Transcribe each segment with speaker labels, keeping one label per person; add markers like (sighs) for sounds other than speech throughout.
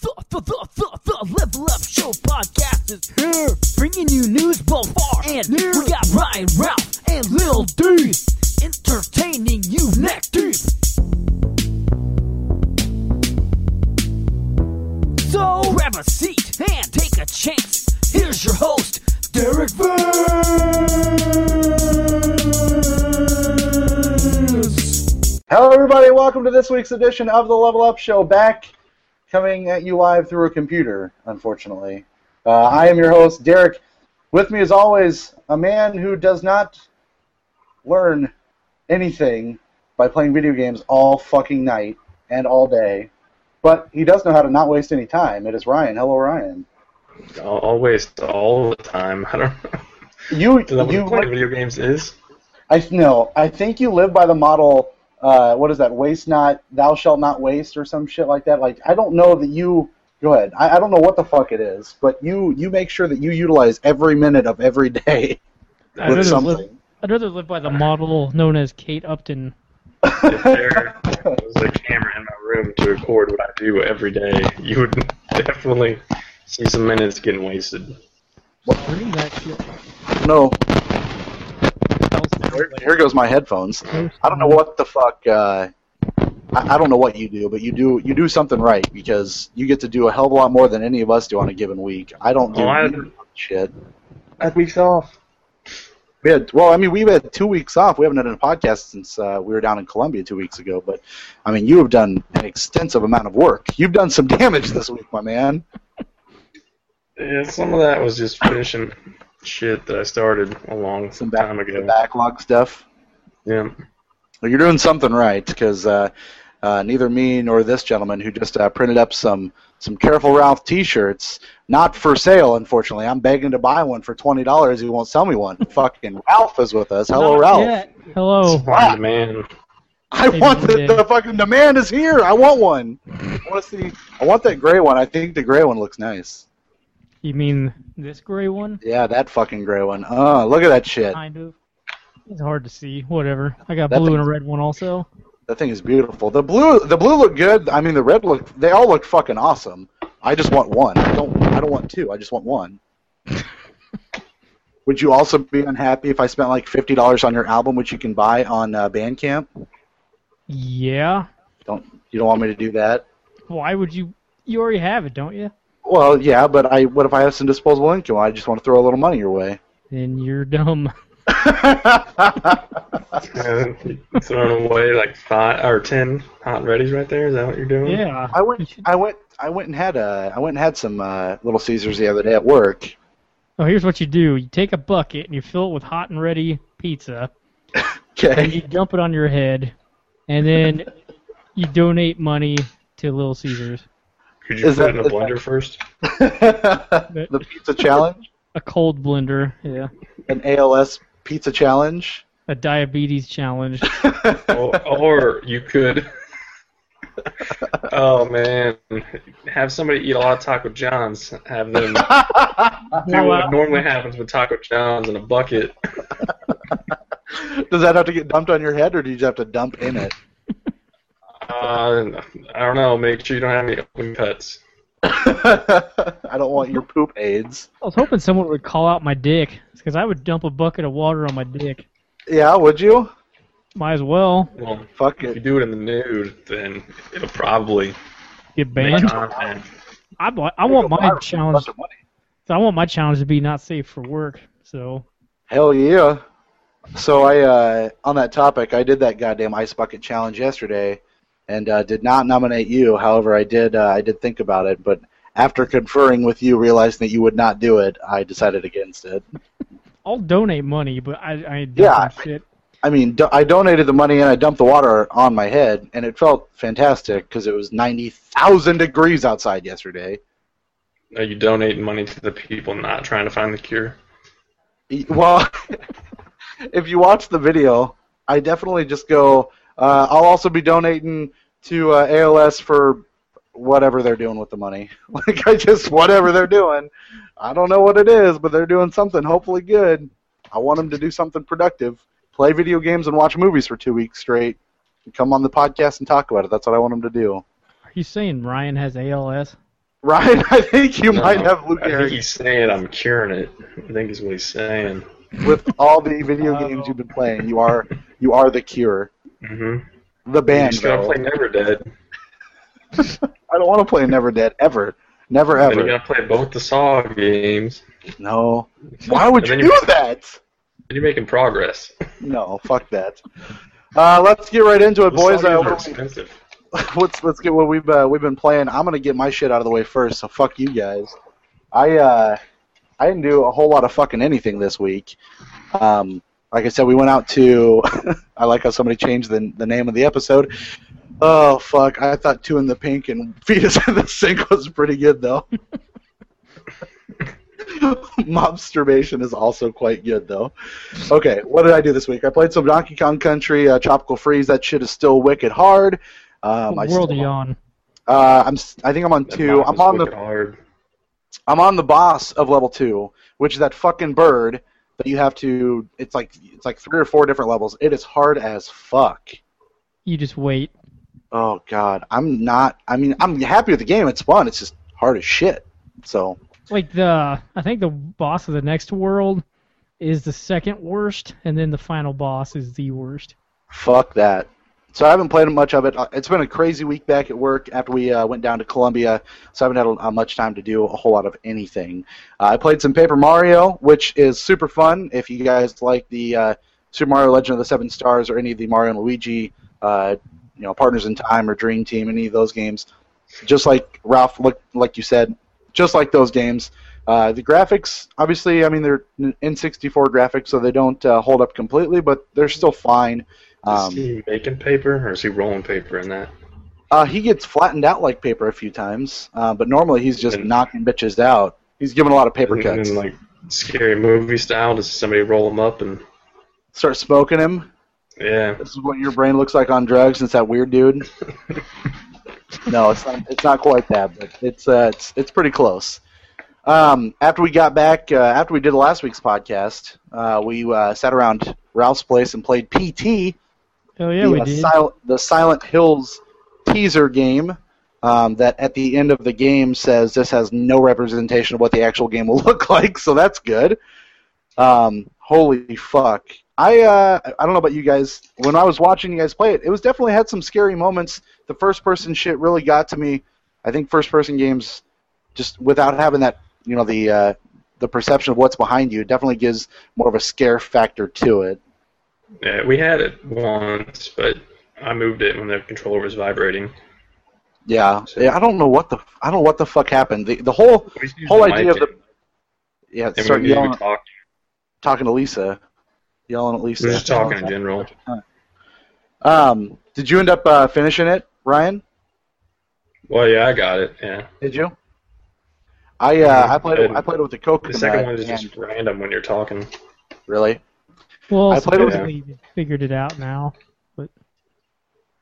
Speaker 1: The Level Up Show podcast is here, bringing you news both far and near. We got Ryan, Ralph, and Lil D, entertaining you neck deep. So grab a seat and take a chance. Here's your host, Derek Vance.
Speaker 2: Hello, everybody. Welcome to this week's edition of the Level Up Show. Back coming at you live through a computer, unfortunately. Uh, I am your host, Derek. With me, as always, a man who does not learn anything by playing video games all fucking night and all day, but he does know how to not waste any time. It is Ryan. Hello, Ryan.
Speaker 3: Al- always all the time. (laughs) I don't know.
Speaker 2: You,
Speaker 3: Is that what
Speaker 2: you,
Speaker 3: playing video games
Speaker 2: (laughs)
Speaker 3: is?
Speaker 2: I th- no, I think you live by the model. Uh, what is that? Waste not, thou shalt not waste, or some shit like that. Like I don't know that you. Go ahead. I, I don't know what the fuck it is, but you you make sure that you utilize every minute of every day
Speaker 4: I'd
Speaker 2: with
Speaker 4: rather
Speaker 2: something.
Speaker 4: live. I'd rather live by the model known as Kate Upton.
Speaker 3: If there was a camera in my room to record what I do every day, you would (laughs) definitely see some minutes getting wasted.
Speaker 4: Bring that shit.
Speaker 2: No,
Speaker 4: else.
Speaker 2: here, here goes my headphones. I don't know what the fuck. Uh, I, I don't know what you do, but you do you do something right because you get to do a hell of a lot more than any of us do on a given week. I don't do
Speaker 3: Oh, I-
Speaker 2: shit.
Speaker 3: I had weeks off.
Speaker 2: We had well, I mean, we've had two weeks off. We haven't done a podcast since uh, we were down in Columbia two weeks ago. But I mean, you have done an extensive amount of work. You've done some (laughs) damage this week, my man.
Speaker 3: Yeah, some of that was just finishing shit that I started a long
Speaker 2: Some back,
Speaker 3: time ago.
Speaker 2: backlog stuff.
Speaker 3: Yeah.
Speaker 2: Well, you're doing something right because uh, uh, neither me nor this gentleman who just uh, printed up some some careful Ralph T-shirts, not for sale, unfortunately. I'm begging to buy one for twenty dollars. He won't sell me one. (laughs) Fucking Ralph is with us. Hello,
Speaker 4: Not
Speaker 2: Ralph.
Speaker 4: yet. (laughs) Hello.
Speaker 2: Ah!
Speaker 3: Supply and demand. (laughs)
Speaker 2: I
Speaker 4: Hey,
Speaker 2: want the,
Speaker 4: man.
Speaker 2: the fucking demand is here. I want one. I want to see. I want that gray one. I think the gray one looks nice.
Speaker 4: You mean this gray one?
Speaker 2: Yeah, that fucking gray one. Uh, look at that shit.
Speaker 4: Kind of. It's hard to see. Whatever. I got
Speaker 2: That
Speaker 4: blue and a
Speaker 2: thing's-
Speaker 4: red one also.
Speaker 2: That thing is beautiful. The blue, the blue look good. I mean, the red look. They all look fucking awesome. I just want one. I don't. I don't want two. I just want one. Would you also be unhappy if I spent like fifty dollars on your album, which you can buy on uh, Bandcamp?
Speaker 4: Yeah.
Speaker 2: Don't you don't want me to do that?
Speaker 4: Why would you? You already have it, don't you?
Speaker 2: Well, yeah, but I. What if I have some disposable income? I just want to throw a little money your way.
Speaker 4: Then
Speaker 2: (laughs)
Speaker 4: you're dumb.
Speaker 3: And throwing away like five or ten hot readies right there. Is that what you're doing?
Speaker 4: Yeah.
Speaker 2: I went. I went. I went and had uh, I went and had some uh, Little Caesars the other day at work.
Speaker 4: Oh, here's what you do. You take a bucket and you fill it with hot and ready pizza, and (laughs)
Speaker 2: Okay. (laughs)
Speaker 4: you dump it on your head, and then you donate money to Little Caesars.
Speaker 3: Could you
Speaker 2: Is
Speaker 3: put
Speaker 2: that-
Speaker 3: it in a
Speaker 2: is that-
Speaker 3: blender first?
Speaker 2: the pizza challenge,
Speaker 4: A cold blender, yeah.
Speaker 2: an ALS pizza (laughs) challenge.
Speaker 4: A diabetes
Speaker 2: (laughs)
Speaker 4: challenge.
Speaker 3: or, or you could. oh man, have somebody eat a lot of Taco Johns. Have them do what normally happens with Taco Johns in a bucket.
Speaker 2: Does that have to get dumped on your head, or do you just have to dump in (laughs) it?
Speaker 3: Uh, I don't know. Make sure you don't have any open cuts.
Speaker 2: I don't want your poop aids.
Speaker 4: I was hoping someone would call out my dick, because I would dump a bucket of water on my dick.
Speaker 2: Yeah, would you?
Speaker 4: Might as well
Speaker 3: Well,
Speaker 2: Fuck
Speaker 3: if you
Speaker 2: it.
Speaker 3: do it in the nude, then it'll probably
Speaker 4: get
Speaker 3: make
Speaker 4: banned.
Speaker 3: contact.
Speaker 4: I, bu- I want
Speaker 2: You'll
Speaker 4: my
Speaker 2: buy
Speaker 4: challenge.
Speaker 2: bunch of money.
Speaker 4: I want my challenge to be not safe for work. So
Speaker 2: Hell yeah. So I, uh, on that topic, I did that goddamn ice bucket challenge yesterday, and uh, did not nominate you. However, I did. Uh, I did think about it, but after conferring with you, realizing that you would not do it, I decided against it.
Speaker 4: I'll donate money, but I, I ain't
Speaker 2: Yeah.
Speaker 4: dumping shit.
Speaker 2: I mean, do- I donated the money and I dumped the water on my head, and it felt fantastic because it was ninety thousand degrees outside yesterday.
Speaker 3: Are you donating money to the people not trying to find the cure?
Speaker 2: Y- Well, (laughs) if you watch the video, I definitely just go. Uh, I'll also be donating to uh, ALS for whatever they're doing with the money. (laughs) Like I just whatever they're doing. I don't know what it is, but they're doing something hopefully good. I want them to do something productive. Play video games and watch movies for two weeks straight. And come on the podcast and talk about it. That's what I want them to do.
Speaker 4: Are you saying Ryan has ALS?
Speaker 2: Ryan, (laughs) I think you
Speaker 3: No,
Speaker 2: might have Lou
Speaker 3: I think
Speaker 2: Gehrig
Speaker 3: he's saying I'm curing it. I think is what he's saying.
Speaker 2: with all the video games you've been playing. You are you are the cure.
Speaker 3: hmm
Speaker 2: The
Speaker 3: I'm
Speaker 2: band.
Speaker 3: just gonna
Speaker 2: though.
Speaker 3: play Never Dead.
Speaker 2: I don't want to play Never Dead ever. Never
Speaker 3: Then you
Speaker 2: ever.
Speaker 3: gotta play both the Saw games. (laughs)
Speaker 2: No. Why would
Speaker 3: And
Speaker 2: you
Speaker 3: then
Speaker 2: do
Speaker 3: you-
Speaker 2: that?
Speaker 3: Then you're making progress.
Speaker 2: No, fuck that. Uh, let's get right into it,
Speaker 3: The
Speaker 2: boys.
Speaker 3: Saw
Speaker 2: Uh,
Speaker 3: games are
Speaker 2: what we-
Speaker 3: expensive.
Speaker 2: (laughs) let's let's get what we've uh, we've been playing. I'm gonna get my shit out of the way first, so fuck you guys. I uh, I didn't do a whole lot of fucking anything this week. Um, like I said, we went out to. (laughs) I like how somebody changed the the name of the episode. Oh fuck! I thought two in the pink and (laughs) fetus in the sink was pretty good though. (laughs) Mobsturbation is also quite good though. Okay, what did I do this week? I played some Donkey Kong Country, uh, Tropical Freeze. That shit is still wicked hard. Um, I
Speaker 4: What world are
Speaker 2: still-
Speaker 4: you on?
Speaker 2: uh, I'm. s- I think I'm on
Speaker 3: That
Speaker 2: two.
Speaker 3: boss
Speaker 2: I'm
Speaker 3: is
Speaker 2: on the.
Speaker 3: wicked hard.
Speaker 2: I'm on the boss of level two, which is that fucking bird that you have to. It's like it's like three or four different levels. It is hard as fuck.
Speaker 4: You just wait.
Speaker 2: Oh god, I'm not. I mean, I'm happy with the game. It's fun. It's just hard as shit. So
Speaker 4: Like the I think the boss of the next world is the second worst, and then the final boss is the worst.
Speaker 2: Fuck that. So I haven't played much of it. Uh, It's been a crazy week back at work after we uh, went down to Columbia, so I haven't had uh, much time to do a whole lot of anything. Uh, I played some Paper Mario, which is super fun. If you guys like the uh, Super Mario Legend of the Seven Stars or any of the Mario and Luigi, uh, you know, Partners in Time or Dream Team, any of those games, just like Ralph, like, like you said, just like those games. Uh, the graphics, obviously, I mean, they're n- N64 graphics, so they don't uh, hold up completely, but they're still fine.
Speaker 3: Is
Speaker 2: Um,
Speaker 3: he making paper or is he rolling paper in that?
Speaker 2: uh, he gets flattened out like paper a few times, uh, but normally he's just
Speaker 3: And-
Speaker 2: knocking bitches out. He's giving a lot of paper
Speaker 3: And
Speaker 2: cuts.
Speaker 3: then, like scary movie style, does somebody roll him up and
Speaker 2: Start smoking him.
Speaker 3: yeah?
Speaker 2: This is what your brain looks like on drugs. It's that weird
Speaker 3: (laughs)
Speaker 2: dude. no, it's not. It's not quite that, but it's uh, it's it's pretty close. Um, after we got back, uh, after we did last week's podcast, uh, we uh, sat around Ralph's place and played PT,
Speaker 4: Oh yeah,
Speaker 2: the,
Speaker 4: we
Speaker 2: uh,
Speaker 4: did.
Speaker 2: Sil- the Silent Hills teaser game um, that at the end of the game says this has no representation of what the actual game will (laughs) look like, so that's good. Um, holy fuck. I uh, I don't know about you guys. When I was watching you guys play it, it was definitely had some scary moments. The first person shit really got to me. I think first person games, just without having that, you know, the uh, the perception of what's behind you, it definitely gives more of a scare factor to it.
Speaker 3: Yeah, we had it once, but I moved it when the controller was vibrating.
Speaker 2: Yeah, yeah. I don't know what the I don't know what the fuck happened. The the whole
Speaker 3: We used
Speaker 2: Whole
Speaker 3: the
Speaker 2: idea
Speaker 3: mic
Speaker 2: of the-
Speaker 3: and-
Speaker 2: yeah.
Speaker 3: and
Speaker 2: Start
Speaker 3: we didn't even
Speaker 2: yelling,
Speaker 3: talk.
Speaker 2: talking to Lisa, yelling at Lisa.
Speaker 3: We're just talking in general.
Speaker 2: Um, did you end up uh, finishing it, Ryan?
Speaker 3: Well, yeah, I got it. Yeah,
Speaker 2: Did you? I uh, I played it,
Speaker 3: And
Speaker 2: I played it with the coconut.
Speaker 3: the second one is
Speaker 2: and-
Speaker 3: just random when you're talking.
Speaker 2: really.
Speaker 4: Well,
Speaker 2: I played it-
Speaker 4: supposedly they figured it out now.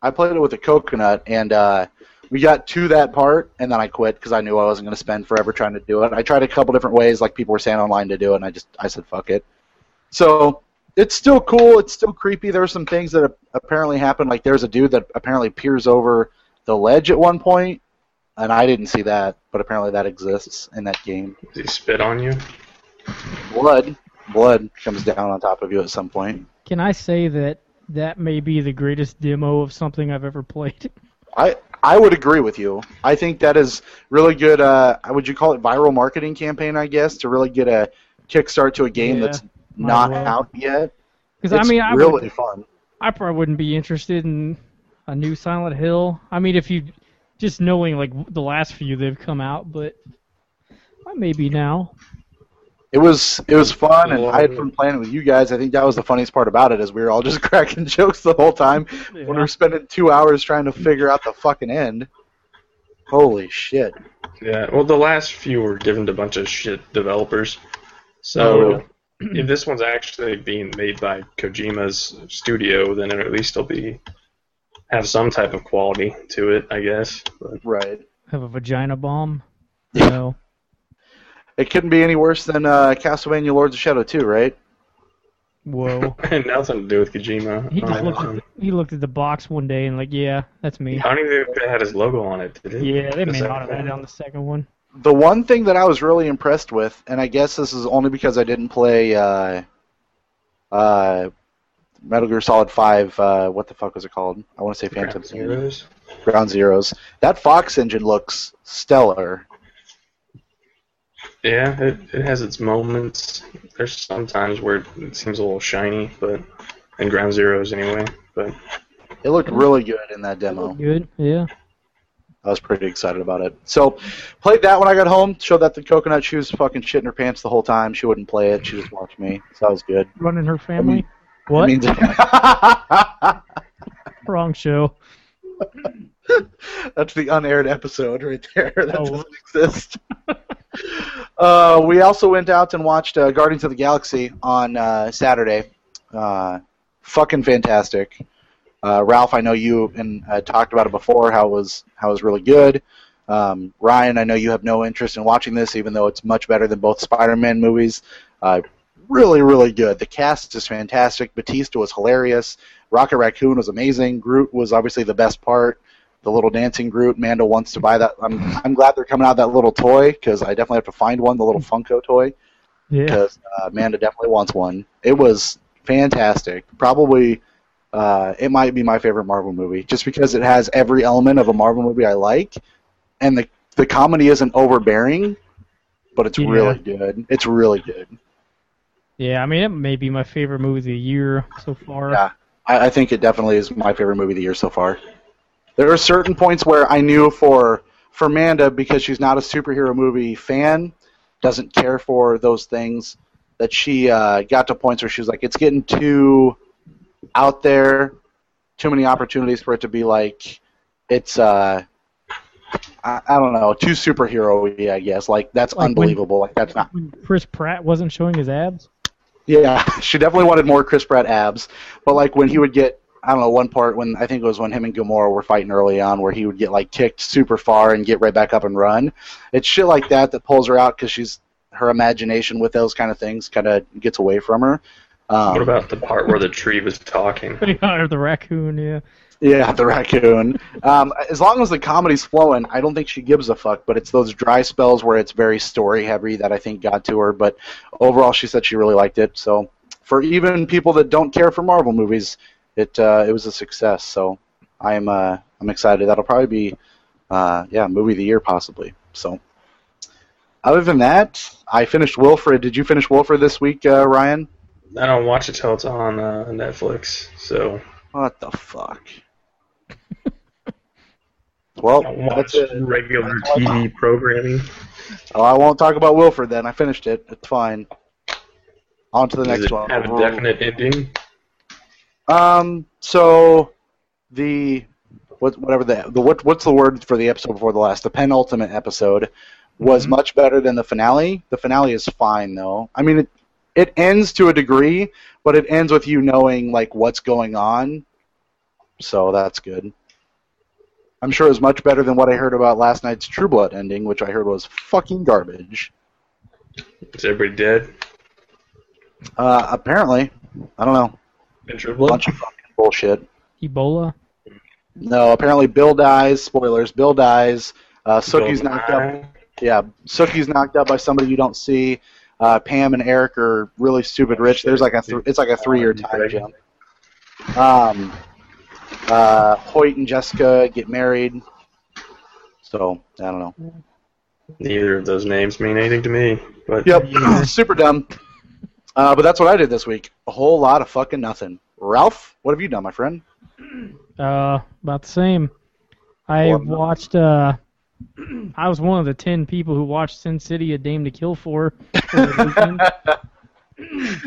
Speaker 2: I played it with a coconut, and uh, we got to that part, and then I quit because I knew I wasn't going to spend forever trying to do it. I tried a couple different ways, like people were saying online to do it, and I just I said fuck it. So it's still cool. It's still creepy. There were some things that ap- apparently happened. Like there's a dude that apparently peers over the ledge at one point, and I didn't see that, but apparently that exists in that game.
Speaker 3: Does he spit on you?
Speaker 2: Blood, blood comes down on top of you at some point.
Speaker 4: Can I say that that may be the greatest demo of something I've ever played? (laughs)
Speaker 2: I I would agree with you. I think that is really good. Uh, would you call it viral marketing campaign? I guess to really get a kickstart to a game
Speaker 4: Yeah,
Speaker 2: that's
Speaker 4: might
Speaker 2: not
Speaker 4: as well.
Speaker 2: out yet.
Speaker 4: Because I
Speaker 2: It's
Speaker 4: mean, I
Speaker 2: really
Speaker 4: would,
Speaker 2: fun.
Speaker 4: I probably wouldn't be interested in a new Silent Hill. I mean, if you just knowing like the last few they've come out, but I may be now.
Speaker 2: It was it was fun, and I had
Speaker 3: Yeah.
Speaker 2: fun playing with you guys. I think that was the funniest part about it is we were all just (laughs) cracking jokes the whole time when we
Speaker 4: Yeah.
Speaker 2: were spending two hours trying to figure out the fucking end. Holy shit!
Speaker 3: Yeah. Well, the last few were given to a bunch of shit developers.
Speaker 4: Oh,
Speaker 3: So (clears throat) if this one's actually being made by Kojima's studio, then it'll at least it'll be have some type of quality to it, I guess. But
Speaker 2: Right.
Speaker 4: Have a vagina bomb. No.
Speaker 2: It couldn't be any worse than uh, Castlevania: Lords of Shadow 2, right?
Speaker 4: Whoa.
Speaker 3: had (laughs) nothing to do with Kojima.
Speaker 4: He
Speaker 3: on
Speaker 4: just
Speaker 3: Amazon.
Speaker 4: looked at the, he looked at the box one day and like, yeah, that's me.
Speaker 3: I don't even think they had his logo on it, did it?
Speaker 4: Yeah, they
Speaker 3: The
Speaker 4: may
Speaker 3: second
Speaker 4: not have had it on the second one.
Speaker 2: The one thing that I was really impressed with, and I guess this is only because I didn't play uh, uh, Metal Gear Solid Five. Uh, what the fuck was it called? I want to say
Speaker 3: Ground
Speaker 2: Phantom Zero.
Speaker 3: Zeroes.
Speaker 2: Ground Zeroes. That Fox engine looks stellar.
Speaker 3: Yeah, it, it has its moments. There's sometimes where it seems a little shiny, but and ground zeros anyway. But
Speaker 2: It looked really good in that demo.
Speaker 4: Good. Yeah.
Speaker 2: I was pretty excited about it. So, played that when I got home. Showed that the coconut. She was fucking shit in her pants the whole time. She wouldn't play it. She just watched me. So that was good.
Speaker 4: Running her family.
Speaker 2: mean-
Speaker 3: (laughs)
Speaker 4: what?
Speaker 2: It means-
Speaker 4: Wrong show.
Speaker 2: (laughs) That's the unaired episode right there. (laughs) That
Speaker 4: Oh.
Speaker 2: doesn't exist. (laughs) uh, we also went out and watched uh, Guardians of the Galaxy on uh, Saturday. Uh, fucking fantastic. Uh, Ralph, I know you and I talked about it before. How it was how it was really good. Um, Ryan, I know you have no interest in watching this, even though it's much better than both Spider-Man movies. Uh, really, really good. The cast is fantastic. Batista was hilarious. Rocket Raccoon was amazing. Groot was obviously the best part the little dancing Groot. Mando wants to buy that. I'm, I'm glad they're coming out with that little toy because I definitely have to find one, the little Funko toy,
Speaker 4: Yeah.
Speaker 2: because uh, Mando definitely wants one. It was fantastic. Probably, uh, it might be my favorite Marvel movie just because it has every element of a Marvel movie I like, and the the comedy isn't overbearing, but it's
Speaker 4: Yeah.
Speaker 2: really good. It's really good.
Speaker 4: Yeah. I mean, it may be my favorite movie of the year so far.
Speaker 2: Yeah. I, I think it definitely is my favorite movie of the year so far. There are certain points where I knew for for Amanda because she's not a superhero movie fan, doesn't care for those things, that she uh, got to points where she was like, it's getting too out there, too many opportunities for it to be like, it's uh, I, I don't know, too superhero-y, I guess. Like that's
Speaker 4: Like when-
Speaker 2: unbelievable. like that's not
Speaker 4: When Chris Pratt wasn't showing his abs. (laughs)
Speaker 2: yeah, (laughs) she definitely wanted more Chris Pratt abs. But like when he would get, I don't know, one part when I think it was when him and Gamora were fighting early on, where he would get like kicked super far and get right back up and run. It's shit like that that pulls her out because she's her imagination with those kind of things kind of gets away from her. Um,
Speaker 3: what about the part where the tree was talking?
Speaker 4: or the raccoon. Yeah.
Speaker 2: Yeah, the raccoon. Um, as long as the comedy's flowing, I don't think she gives a fuck. But it's those dry spells where it's very story heavy that I think got to her. But overall, she said she really liked it. So for even people that don't care for Marvel movies, it uh, it was a success. So I'm uh, I'm excited. That'll probably be uh, yeah movie of the year possibly. So other than that, I finished Wilfred. Did you finish Wilfred this week, uh, Ryan?
Speaker 3: I don't watch it till it's on uh, Netflix, so
Speaker 2: What the fuck?
Speaker 3: I
Speaker 2: Well,
Speaker 3: don't
Speaker 2: that's
Speaker 3: watch
Speaker 2: it.
Speaker 3: regular TV programming.
Speaker 2: Oh, I won't talk about Wilford then. I finished it. It's fine. On to the
Speaker 3: Does
Speaker 2: next
Speaker 3: it
Speaker 2: one. Oh.
Speaker 3: have a definite ending?
Speaker 2: Um. So the what whatever the, the what what's the word for the episode before the last? The penultimate episode
Speaker 3: Mm-hmm.
Speaker 2: was much better than the finale. The finale is fine though. I mean, it it ends to a degree, but it ends with you knowing like what's going on. So that's good. I'm sure it was much better than what I heard about last night's True Blood ending, which I heard was fucking garbage.
Speaker 3: Is everybody dead?
Speaker 2: Uh, apparently, I don't know,
Speaker 3: In True
Speaker 2: a
Speaker 3: Blood?
Speaker 2: bunch of fucking bullshit.
Speaker 4: Ebola.
Speaker 2: No, apparently Bill dies. Spoilers: Bill dies. Uh, Sookie's knocked up.
Speaker 3: Goldeneye?
Speaker 2: Yeah, Sookie's knocked up by somebody you don't see. Uh, Pam and Eric are really stupid
Speaker 3: Oh,
Speaker 2: rich. There's like a th- it's like a three-year time jump. Um, uh, Hoyt and Jessica get married. So I don't know.
Speaker 3: Neither of those names mean anything to me. But
Speaker 2: Yep, (clears throat) super dumb. Uh, but that's what I did this week. A whole lot of fucking nothing. Ralph, what have you done, my friend?
Speaker 4: Uh, about the same. I
Speaker 2: Well, I'm not-
Speaker 4: watched. Uh, (clears throat) I was one of the ten people who watched Sin City: A Dame to Kill For. for the weekend.
Speaker 2: (laughs)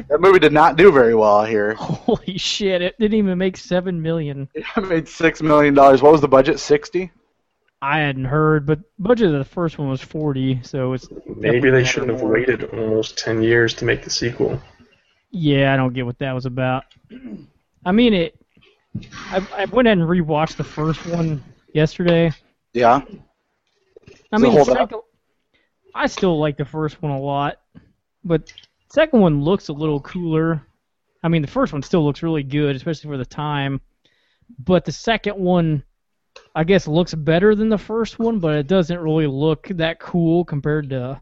Speaker 2: That movie did not do very well I hear.
Speaker 4: Holy shit! It didn't even make seven million.
Speaker 2: (laughs) I made six million dollars. What was the budget? Sixty.
Speaker 4: I hadn't heard, but budget of the first one was forty, so it's
Speaker 3: maybe they shouldn't have waited almost 10 years to make the sequel.
Speaker 4: yeah. I don't get what that was about. I mean it. I, I went ahead and rewatched the first one yesterday.
Speaker 2: Yeah.
Speaker 4: I
Speaker 2: So
Speaker 4: mean, the
Speaker 2: hold up.
Speaker 4: second, I still like the first one a lot, but second one looks a little cooler. I mean, the first one still looks really good, especially for the time. But the second one, I guess, looks better than the first one, but it doesn't really look that cool compared to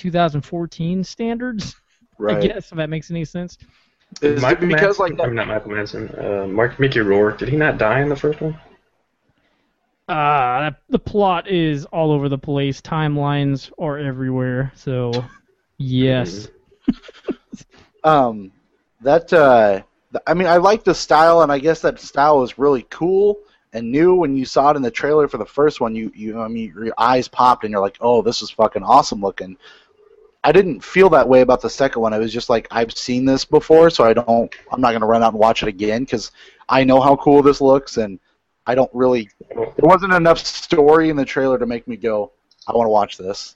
Speaker 4: 2014 standards. I
Speaker 2: Right.
Speaker 4: guess if that makes any sense.
Speaker 3: Did
Speaker 2: Is it because like
Speaker 3: I'm not Michael Madsen. Uh, Mark Mickey Rourke. Did he not die in the first one?
Speaker 4: Uh, that, the plot is all over the place. Timelines are everywhere. So, yes.
Speaker 2: um that uh th- I mean I like the style and I guess that style is really cool and new when you saw it in the trailer for the first one you you I mean your eyes popped and you're like oh this is fucking awesome looking I didn't feel that way about the second one I was just like I've seen this before so I don't I'm not going to run out and watch it again cuz I know how cool this looks and I don't really there wasn't enough story in the trailer to make me go I want to watch this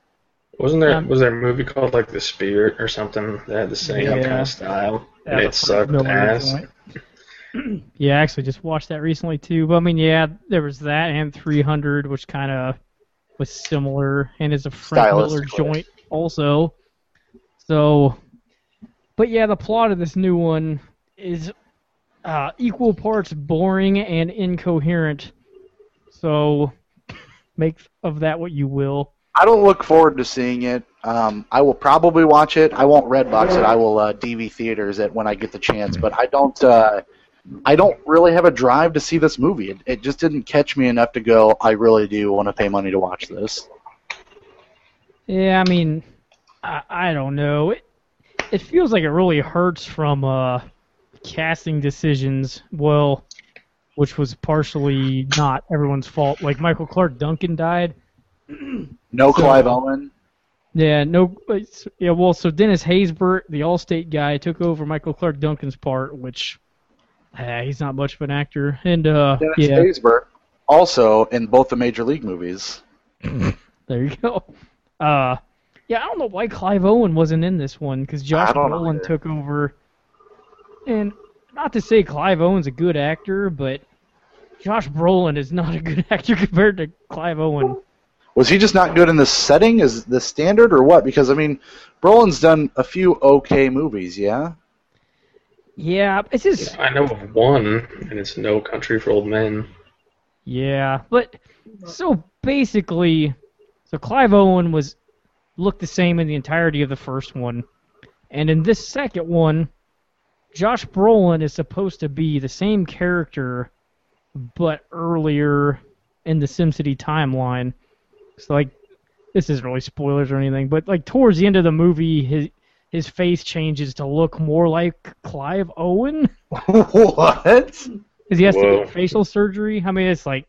Speaker 3: Wasn't there
Speaker 4: Um,
Speaker 3: was there a movie called like The Spirit or something that had the same
Speaker 4: Yeah.
Speaker 3: kind of style?
Speaker 4: Yeah,
Speaker 3: and it
Speaker 4: that's
Speaker 3: sucked
Speaker 4: Miller
Speaker 3: ass.
Speaker 4: recently. (clears throat) yeah, I actually just watched that recently too. But I mean, yeah, there was that and 300, which kind of was similar and is a Frank Miller
Speaker 2: Stylistically.
Speaker 4: joint also. So, but yeah, the plot of this new one is uh, equal parts boring and incoherent. So, make of that what you will.
Speaker 2: I don't look forward to seeing it. Um, I will probably watch it. I won't Redbox it. I will uh, DV theaters it when I get the chance. But I don't. Uh, I don't really have a drive to see this movie. It, it just didn't catch me enough to go. I really do want to pay money to watch this.
Speaker 4: Yeah, I mean, I, I don't know. It, it feels like it really hurts from uh, casting decisions. Well, which was partially not everyone's fault. Like Michael Clark Duncan died.
Speaker 2: No
Speaker 4: So-
Speaker 2: Clive Owen.
Speaker 4: Yeah, no. it's- Yeah, well, so Dennis Haysbert, the Allstate guy, took over Michael Clark Duncan's part, which eh, he's not much of an actor. And uh,
Speaker 2: Dennis
Speaker 4: yeah,
Speaker 2: Haysbert, also in both the major league movies.
Speaker 4: There you go. Uh, yeah, I don't know why Clive Owen wasn't in this one because Josh
Speaker 2: I don't know
Speaker 4: Brolin
Speaker 2: either.
Speaker 4: took over. And not to say Clive Owen's a good actor, but Josh Brolin is not a good (laughs) actor compared to Clive Owen.
Speaker 2: Was he just not good in this setting? Is the standard or what? Because I mean, Brolin's done a few okay movies. Yeah. (laughs)
Speaker 4: Yeah, it's just
Speaker 3: I know of one, and it's No Country for Old Men.
Speaker 4: yeah, but so basically, so Clive Owen was looked the same in the entirety of the first one, and in this second one, Josh Brolin is supposed to be the same character, but earlier in the SimCity timeline. So like, this isn't really spoilers or anything, but like towards the end of the movie, his his face changes to look more like Clive Owen (laughs)
Speaker 2: what?
Speaker 4: because he has to
Speaker 3: Whoa.
Speaker 4: get facial surgery. I mean, it's like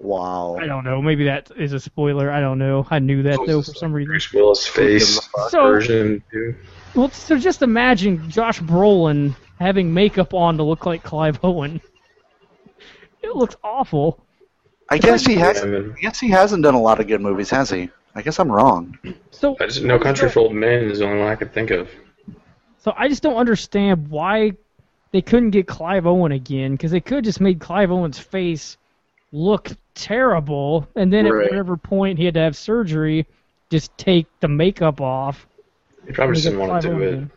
Speaker 2: Wow.
Speaker 4: I don't know. Maybe that is a spoiler. I don't know. I knew that
Speaker 3: Oh,
Speaker 4: though
Speaker 3: it's
Speaker 4: for
Speaker 3: just
Speaker 4: some reason.
Speaker 3: Bruce Willis face
Speaker 4: So,
Speaker 3: version two.
Speaker 4: well, so just imagine Josh Brolin having makeup on to look like Clive (laughs) Owen. It looks awful.
Speaker 2: I guess he has.
Speaker 3: Yeah, man.
Speaker 2: I guess he hasn't done a lot of good movies, has he? I guess I'm wrong.
Speaker 4: So,
Speaker 3: I just, no Country for Old Men is the only one I could think of.
Speaker 4: so I just don't understand why they couldn't get Clive Owen again because they could just made Clive Owen's face look terrible, and then
Speaker 2: Right.
Speaker 4: at whatever point he had to have surgery, just take the makeup off.
Speaker 3: He probably just
Speaker 4: and
Speaker 3: didn't
Speaker 4: get
Speaker 3: want to
Speaker 4: Clive
Speaker 3: do
Speaker 4: Owen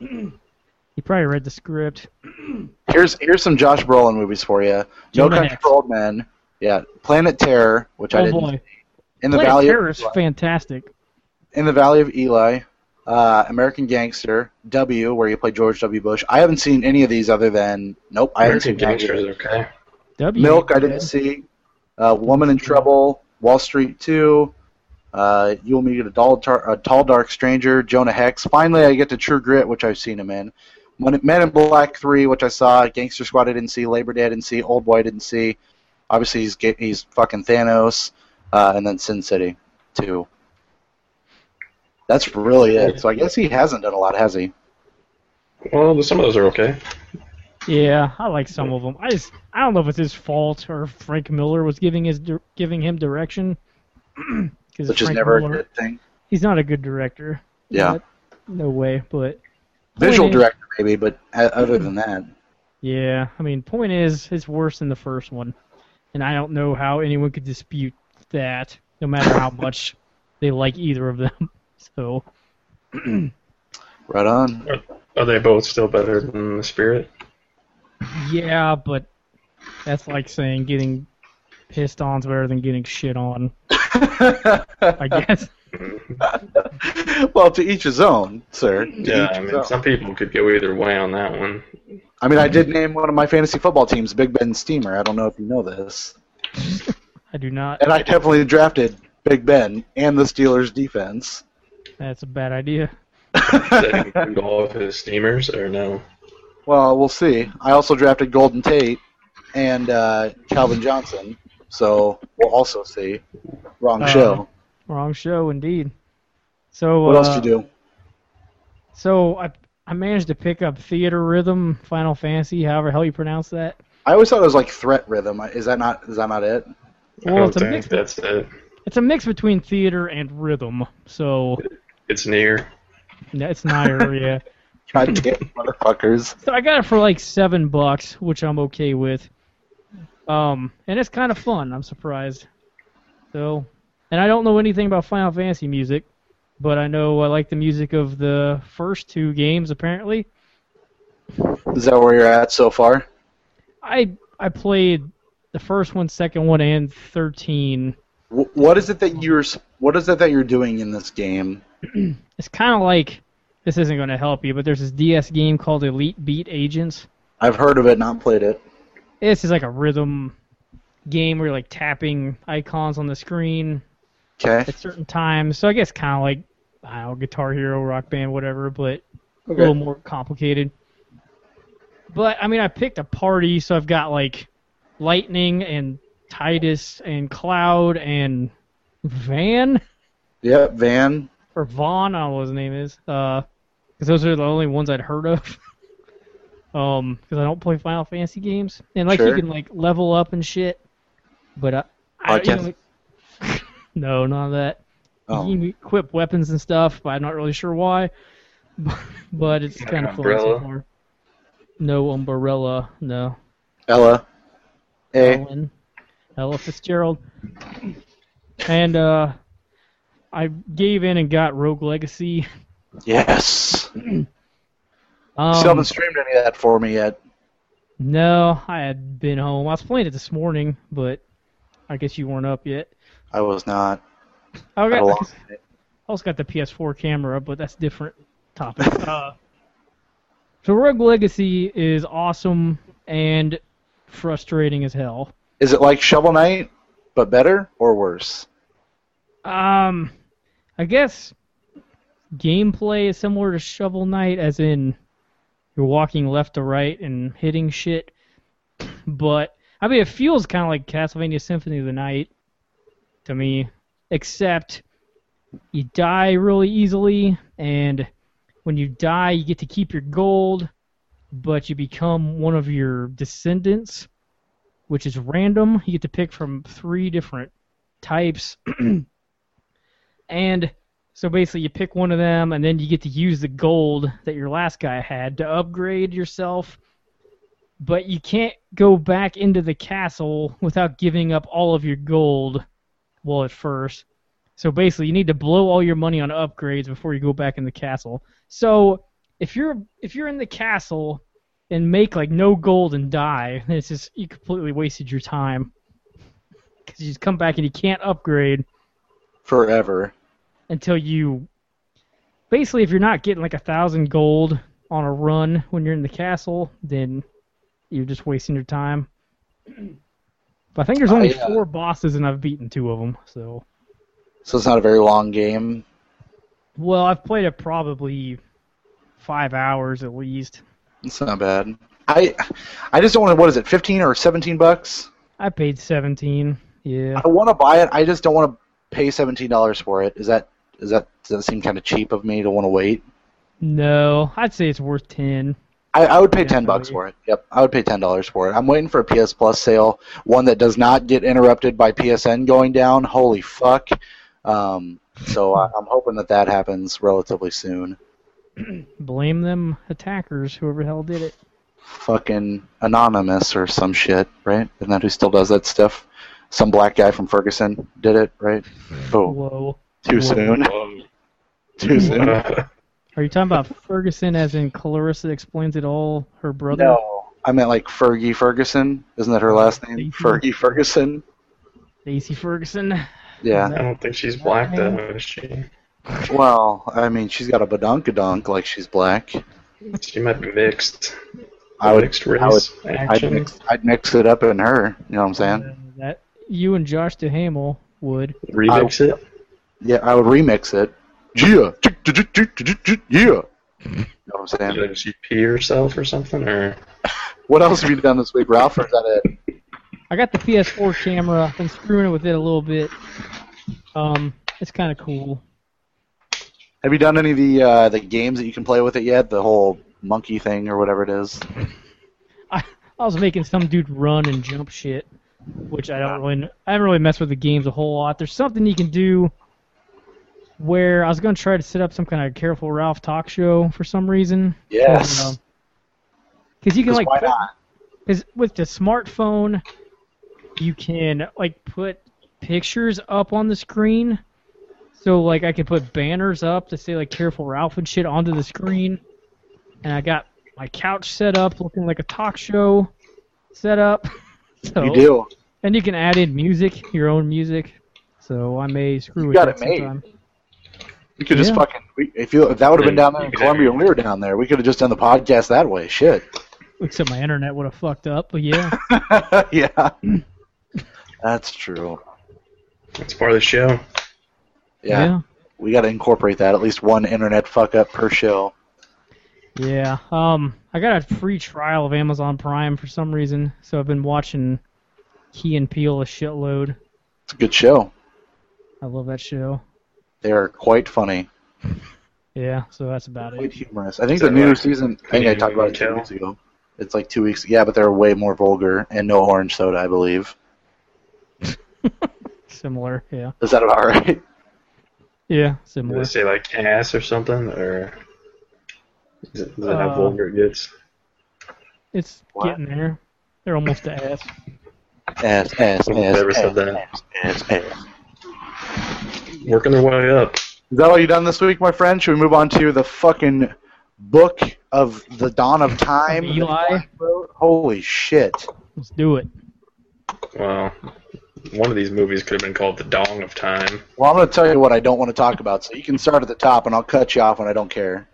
Speaker 3: it.
Speaker 4: again. (clears throat) He probably read the script.
Speaker 2: Here's here's some Josh Brolin movies for you. No
Speaker 4: Jonah
Speaker 2: Country
Speaker 4: Hex.
Speaker 2: for Old Men. Yeah, Planet Terror, which I
Speaker 4: Oh
Speaker 2: didn't.
Speaker 4: boy,
Speaker 2: In the
Speaker 4: Planet
Speaker 2: Valley.
Speaker 4: Terror
Speaker 2: Of,
Speaker 4: is fantastic.
Speaker 2: in the Valley of Eli. Uh, American Gangster. W, where you play George W. Bush. I haven't seen any of these other than. Nope, I haven't
Speaker 3: American
Speaker 2: seen any of
Speaker 3: Gangster is
Speaker 2: them.
Speaker 3: okay.
Speaker 4: W.
Speaker 2: Milk. I didn't see. Uh, Woman in Trouble. Wall Street Two. Uh, You'll meet a, doll tar- a tall, dark stranger. Jonah Hex. Finally, I get to True Grit, which I've seen him in. Men Men in Black Three, which I saw. Gangster Squad, I didn't see. Labor Day, I didn't see. Old Boy, I didn't see. Obviously, he's ga- he's fucking Thanos, uh, and then Sin City Two. That's really it. So I guess he hasn't done a lot, has he?
Speaker 3: Well, some of those are okay.
Speaker 4: Yeah, I like some of them. I just I don't know if it's his fault or if Frank Miller was giving his dir- giving him direction. (clears throat) 'Cause
Speaker 2: Which is
Speaker 4: Frank
Speaker 2: never a
Speaker 4: Miller-
Speaker 2: good thing.
Speaker 4: he's not a good director.
Speaker 2: Yeah.
Speaker 4: But- no way. But
Speaker 2: Visual
Speaker 4: Point is-
Speaker 2: director, maybe, but uh, other than that,
Speaker 4: yeah, I mean, point is, it's worse than the first one, and I don't know how anyone could dispute that, no matter
Speaker 2: (laughs)
Speaker 4: how much (laughs) they like either of them. So
Speaker 2: right on.
Speaker 3: Are they both still better than the Spirit?
Speaker 4: Yeah, but that's like saying getting pissed on's better than getting shit on. I guess.
Speaker 2: (laughs)
Speaker 4: (laughs)
Speaker 2: well, to each his own, sir. To
Speaker 3: Yeah,
Speaker 2: each
Speaker 3: I
Speaker 2: his
Speaker 3: mean,
Speaker 2: own.
Speaker 3: some people could go either way on that one.
Speaker 2: I mean, I did name one of my fantasy football teams Big Ben Steamer. I don't know if you know this,
Speaker 4: I do not.
Speaker 2: and I definitely drafted Big Ben and the Steelers defense. (laughs)
Speaker 4: That's a bad idea.
Speaker 3: Does
Speaker 4: (laughs)
Speaker 3: that include all of his steamers, or no?
Speaker 2: Well, we'll see. I also drafted Golden Tate and uh, Calvin Johnson, so we'll also see. Wrong
Speaker 4: Uh,
Speaker 2: show.
Speaker 4: Wrong show, indeed. So
Speaker 2: What else
Speaker 4: uh,
Speaker 2: did you do?
Speaker 4: So I I managed to pick up Theater Rhythm, Final Fantasy, however the hell you pronounce that.
Speaker 2: I always thought it was like Threat Rhythm. Is that not? Is that not it?
Speaker 3: I
Speaker 4: Well,
Speaker 3: don't
Speaker 4: it's a
Speaker 3: think
Speaker 4: mix.
Speaker 3: that's it.
Speaker 4: It's a mix between theater and rhythm, so
Speaker 3: It's near.
Speaker 4: that's neither. yeah.
Speaker 2: God damn (laughs) motherfuckers!
Speaker 4: So I got it for like seven bucks, which I'm okay with. Um, and it's kind of fun. I'm surprised. So, and I don't know anything about Final Fantasy music, but I know I like the music of the first two games. Apparently,
Speaker 2: Is that where you're at so far?
Speaker 4: I I played the first one, second one, and thirteen.
Speaker 2: Wh- What is it that you're? s- What is it that you're doing in this game?
Speaker 4: It's kind of like this isn't going to help you, but there's this DS game called Elite Beat Agents.
Speaker 2: I've heard of it, not played it.
Speaker 4: This is like a rhythm game where you're like tapping icons on the screen
Speaker 2: Okay.
Speaker 4: at certain times. So I guess kind of like I don't know, Guitar Hero, Rock Band, whatever, but a little more complicated. But I mean, I picked a party, so I've got like Lightning and Titus and Cloud and Van
Speaker 2: Yep, Van.
Speaker 4: or Vaughn. I don't know what his name is. Uh 'cause those are the only ones I'd heard of. (laughs) um, because I don't play Final Fantasy games, and like you
Speaker 2: Sure.
Speaker 4: can like level up and shit. But I, I, you
Speaker 2: Podcast.
Speaker 4: know, (laughs) no, none of that. You
Speaker 2: Oh.
Speaker 4: can equip weapons and stuff, but I'm not really sure why. (laughs) but it's
Speaker 3: Like
Speaker 4: kind
Speaker 3: an
Speaker 4: of fun so
Speaker 3: umbrella?
Speaker 4: far. No umbrella, no.
Speaker 2: Ella. Hey.
Speaker 4: Ellen, Ella Fitzgerald. And uh, I gave in and got Rogue Legacy.
Speaker 2: Yes.
Speaker 4: Um,
Speaker 2: Still haven't streamed any of that for me yet.
Speaker 4: No, I had been home. I was playing it this morning, but I guess you weren't up yet.
Speaker 2: I was not.
Speaker 4: I
Speaker 2: Had a long
Speaker 4: got,
Speaker 2: night.
Speaker 4: I also got the PS4 camera, but that's different topic. (laughs) uh, so Rogue Legacy is awesome and frustrating as hell.
Speaker 2: Is it like Shovel Knight, but better or worse?
Speaker 4: Um, I guess gameplay is similar to Shovel Knight, as in you're walking left to right and hitting shit. (clears throat) But I mean, it feels kind of like Castlevania Symphony of the Night to me, except you die really easily, and when you die, you get to keep your gold, but you become one of your descendants, which is random. You get to pick from three different types. and so basically you pick one of them and then you get to use the gold that your last guy had to upgrade yourself. But you can't go back into the castle without giving up all of your gold well at first. So basically you need to blow all your money on upgrades before you go back in the castle. So if you're if you're in the castle and make like no gold and die, then it's just you completely wasted your time because you just come back and you can't upgrade
Speaker 2: Forever.
Speaker 4: until you basically if you're not getting like a thousand gold on a run when you're in the castle then you're just wasting your time (clears throat) but i think there's
Speaker 2: Oh,
Speaker 4: only
Speaker 2: yeah.
Speaker 4: four bosses and i've beaten two of them so
Speaker 2: So it's not a very long game.
Speaker 4: well i've played it probably five hours at least
Speaker 2: It's not bad. I I just don't want to. What is it? Fifteen or seventeen bucks?
Speaker 4: i paid 17 yeah
Speaker 2: I want to buy it. I just don't want to pay seventeen dollars for it. Is that is that does that seem kind of cheap of me to want to wait?
Speaker 4: no i'd say it's worth 10
Speaker 2: I, I would pay ten
Speaker 4: Definitely.
Speaker 2: bucks for it. Yep, I would pay ten dollars for it. I'm waiting for a PS Plus sale, one that does not get interrupted by PSN going down. Holy fuck! Um, so I, I'm hoping that that happens relatively soon.
Speaker 4: blame them attackers whoever the hell did it
Speaker 2: Fucking anonymous or some shit, right? Isn't that who still does that stuff? Some black guy from Ferguson did it, right? Oh,
Speaker 4: whoa
Speaker 2: too soon. (laughs)
Speaker 3: Um,
Speaker 2: Too soon.
Speaker 3: uh,
Speaker 4: Are you talking about Ferguson as in Clarissa explains it all, her brother?
Speaker 2: No, I meant like Fergie Ferguson. Isn't that her last name?
Speaker 4: Fergie.
Speaker 2: Fergie Ferguson.
Speaker 4: Daisy Ferguson?
Speaker 2: Yeah.
Speaker 3: I don't think she's black though, is she?
Speaker 2: Well, I mean, she's got a badonkadonk like she's black.
Speaker 3: She might be mixed.
Speaker 2: I would,
Speaker 3: mixed race
Speaker 2: I would, I'd
Speaker 3: action.
Speaker 2: mix, I'd mix it up in her. You know what I'm saying?
Speaker 4: Uh, that you and Josh DeHamel would.
Speaker 3: Remix it.
Speaker 2: Yeah, I would remix it. Yeah, yeah. You know what I'm saying?
Speaker 3: Did she pee herself or something? Or
Speaker 2: What else have you done this week, Ralph? Or is that it?
Speaker 4: I got the PS4 camera. I've been screwing with it a little bit. Um, it's kind of cool.
Speaker 2: Have you done any of the uh, the games that you can play with it yet? The whole monkey thing or whatever it is.
Speaker 4: I, I was making some dude run and jump shit, which I don't really. I haven't really messed with the games a whole lot. There's something you can do where I was gonna try to set up some kind of careful Ralph talk show for some reason.
Speaker 2: Yes.
Speaker 4: Because you can
Speaker 2: 'Cause
Speaker 4: like
Speaker 2: why
Speaker 4: put-
Speaker 2: not?
Speaker 4: Because with the smartphone, you can like put pictures up on the screen. So like I could put banners up to say like "Careful Ralph" and shit onto the screen. And I got my couch set up, looking like a talk show set up. (laughs) So,
Speaker 2: You do.
Speaker 4: And you can add in music, your own music. So I may screw with
Speaker 2: got
Speaker 4: that
Speaker 2: it made.
Speaker 4: sometime.
Speaker 2: We could just
Speaker 4: Yeah.
Speaker 2: fucking. We, if you if that would have been
Speaker 3: Yeah,
Speaker 2: down there
Speaker 3: you
Speaker 2: in
Speaker 3: could
Speaker 2: Columbia
Speaker 3: have-
Speaker 2: when we were down there, we could have just done the podcast that way. Shit. (laughs)
Speaker 4: Except my internet would have fucked up, but yeah. (laughs)
Speaker 2: yeah. That's true.
Speaker 3: that's part of the show.
Speaker 2: (laughs) Yeah. We got to incorporate that. At least one internet fuck up per show.
Speaker 4: Yeah. Um, I got a free trial of Amazon Prime for some reason, so I've been watching Key and Peele a shitload.
Speaker 2: It's a good show.
Speaker 4: I love that show.
Speaker 2: They are quite funny,
Speaker 4: Yeah. So that's about
Speaker 2: quite
Speaker 4: it.
Speaker 2: humorous. I think
Speaker 3: Is
Speaker 2: the
Speaker 3: that
Speaker 2: new
Speaker 3: like
Speaker 2: season. I think I
Speaker 3: Canadian
Speaker 2: talked about it two
Speaker 3: Hotel?
Speaker 2: weeks ago. It's like two weeks. Yeah, but they're way more vulgar and no orange soda, I believe.
Speaker 4: Similar. Yeah.
Speaker 2: Is that about (laughs) right?
Speaker 4: Yeah.
Speaker 3: Do they
Speaker 4: Similar.
Speaker 3: say like ass or something? Or is it, is it how
Speaker 4: Uh,
Speaker 3: vulgar it gets?
Speaker 4: It's
Speaker 2: What?
Speaker 4: getting there. They're almost to ass.
Speaker 2: Ass, ass, ass,
Speaker 3: I've never
Speaker 2: ass,
Speaker 3: said that.
Speaker 2: ass, ass, ass.
Speaker 3: Working their way up.
Speaker 2: Is that all you done this week, my friend? Should we move on to the fucking book of the dawn of time?
Speaker 4: Eli,
Speaker 2: Holy shit!
Speaker 4: let's do it.
Speaker 3: Well, one of these movies could have been called The Dong of Time.
Speaker 2: Well, I'm going to tell you what I don't want to talk about, so you can start at the top, and I'll cut you off when I don't care.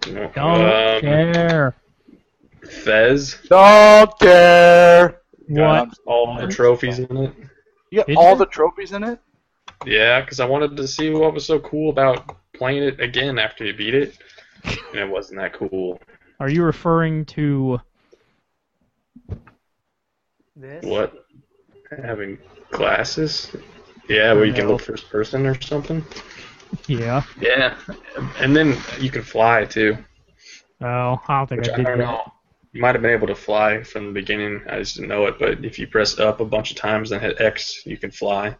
Speaker 3: Don't
Speaker 4: Don't care.
Speaker 3: Um, Fez.
Speaker 2: Don't care.
Speaker 4: What?
Speaker 2: Um,
Speaker 3: All the trophies in it.
Speaker 2: You got
Speaker 4: Did
Speaker 2: all
Speaker 4: you?
Speaker 2: the trophies in it.
Speaker 3: Yeah, because I wanted to see what was so cool about playing it again after you beat it, and it wasn't that cool.
Speaker 4: Are you referring to?
Speaker 3: What? Having glasses? Yeah, where you can
Speaker 4: No.
Speaker 3: look first person or something.
Speaker 4: Yeah.
Speaker 3: Yeah, and then you can fly too,
Speaker 4: Oh, I don't think
Speaker 3: which
Speaker 4: I
Speaker 3: I
Speaker 4: did
Speaker 3: don't
Speaker 4: that.
Speaker 3: know. You might have been able to fly from the beginning. I just didn't know it, but if you press up a bunch of times and hit X, you can fly.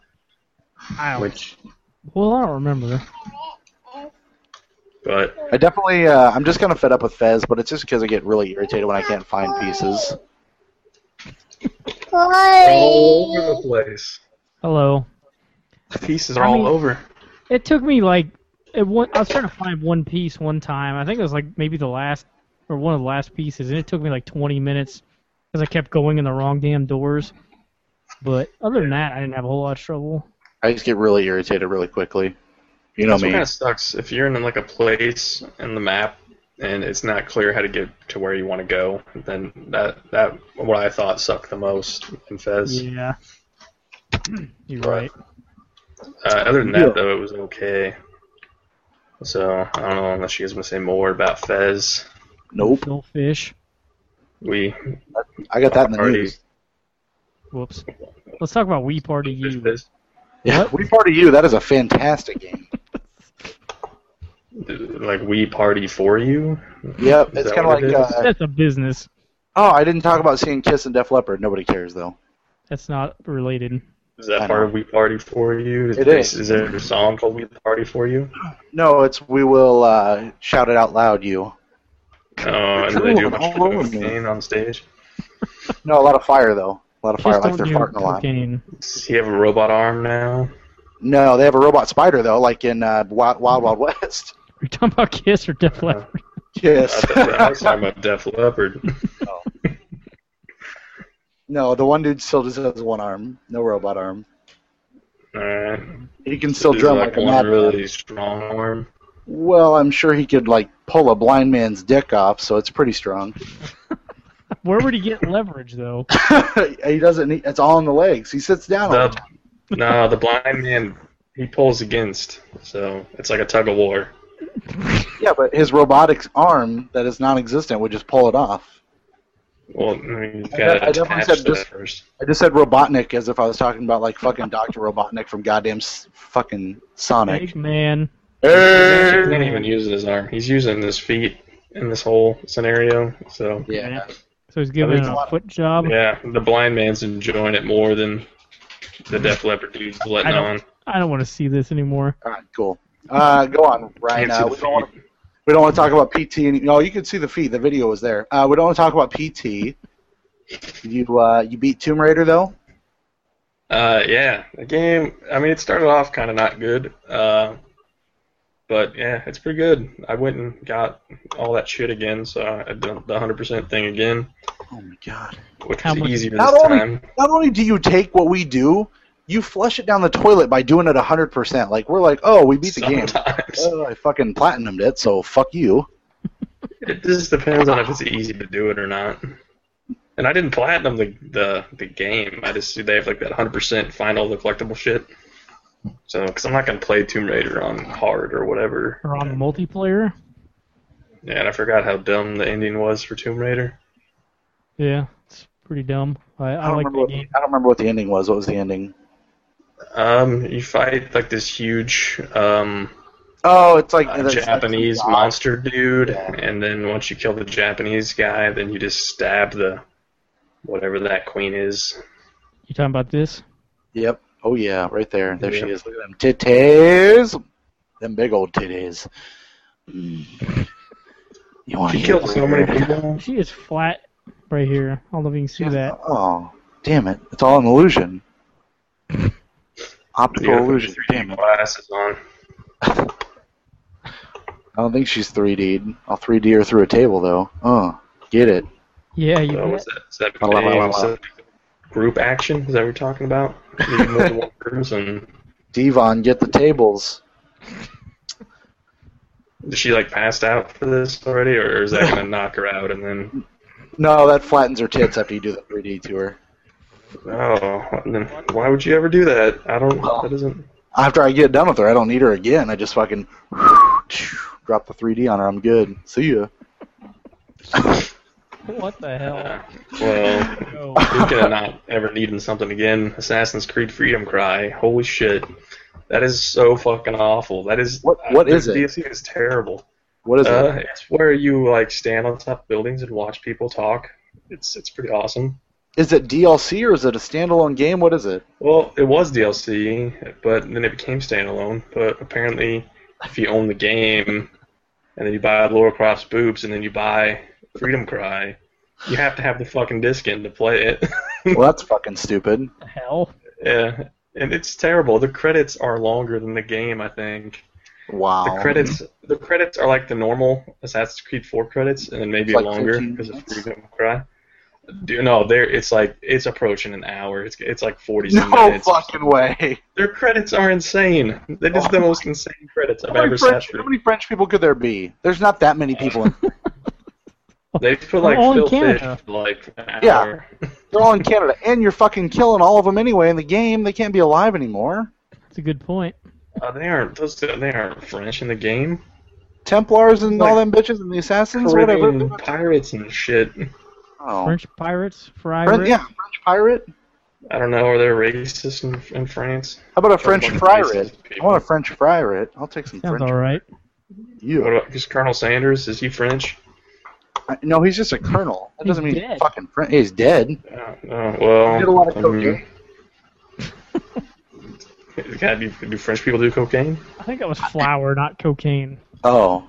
Speaker 4: I don't,
Speaker 3: Which,
Speaker 4: well, I don't remember.
Speaker 3: but
Speaker 2: I definitely. Uh, I'm just kind of fed up with Fez, but it's just because I get really irritated when I can't find pieces.
Speaker 3: all over the place.
Speaker 4: Hello.
Speaker 3: Pieces
Speaker 4: I
Speaker 3: are all
Speaker 4: mean-
Speaker 3: over.
Speaker 4: It took me like it one, I was trying to find one piece one time. I think it was like maybe the last or one of the last pieces, and it took me like 20 minutes because I kept going in the wrong damn doors. But other than that, I didn't have a whole lot of trouble.
Speaker 2: I just get really irritated really quickly. You know
Speaker 3: That's what
Speaker 2: me.
Speaker 3: kind of sucks. If you're in like a place in the map and it's not clear how to get to where you want to go, then that that what I thought sucked the most in Fez.
Speaker 4: Yeah, (clears throat) you're
Speaker 3: But-
Speaker 4: right.
Speaker 3: Uh, other than
Speaker 2: Yeah.
Speaker 3: that, though, it was okay. So I don't know unless you guys want to say more about Fez.
Speaker 2: Nope.
Speaker 4: Phil Fish.
Speaker 3: We
Speaker 2: I got that in the
Speaker 3: Already-
Speaker 2: news.
Speaker 4: Whoops. Let's talk about We Party You.
Speaker 3: Fez,
Speaker 2: Yeah, (laughs) we party you. That is a fantastic game.
Speaker 3: like we party for you.
Speaker 2: Yep,
Speaker 3: Is
Speaker 2: it's
Speaker 3: that
Speaker 2: kind of like.
Speaker 3: what it is?
Speaker 2: Uh,
Speaker 4: That's a business.
Speaker 2: oh, I didn't talk about seeing Kiss and Def Leppard. Nobody cares though.
Speaker 4: That's not related.
Speaker 3: Is
Speaker 2: I
Speaker 3: that part of we party for you?
Speaker 2: It
Speaker 3: this-
Speaker 2: is.
Speaker 3: Is there a song called we party for you?
Speaker 2: No, it's we will uh, shout it out loud. You.
Speaker 3: Uh, and do they do
Speaker 2: Drooling
Speaker 3: a bunch
Speaker 2: all over
Speaker 3: of
Speaker 2: me.
Speaker 3: cocaine on stage.
Speaker 2: No, a lot of fire though. A lot of fire,
Speaker 4: Just
Speaker 2: like
Speaker 4: don't
Speaker 2: they're
Speaker 4: do
Speaker 2: farting a lot.
Speaker 4: cocaine.
Speaker 3: Does he have a robot arm now?
Speaker 2: No, they have a robot spider though, like in uh, Wild Wild, Wild West.
Speaker 4: We're talking about Kiss or Def
Speaker 3: Uh,
Speaker 2: (laughs)
Speaker 4: Leppard.
Speaker 2: Yes. (laughs)
Speaker 3: I was talking about Def Leppard.
Speaker 2: no, the one dude still just has one arm, no robot arm.
Speaker 3: Alright.
Speaker 2: He can still
Speaker 3: There's,
Speaker 2: drum
Speaker 3: Uh, like
Speaker 2: like a
Speaker 3: one
Speaker 2: madman.
Speaker 3: really strong arm.
Speaker 2: Well, I'm sure he could like pull a blind man's dick off, so it's pretty strong. (laughs)
Speaker 4: Where would he get leverage though?
Speaker 2: he doesn't. Need, it's all in the legs. He sits down. all the
Speaker 3: The,
Speaker 2: time.
Speaker 3: no, the blind man he pulls against, so it's like a tug of war.
Speaker 2: Yeah, but his robotic arm that is non-existent would just pull it off.
Speaker 3: Well, I mean, you've
Speaker 2: I
Speaker 3: got
Speaker 2: de- I
Speaker 3: to
Speaker 2: definitely
Speaker 3: attach
Speaker 2: said
Speaker 3: that
Speaker 2: just-
Speaker 3: first.
Speaker 2: I just said Robotnik as if I was talking about like fucking Doctor Robotnik from goddamn s- fucking Sonic.
Speaker 4: Big man.
Speaker 3: He's not even using his arm. He's using his feet in this whole scenario. So
Speaker 2: Yeah.
Speaker 4: So he's giving
Speaker 2: That makes
Speaker 4: him
Speaker 2: a
Speaker 4: a
Speaker 2: lot of-
Speaker 4: foot job.
Speaker 3: yeah, the blind man's enjoying it more than the Def Leppard dude's
Speaker 4: I
Speaker 3: letting
Speaker 4: don't-
Speaker 3: on.
Speaker 4: I don't want to see this anymore.
Speaker 2: All right. Cool. Uh, go on, Ryan.
Speaker 3: Can't see
Speaker 2: Uh,
Speaker 3: the
Speaker 2: we don't want
Speaker 3: feet.
Speaker 2: we don't want to talk about PT. And, no, you could see the feet. The video was there. Uh, we don't want to talk about PT. You uh, you beat Tomb Raider though.
Speaker 3: Uh, yeah, the game. I mean, it started off kind of not good. Uh, but yeah, it's pretty good. I went and got all that shit again, so I done the 100% thing again,
Speaker 2: Oh my god.
Speaker 3: which
Speaker 4: How
Speaker 3: was
Speaker 4: much-
Speaker 3: easier
Speaker 2: Not
Speaker 3: this
Speaker 2: only-
Speaker 3: time.
Speaker 2: not only do you take what we do, you flush it down the toilet by doing it 100%. Like, we're like, oh, we beat the game.
Speaker 3: Sometimes
Speaker 2: Oh, I fucking platinumed it, so fuck you.
Speaker 3: it just depends on if it's easy to do it or not. And I didn't platinum the the, the game. I just see they have like that 100% final the collectible shit. So, because I'm not gonna play Tomb Raider on hard or whatever.
Speaker 4: Or on multiplayer.
Speaker 3: Yeah, and I forgot how dumb the ending was for Tomb Raider.
Speaker 4: Yeah, it's pretty dumb. I,
Speaker 2: I
Speaker 4: I
Speaker 2: don't,
Speaker 4: like
Speaker 2: remember
Speaker 4: that
Speaker 2: what,
Speaker 4: game.
Speaker 2: I don't remember what the ending was. What was the ending?
Speaker 3: Um, you fight like this huge um,
Speaker 2: Oh, it's like
Speaker 3: uh,
Speaker 2: it's like
Speaker 3: Japanese
Speaker 2: some god.
Speaker 3: monster dude,
Speaker 2: Yeah.
Speaker 3: and then once you kill the Japanese guy, then you just stab the whatever that queen is.
Speaker 4: You talking about this?
Speaker 2: Yep. Oh, yeah, right there. There she
Speaker 3: Yeah.
Speaker 2: is. Look at them titties. Them big old titties. Mm. You want
Speaker 3: She killed so many people.
Speaker 4: She is flat right here. I don't know if you can see that.
Speaker 2: Oh, damn it. It's all an
Speaker 3: (laughs)
Speaker 2: illusion.
Speaker 3: You
Speaker 2: Optical
Speaker 3: gotta put
Speaker 2: illusion.
Speaker 3: your 3D
Speaker 2: Damn it.
Speaker 3: Glasses on.
Speaker 2: I don't think she's 3D'd. I'll 3D her through a table, though. Oh, get it.
Speaker 4: Yeah, you
Speaker 3: So
Speaker 4: bet.
Speaker 3: what's that? Is that,
Speaker 2: La, la, la, la,
Speaker 3: is
Speaker 2: la.
Speaker 3: that group action? Is that what we're talking about? You need
Speaker 2: (laughs)
Speaker 3: more than one person.
Speaker 2: Devon, get the tables.
Speaker 3: Is she like passed out for this already, or is
Speaker 2: (laughs)
Speaker 3: that gonna knock her out and then
Speaker 2: No, that flattens her tits after you do the 3D to her.
Speaker 3: oh, and then why would you ever do that? I don't. That isn't.
Speaker 2: After I get done with her, I don't need her again. I just fucking (laughs) drop the 3D on her. I'm good. See ya.
Speaker 4: What
Speaker 2: (laughs)
Speaker 4: the hell?
Speaker 3: Uh, well,
Speaker 4: No.
Speaker 3: Speaking of not ever needing something again, Assassin's Creed Freedom Cry. Holy shit. That is so fucking awful. That is
Speaker 2: What- what
Speaker 3: uh,
Speaker 2: is it?
Speaker 3: the DLC is terrible.
Speaker 2: What is
Speaker 3: uh,
Speaker 2: it?
Speaker 3: It's where you like stand on top of buildings and watch people talk. It's it's pretty awesome.
Speaker 2: Is it DLC or is it a standalone game? What is it?
Speaker 3: Well, it was DLC, but then it became standalone. But apparently, if you own the game, and then you buy Laura Croft's boobs, and then you buy Freedom Cry, you have to have the fucking disc in to play it. (laughs)
Speaker 2: Well, that's fucking stupid.
Speaker 4: the hell?
Speaker 3: Yeah, and it's terrible. The credits are longer than the game, I think.
Speaker 2: Wow.
Speaker 3: The credits, the credits are like the normal Assassin's Creed 4 credits, and then maybe
Speaker 2: It's like
Speaker 3: longer
Speaker 2: 15
Speaker 3: because of
Speaker 2: minutes?
Speaker 3: Freedom Cry. Do no, there it's like it's approaching an hour. It's it's like 40 some
Speaker 2: No
Speaker 3: minutes.
Speaker 2: fucking way.
Speaker 3: Their credits are insane. That is
Speaker 2: Oh
Speaker 3: the most insane credits I've
Speaker 2: How many,
Speaker 3: ever sat
Speaker 2: French, how
Speaker 3: through.
Speaker 2: many French people could there be? There's not that many people. In, (laughs)
Speaker 3: They put like
Speaker 4: All in
Speaker 3: Phil Fish
Speaker 4: Canada.
Speaker 3: like an
Speaker 2: Yeah.
Speaker 3: hour.
Speaker 2: they're all in Canada, and you're fucking killing all of them anyway in the game. They can't be alive anymore.
Speaker 4: That's a good point.
Speaker 3: Uh, they aren't those. They aren't French in the game.
Speaker 2: Templars and
Speaker 3: Like,
Speaker 2: all them bitches and the assassins,
Speaker 3: Caribbean
Speaker 2: whatever.
Speaker 3: pirates and shit.
Speaker 2: Oh.
Speaker 4: French pirates, fry.
Speaker 2: French, yeah, French pirate. How
Speaker 3: I don't know. Are they racist in, in France?
Speaker 2: about a
Speaker 3: Or a
Speaker 2: French
Speaker 3: bunch of
Speaker 2: frirat?
Speaker 3: racist
Speaker 2: I
Speaker 3: people.
Speaker 2: want a French frirat. I'll take some
Speaker 4: Sounds
Speaker 2: French.
Speaker 4: all right.
Speaker 3: What
Speaker 2: Yeah.
Speaker 3: about because Colonel Sanders is he French?
Speaker 2: I- No, he's just a colonel. That
Speaker 4: He's
Speaker 2: doesn't mean he's
Speaker 4: dead.
Speaker 2: fucking French. He's dead.
Speaker 3: Uh, uh, well,
Speaker 2: He did a lot of
Speaker 3: um,
Speaker 2: cocaine.
Speaker 3: (laughs) God, do, do French people do cocaine?
Speaker 4: I think that was flour, not cocaine.
Speaker 2: Oh.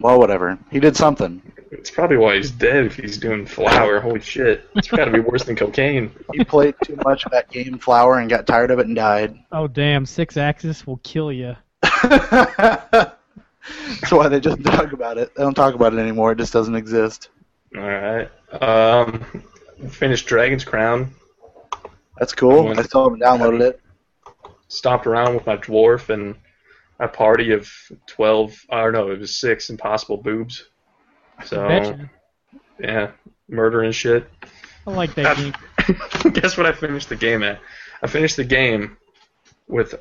Speaker 2: Well, whatever. He did something.
Speaker 3: It's probably why he's dead if he's doing flour. Holy shit, it's got to be worse than cocaine. (laughs)
Speaker 2: He played too much of that game flower and (laughs) got tired of it and died.
Speaker 4: Oh damn, six axis will kill you.
Speaker 2: That's why they just talk about it. They don't talk about it anymore. It just doesn't exist.
Speaker 3: All right. Um, finished Dragon's Crown.
Speaker 2: That's cool. I still haven't downloaded it.
Speaker 3: Stomped around with my dwarf and a party of twelve. Or no, it was six impossible boobs. So
Speaker 4: Betcha.
Speaker 3: yeah, murder and shit.
Speaker 4: I like that game.
Speaker 3: (laughs) Guess what I finished the game at? I finished the game with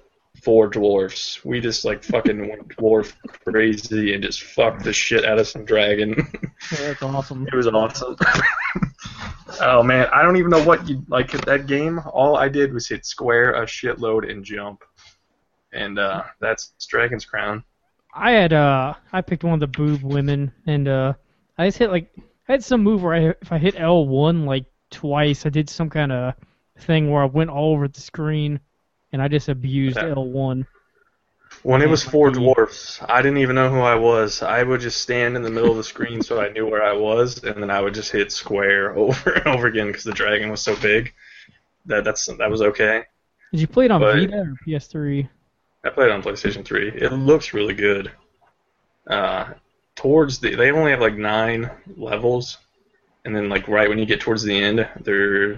Speaker 3: four dwarfs. We just like (laughs) fucking went dwarf crazy and just fucked the shit out of some dragon. (laughs)
Speaker 4: That's awesome.
Speaker 3: It was awesome. (laughs) oh man, I don't even know what you like at that game. All I did was hit square a shitload and jump, and uh, that's Dragon's Crown.
Speaker 4: I had uh, I picked one of the boob women, and uh, I just hit like I had some move where I if I hit L one like twice, I did some kind of thing where I went all over the screen, and I just abused
Speaker 3: Yeah.
Speaker 4: L one.
Speaker 3: When it was four dwarfs, I didn't even know who I was. I would just stand in the middle of the screen so I knew where I was, and then I would just hit square (laughs) over and over again because the dragon was so big. That that's that was okay.
Speaker 4: Did you play it on
Speaker 3: But-
Speaker 4: Vita or PS3?
Speaker 3: I played it on PlayStation 3. It looks really good. Uh, towards the, they only have like nine levels, and then like right when you get towards the end, they're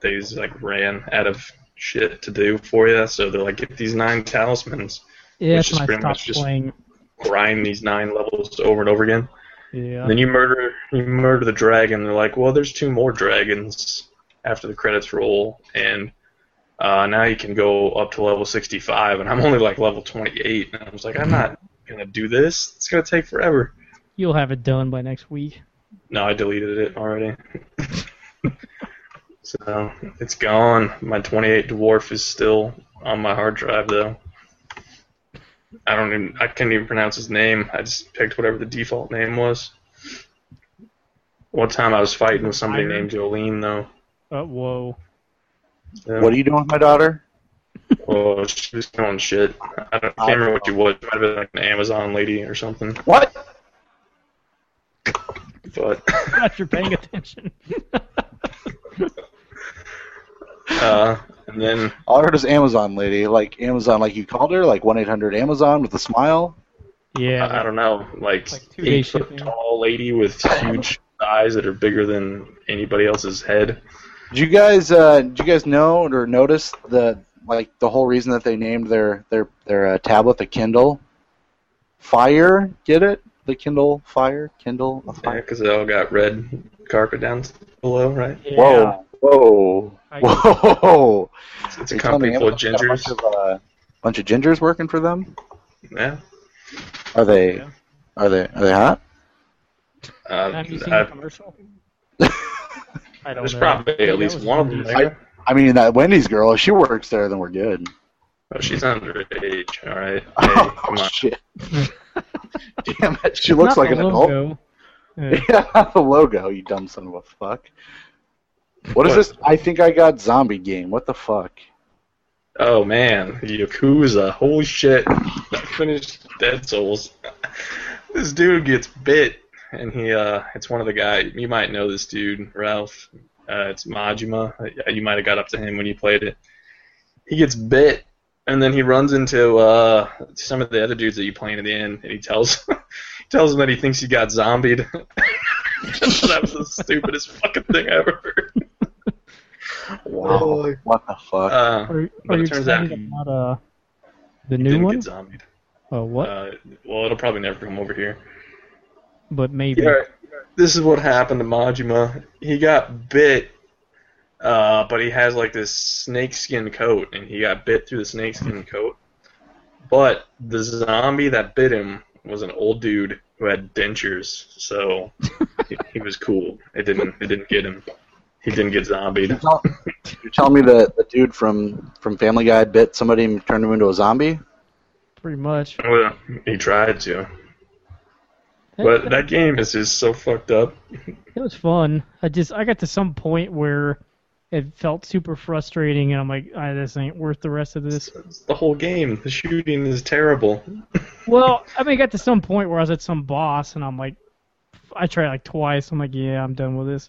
Speaker 3: they just, like ran out of shit to do for you, so they're like get these nine talismans,
Speaker 4: Yeah,
Speaker 3: Which
Speaker 4: that's
Speaker 3: is
Speaker 4: when I
Speaker 3: pretty much
Speaker 4: stopped
Speaker 3: just-
Speaker 4: playing.
Speaker 3: grind these nine levels over and over again.
Speaker 4: Yeah.
Speaker 3: And then you murder you murder the dragon. They're like, well, there's two more dragons after the credits roll, and uh, now you can go up to level 65. And I'm only like level 28, and I was like, I'm not gonna do this. It's gonna take forever.
Speaker 4: You'll have it done by next week.
Speaker 3: No, I deleted
Speaker 2: (laughs)
Speaker 3: it already. so it's gone. My 28 dwarf is still on my hard drive though. I don't even. I couldn't even pronounce his name. I just picked whatever the default name was. One time I was fighting with somebody
Speaker 4: Iron.
Speaker 3: named Jolene though.
Speaker 4: Uh, (laughs) whoa.
Speaker 3: Yeah.
Speaker 2: What are you doing with my daughter?
Speaker 3: Oh, she was selling shit. I, don't, I can't remember what she was. It might have been like an Amazon lady or something.
Speaker 2: What?
Speaker 3: But (laughs)
Speaker 4: Glad you're paying attention.
Speaker 3: uh, and then
Speaker 2: All I heard was Amazon lady. Like Amazon, like you called her, like one eight hundred Amazon with a smile.
Speaker 4: yeah.
Speaker 3: I I don't know, like,
Speaker 4: Like two-day
Speaker 3: eight foot
Speaker 4: shipping.
Speaker 3: tall lady (laughs) with huge eyes that are bigger than anybody else's head.
Speaker 2: Did you guys? Uh, did you guys know or notice the like the whole reason that they named their their their uh, tablet the Kindle Fire? Get it? The Kindle Fire? Kindle a
Speaker 3: Yeah,
Speaker 2: Fire?
Speaker 3: because they all got red carpet down below, right?
Speaker 4: yeah.
Speaker 2: Whoa! Whoa!
Speaker 4: I-
Speaker 2: Whoa!
Speaker 3: It's, it's a
Speaker 2: You're telling me
Speaker 3: company full of
Speaker 2: Amazon's got
Speaker 3: gingers.
Speaker 2: A bunch of, uh, bunch of gingers working for them.
Speaker 3: Yeah.
Speaker 2: Are they?
Speaker 4: Yeah.
Speaker 2: Are they? Are they hot?
Speaker 3: Uh,
Speaker 4: Have you seen
Speaker 3: I-
Speaker 4: the commercial? I don't
Speaker 3: there's
Speaker 4: know.
Speaker 3: probably
Speaker 4: Yeah,
Speaker 3: at least
Speaker 4: that was
Speaker 3: one of them
Speaker 4: weird.
Speaker 3: there.
Speaker 2: (laughs) I mean, that Wendy's girl. If she works there, then we're good.
Speaker 3: Oh, she's underage. All right. Hey, come
Speaker 2: (laughs) oh
Speaker 3: on.
Speaker 4: (laughs)
Speaker 2: shit! Damn it! She looks
Speaker 4: Not
Speaker 2: like
Speaker 4: the
Speaker 2: an adult.
Speaker 4: logo. Yeah.
Speaker 2: (laughs) Yeah, the logo, you dumb son of a fuck. What is
Speaker 3: What?
Speaker 2: this? I think I got zombie game. What the fuck?
Speaker 3: Oh man, Yakuza! Holy shit! I finished Dead Souls. this dude gets bit, and he uh, it's one of the guy. You might know this dude, Ralph. Uh, it's Majima. Uh, You might have got up to him when you played it. He gets bit, and then he runs into uh, some of the other dudes that you playing at the end, and he tells (laughs) tells him that he thinks he got zombied. (laughs) that was the stupidest fucking thing I ever heard.
Speaker 2: Wow. What the fuck?
Speaker 3: Uh,
Speaker 4: Are,
Speaker 3: But
Speaker 4: are
Speaker 3: it
Speaker 4: you
Speaker 3: turns out
Speaker 4: excited
Speaker 3: he-
Speaker 4: about uh, the
Speaker 3: didn't
Speaker 4: new
Speaker 3: get
Speaker 4: one?
Speaker 3: zombied.
Speaker 4: Oh, what?
Speaker 3: Uh, well, it'll probably never come over here.
Speaker 4: but maybe.
Speaker 3: Yeah, this is what happened to Majima. He got bit, uh, but he has like this snakeskin coat, and he got bit through the snakeskin coat. But the zombie that bit him was an old dude who had dentures, so he, he was cool. It didn't it didn't get him. He didn't get
Speaker 2: You're
Speaker 3: zombied.
Speaker 2: tell- you're telling me that the dude from, from Family Guy bit somebody and turned him into a zombie?
Speaker 4: Pretty much.
Speaker 3: Well, he tried to,
Speaker 4: That,
Speaker 3: but that game is just so fucked up.
Speaker 4: that was fun. I just I got to some point where it felt super frustrating, and I'm like, I, this ain't worth the rest of this.
Speaker 3: The whole game, the shooting is terrible.
Speaker 4: Well, I mean, I got to some point where I was at some boss, and I'm like, I tried like twice. I'm like, yeah, I'm done with this.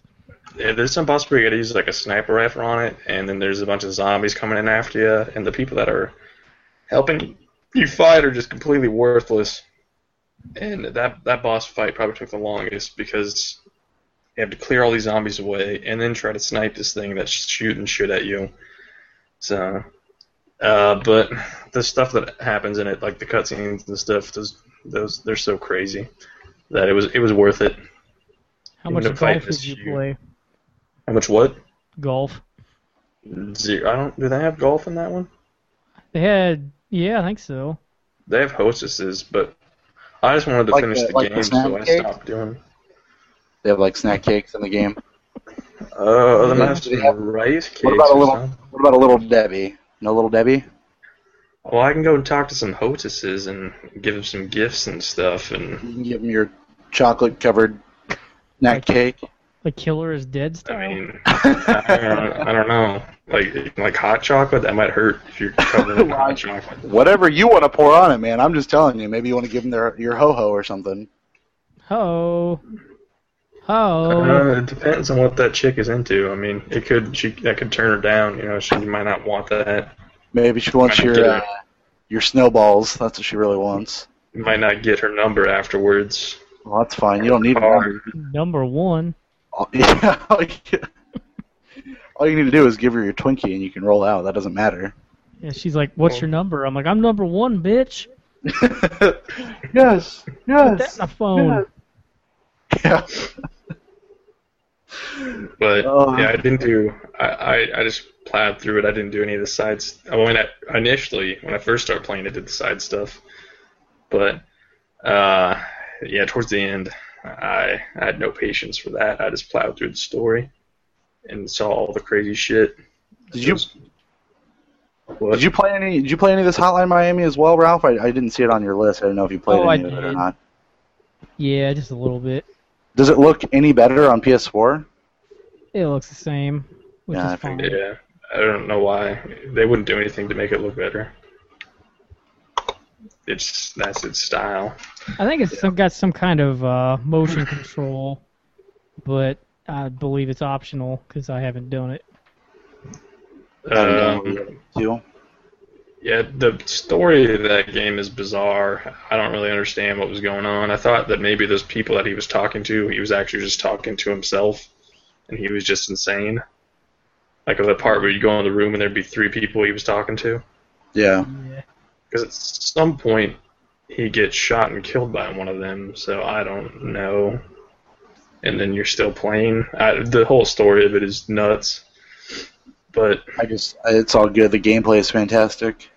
Speaker 3: Yeah, there's some boss where you gotta use like a sniper rifle on it, and then there's a bunch of zombies coming in after you, and the people that are helping you fight are just completely worthless. And that that boss fight probably took the longest because you have to clear all these zombies away and then try to snipe this thing that's shooting shit at you. So, uh, but the stuff that happens in it, like the cutscenes and stuff, those those they're so crazy that it was it was worth it.
Speaker 4: How
Speaker 3: You
Speaker 4: much
Speaker 3: know, fight
Speaker 4: golf
Speaker 3: is
Speaker 4: did you
Speaker 3: huge.
Speaker 4: play?
Speaker 3: How much? What?
Speaker 4: Golf.
Speaker 3: Zero. I don't. Do they have golf in that one?
Speaker 4: They had, yeah, I think so.
Speaker 3: They have hostesses, but I just wanted to
Speaker 2: Like
Speaker 3: finish
Speaker 2: the-
Speaker 3: the,
Speaker 2: like the
Speaker 3: game, so I
Speaker 2: snack cake?
Speaker 3: stopped doing.
Speaker 2: They have like snack cakes in the game.
Speaker 3: Uh, other than
Speaker 2: Yeah,
Speaker 3: that,
Speaker 2: do
Speaker 3: it's
Speaker 2: Mm-hmm. they have-
Speaker 3: rice cakes.
Speaker 2: What about a
Speaker 3: or
Speaker 2: little?
Speaker 3: something.
Speaker 2: What about a little Debbie? No little Debbie.
Speaker 3: Well, I can go and talk to some hostesses and give them some gifts and stuff, and
Speaker 2: You can give them your chocolate covered snack cake.
Speaker 4: The killer is dead
Speaker 3: I
Speaker 4: style.
Speaker 3: mean, I don't, I don't know, like like hot chocolate that might hurt if you're covering
Speaker 2: (laughs)
Speaker 3: it in hot
Speaker 2: Right.
Speaker 3: chocolate.
Speaker 2: (laughs) Whatever you want to pour on it, man. I'm just telling you. Maybe you want to give them their your ho ho or something.
Speaker 4: ho. Ho.
Speaker 3: Uh, it depends on what that chick is into. I mean, it could she that could turn her down. You know, she might not want that.
Speaker 2: Maybe she wants
Speaker 3: Right,
Speaker 2: your
Speaker 3: get
Speaker 2: uh,
Speaker 3: it.
Speaker 2: your snowballs. That's what she really wants.
Speaker 3: It might not get her number afterwards.
Speaker 2: Well, that's fine. You don't need
Speaker 3: Or-
Speaker 2: them.
Speaker 4: Number one.
Speaker 2: All, (laughs) yeah, all you- all you need to do is give her your Twinkie and you can roll out. That doesn't matter. (laughs)
Speaker 4: And she's like, what's your number? I'm like, I'm number one, bitch.
Speaker 2: yes,
Speaker 4: Put that in the phone.
Speaker 2: Yeah.
Speaker 3: But
Speaker 2: Oh.
Speaker 3: yeah, I didn't do. I, I I just plowed through it. I didn't do any of the sides. I went at, initially when I first started playing. I did the side stuff, but uh, yeah, towards the end, I, I had no patience for that. I just plowed through the story and saw all the crazy shit.
Speaker 2: Did you
Speaker 3: It was- what?
Speaker 2: did you play any did you play any of this Hotline Miami as well, Ralph? I, I didn't see it on your list. I didn't know if you played
Speaker 4: Oh, I
Speaker 2: any of it or
Speaker 4: did.
Speaker 2: not.
Speaker 4: Yeah, just a little bit.
Speaker 2: Does it look any better on PS4?
Speaker 4: It looks the same, which
Speaker 2: Yeah, I
Speaker 4: is fine.
Speaker 2: figured.
Speaker 3: Yeah, I don't know why they wouldn't do anything to make it look better. It's that's its style.
Speaker 4: I think it's some, got some kind of uh, motion control, but I believe it's optional because I haven't done it.
Speaker 3: Um,
Speaker 2: Too.
Speaker 3: Yeah, the story of that game is bizarre. I don't really understand what was going on. I thought that maybe those people that he was talking to, he was actually just talking to himself, and he was just insane. Like the part where you go in the room and there'd be three people he was talking to.
Speaker 2: Yeah.
Speaker 4: Yeah.
Speaker 3: Because at some point, he gets shot and killed by one of them, so I don't know. And then you're still playing. I, the whole story of it is nuts. But
Speaker 2: I just it's all good. The gameplay is fantastic.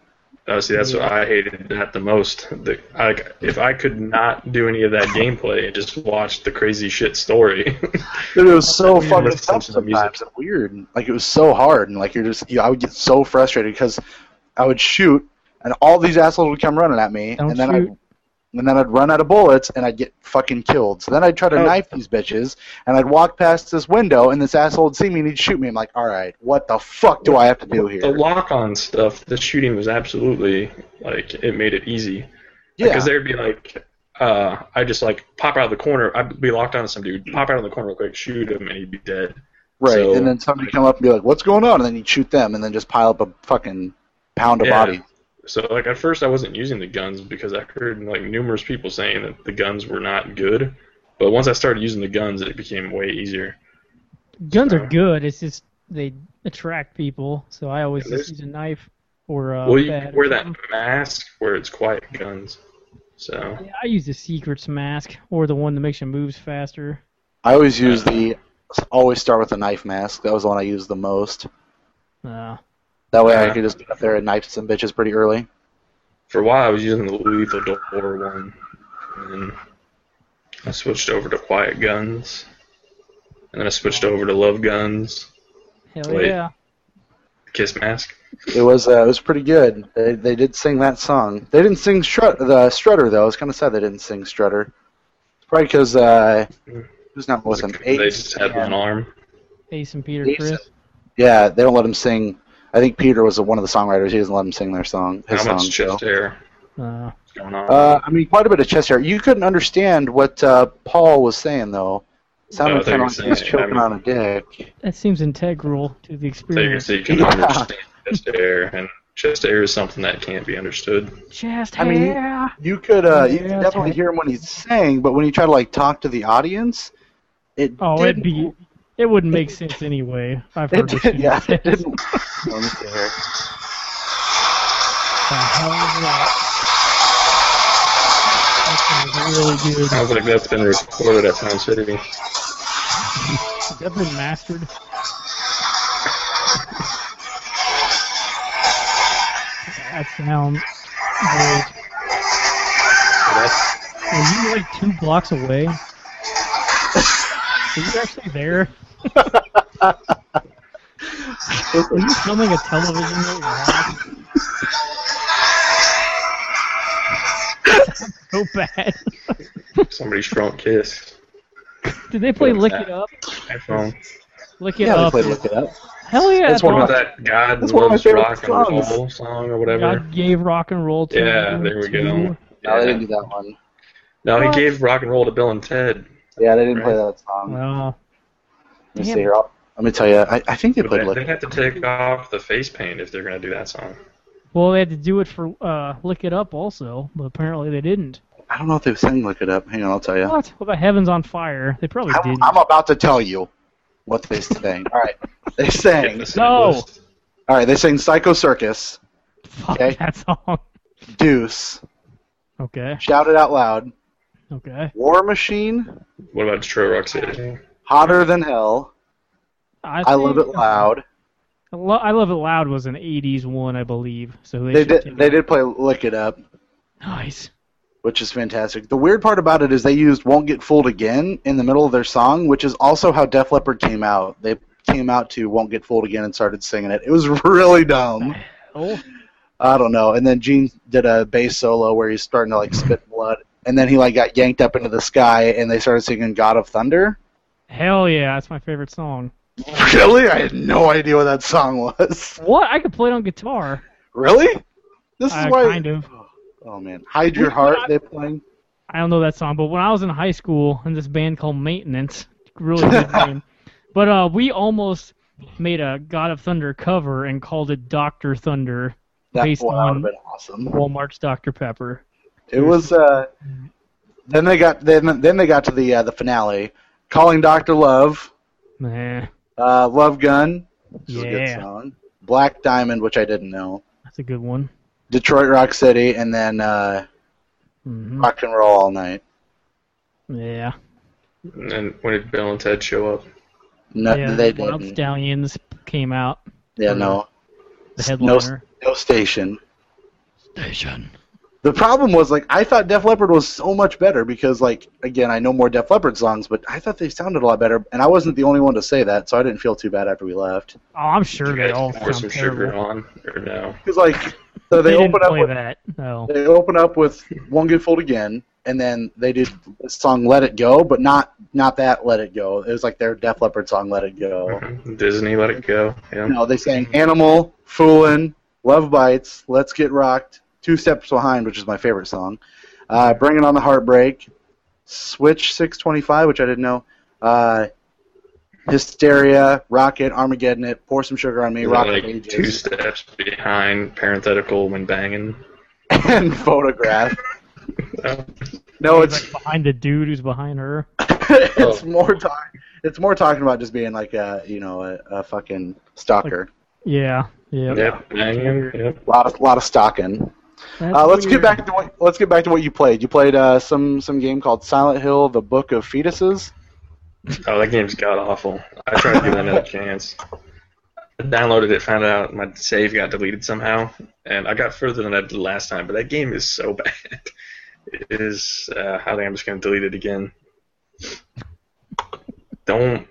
Speaker 3: Uh, see, that's what I hated that the most. The, I, if I could not do any of that gameplay and just watch the crazy shit story, (laughs)
Speaker 2: Dude, it was so
Speaker 3: Yeah,
Speaker 2: fucking
Speaker 3: listen
Speaker 2: tough
Speaker 3: to the music.
Speaker 2: sometimes. and Weird. Like it was so hard, and like you're just, you know, I would get so frustrated because I would shoot, and all these assholes would come running at me,
Speaker 4: Don't
Speaker 2: and then
Speaker 4: shoot.
Speaker 2: I, and then I'd run out of bullets, and I'd get fucking killed. So then I'd try to
Speaker 3: Oh.
Speaker 2: knife these bitches, and I'd walk past this window, and this asshole would see me, and he'd shoot me. I'm like, all right, what the fuck do I have to do
Speaker 3: the
Speaker 2: here?
Speaker 3: lock-on stuff, the shooting was absolutely like it made it easy.
Speaker 2: Yeah,
Speaker 3: Because there'd be like, uh, I just like pop out of the corner. I'd be locked onto some dude, pop out of the corner real quick, shoot him, and he'd be dead.
Speaker 2: right.
Speaker 3: so-
Speaker 2: and then somebody come up and be like, what's going on? And then you'd shoot them, and then just pile up a fucking pound of
Speaker 3: Yeah.
Speaker 2: bodies.
Speaker 3: So like at first I wasn't using the guns because I heard like numerous people saying that the guns were not good. But once I started using the guns, it became way easier.
Speaker 4: Guns are
Speaker 3: So-
Speaker 4: good. It's just they attract people, so I always
Speaker 3: Yeah,
Speaker 4: just use a knife or a
Speaker 3: well, you
Speaker 4: bat
Speaker 3: can
Speaker 4: or
Speaker 3: wear that
Speaker 4: something.
Speaker 3: mask where it's quiet guns. So
Speaker 4: Yeah, I use the secrets mask or the one that makes your moves faster.
Speaker 2: I always use the always start with a knife mask. That was the one I used the most.
Speaker 4: Uh,
Speaker 2: That way I
Speaker 3: Yeah.
Speaker 2: could just get up there and knife some bitches pretty early.
Speaker 3: for a while, I was using the lethal door one, and then I switched over to quiet guns, and then I switched over to love guns,
Speaker 4: hell
Speaker 3: Wait.
Speaker 4: yeah.
Speaker 3: kiss mask.
Speaker 2: It was uh, it was pretty good. They, they did sing that song. They didn't sing strut the Strutter though. It's kind of sad they didn't sing Strutter. It's probably because uh, who's not with them?
Speaker 3: they
Speaker 2: Ace
Speaker 3: just had one
Speaker 2: and-
Speaker 3: arm.
Speaker 4: Ace and Peter
Speaker 2: Ace
Speaker 4: Chris.
Speaker 2: Yeah, they don't let him sing. I think Peter was one of the songwriters. He doesn't let him sing their song. His
Speaker 3: How
Speaker 2: song.
Speaker 3: much chest
Speaker 2: so.
Speaker 3: hair
Speaker 4: Uh,
Speaker 3: is going on?
Speaker 2: Uh, I mean, quite a bit of chest hair. You couldn't understand what uh, Paul was saying though.
Speaker 3: Oh,
Speaker 2: Sounded
Speaker 3: I thought
Speaker 2: kind
Speaker 3: you were
Speaker 2: of like he was
Speaker 3: saying,
Speaker 2: choking
Speaker 3: I
Speaker 2: on a dick.
Speaker 4: that seems integral to the
Speaker 3: so you can,
Speaker 4: experience.
Speaker 3: so you can
Speaker 2: Yeah.
Speaker 3: understand chest hair, and chest hair is something that can't be understood.
Speaker 4: Chest
Speaker 2: I mean,
Speaker 4: hair.
Speaker 2: You could uh, you could
Speaker 4: Yeah,
Speaker 2: definitely
Speaker 4: sorry.
Speaker 2: hear him when he's saying, but when you try to like talk to the audience, it
Speaker 4: Oh,
Speaker 2: didn't,
Speaker 4: it'd be. It wouldn't make sense anyway.
Speaker 2: (laughs)
Speaker 4: I've
Speaker 2: it
Speaker 4: heard this.
Speaker 2: did, (laughs) yeah, it
Speaker 4: shit.
Speaker 2: didn't. Let me see here.
Speaker 4: The hell is that? That sounds really good.
Speaker 3: Sounds like that's been recorded at Sound City.
Speaker 4: Has that been mastered? That sounds great.
Speaker 3: That's,
Speaker 4: Were you like two blocks away? Were you actually there? Were you filming a television at your house? (laughs) so bad.
Speaker 3: somebody's drunk kiss.
Speaker 4: Did they play
Speaker 3: What was
Speaker 4: Lick
Speaker 3: that?
Speaker 4: It Up?
Speaker 3: iPhone.
Speaker 4: Lick It
Speaker 2: Yeah, they
Speaker 4: Up.
Speaker 2: played look it up.
Speaker 4: Hell yeah,
Speaker 2: That's one of
Speaker 3: What
Speaker 4: dog.
Speaker 3: about that God
Speaker 2: That's one of my
Speaker 3: Loves
Speaker 2: favorite
Speaker 3: Rock and
Speaker 2: songs.
Speaker 3: Roll song or whatever?
Speaker 4: God gave rock and roll to
Speaker 3: yeah,
Speaker 4: you,
Speaker 3: there we
Speaker 4: too.
Speaker 3: go.
Speaker 2: No, they didn't
Speaker 3: Yeah.
Speaker 2: do that one.
Speaker 3: No, he
Speaker 4: What?
Speaker 3: gave rock and roll to Bill and Ted.
Speaker 2: Yeah, they didn't play
Speaker 3: Right.
Speaker 2: that song.
Speaker 4: Wow.
Speaker 2: Let me
Speaker 4: Damn.
Speaker 2: see here. I'll, let me tell you. I, I think they
Speaker 3: But
Speaker 2: played
Speaker 3: they,
Speaker 2: look.
Speaker 3: they have to take off the face paint if they're going to do that song.
Speaker 4: Well, they had to do it for uh, Lick It Up also, but apparently they didn't.
Speaker 2: I don't know if they sang look it up. Hang on, I'll tell you.
Speaker 4: What? What about Heaven's on Fire? Oh, They probably
Speaker 2: I'm,
Speaker 4: didn't.
Speaker 2: I'm about to tell you what they sang. All right, they sang.
Speaker 3: this
Speaker 4: No.
Speaker 3: list.
Speaker 2: All right, they sang Psycho Circus,
Speaker 4: Fuck
Speaker 2: okay.
Speaker 4: that song.
Speaker 2: Deuce,
Speaker 4: Okay,
Speaker 2: Shout It Out Loud,
Speaker 4: okay.
Speaker 2: War Machine,
Speaker 3: What about Detroit Rock City?
Speaker 2: Hotter Than Hell, I Love It
Speaker 4: think-
Speaker 2: Loud.
Speaker 4: Lo- I Love It Loud was an 80s one, I believe. So they,
Speaker 2: They
Speaker 4: should
Speaker 2: did.
Speaker 4: take
Speaker 2: They
Speaker 4: it.
Speaker 2: did play Lick It Up,
Speaker 4: Nice.
Speaker 2: which is fantastic. The weird part about it is they used Won't Get Fooled Again in the middle of their song, which is also how Def Leppard came out. They came out to Won't Get Fooled Again and started singing it. It was (laughs) really dumb.
Speaker 4: Oh,
Speaker 2: I don't know. And then Gene did a bass solo where he's starting to like spit blood, and then he like got yanked up into the sky, and they started singing "God of Thunder."
Speaker 4: hell yeah, that's my favorite song.
Speaker 2: Really, I had no idea what that song was. (laughs)
Speaker 4: What? I could play it on guitar.
Speaker 2: Really, this is
Speaker 4: Uh,
Speaker 2: why.
Speaker 4: kind of.
Speaker 2: Oh man, hide your heart. They playing.
Speaker 4: I don't know that song, but when I was in high school in this band called Maintenance, really
Speaker 2: (laughs)
Speaker 4: good name. But uh, we almost made a God of Thunder cover and called it Doctor Thunder,
Speaker 2: That
Speaker 4: based
Speaker 2: one would have
Speaker 4: on
Speaker 2: been awesome.
Speaker 4: Walmart's Dr Pepper.
Speaker 2: It was. Uh, then they got then then they got to the uh, the finale, calling Doctor Love,
Speaker 4: Nah,
Speaker 2: uh, Love Gun. Which is a good
Speaker 4: Yeah.
Speaker 2: song. Black Diamond, which I didn't know.
Speaker 4: that's a good one.
Speaker 2: Detroit Rock City, and then uh,
Speaker 4: hmm
Speaker 2: Rock and Roll All Night.
Speaker 4: Yeah,
Speaker 3: And when did Bill and Ted show up?
Speaker 2: No,
Speaker 4: yeah.
Speaker 2: Uh, they
Speaker 4: Wild
Speaker 2: didn't.
Speaker 4: Stallions came out.
Speaker 2: Yeah, no,
Speaker 4: The
Speaker 2: S- no-
Speaker 4: headliner.
Speaker 2: no station.
Speaker 4: Station.
Speaker 2: The problem was like I thought Def Leppard was so much better because like again I know more Def Leppard songs, but I thought they sounded a lot better, and I wasn't the only one to say that, so I didn't feel too bad after we left.
Speaker 4: Oh, I'm sure
Speaker 3: Did you
Speaker 4: they
Speaker 3: guys
Speaker 4: all
Speaker 3: pour
Speaker 4: sound
Speaker 3: some sugar
Speaker 4: terrible.
Speaker 3: on or no?
Speaker 2: Because
Speaker 4: (laughs)
Speaker 2: like so they,
Speaker 4: they
Speaker 2: open
Speaker 4: didn't
Speaker 2: up
Speaker 4: play
Speaker 2: with
Speaker 4: that. No.
Speaker 2: they open up with One Good Fold Again, and then they did the song Let It Go, but not not that Let It Go. It was like their Def Leppard song Let It Go.
Speaker 3: Disney Let It Go. Yeah.
Speaker 2: No, they sang Animal, Foolin', Love Bites, Let's Get Rocked, Two Steps Behind, which is my favorite song, uh, Bringing on the Heartbreak, Switch 625, which I didn't know, uh, Hysteria, Rocket, Armageddon It, Pour Some Sugar on Me,
Speaker 3: Is that
Speaker 2: Rocket
Speaker 3: like
Speaker 2: Ages,
Speaker 3: two steps behind parenthetical when banging.
Speaker 2: (laughs) and Photograph.
Speaker 3: Oh,
Speaker 2: No,
Speaker 4: He's,
Speaker 2: it's
Speaker 4: like behind the dude who's behind her.
Speaker 2: (laughs) it's more talk. It's more talking about just being like a you know a, a fucking stalker.
Speaker 4: Yeah. Yeah.
Speaker 3: Yep, banging. Yep.
Speaker 2: A lot of lot of stalking. Uh, let's get back to what let's get back to what you played. You played uh, some some game called Silent Hill: The Book of Fetuses.
Speaker 3: Oh, that game's god awful. I tried to give that another chance. I downloaded it, found out my save got deleted somehow, and I got further than I did last time. But that game is so (laughs) bad. It is. Uh, I think I'm just gonna delete it again. Don't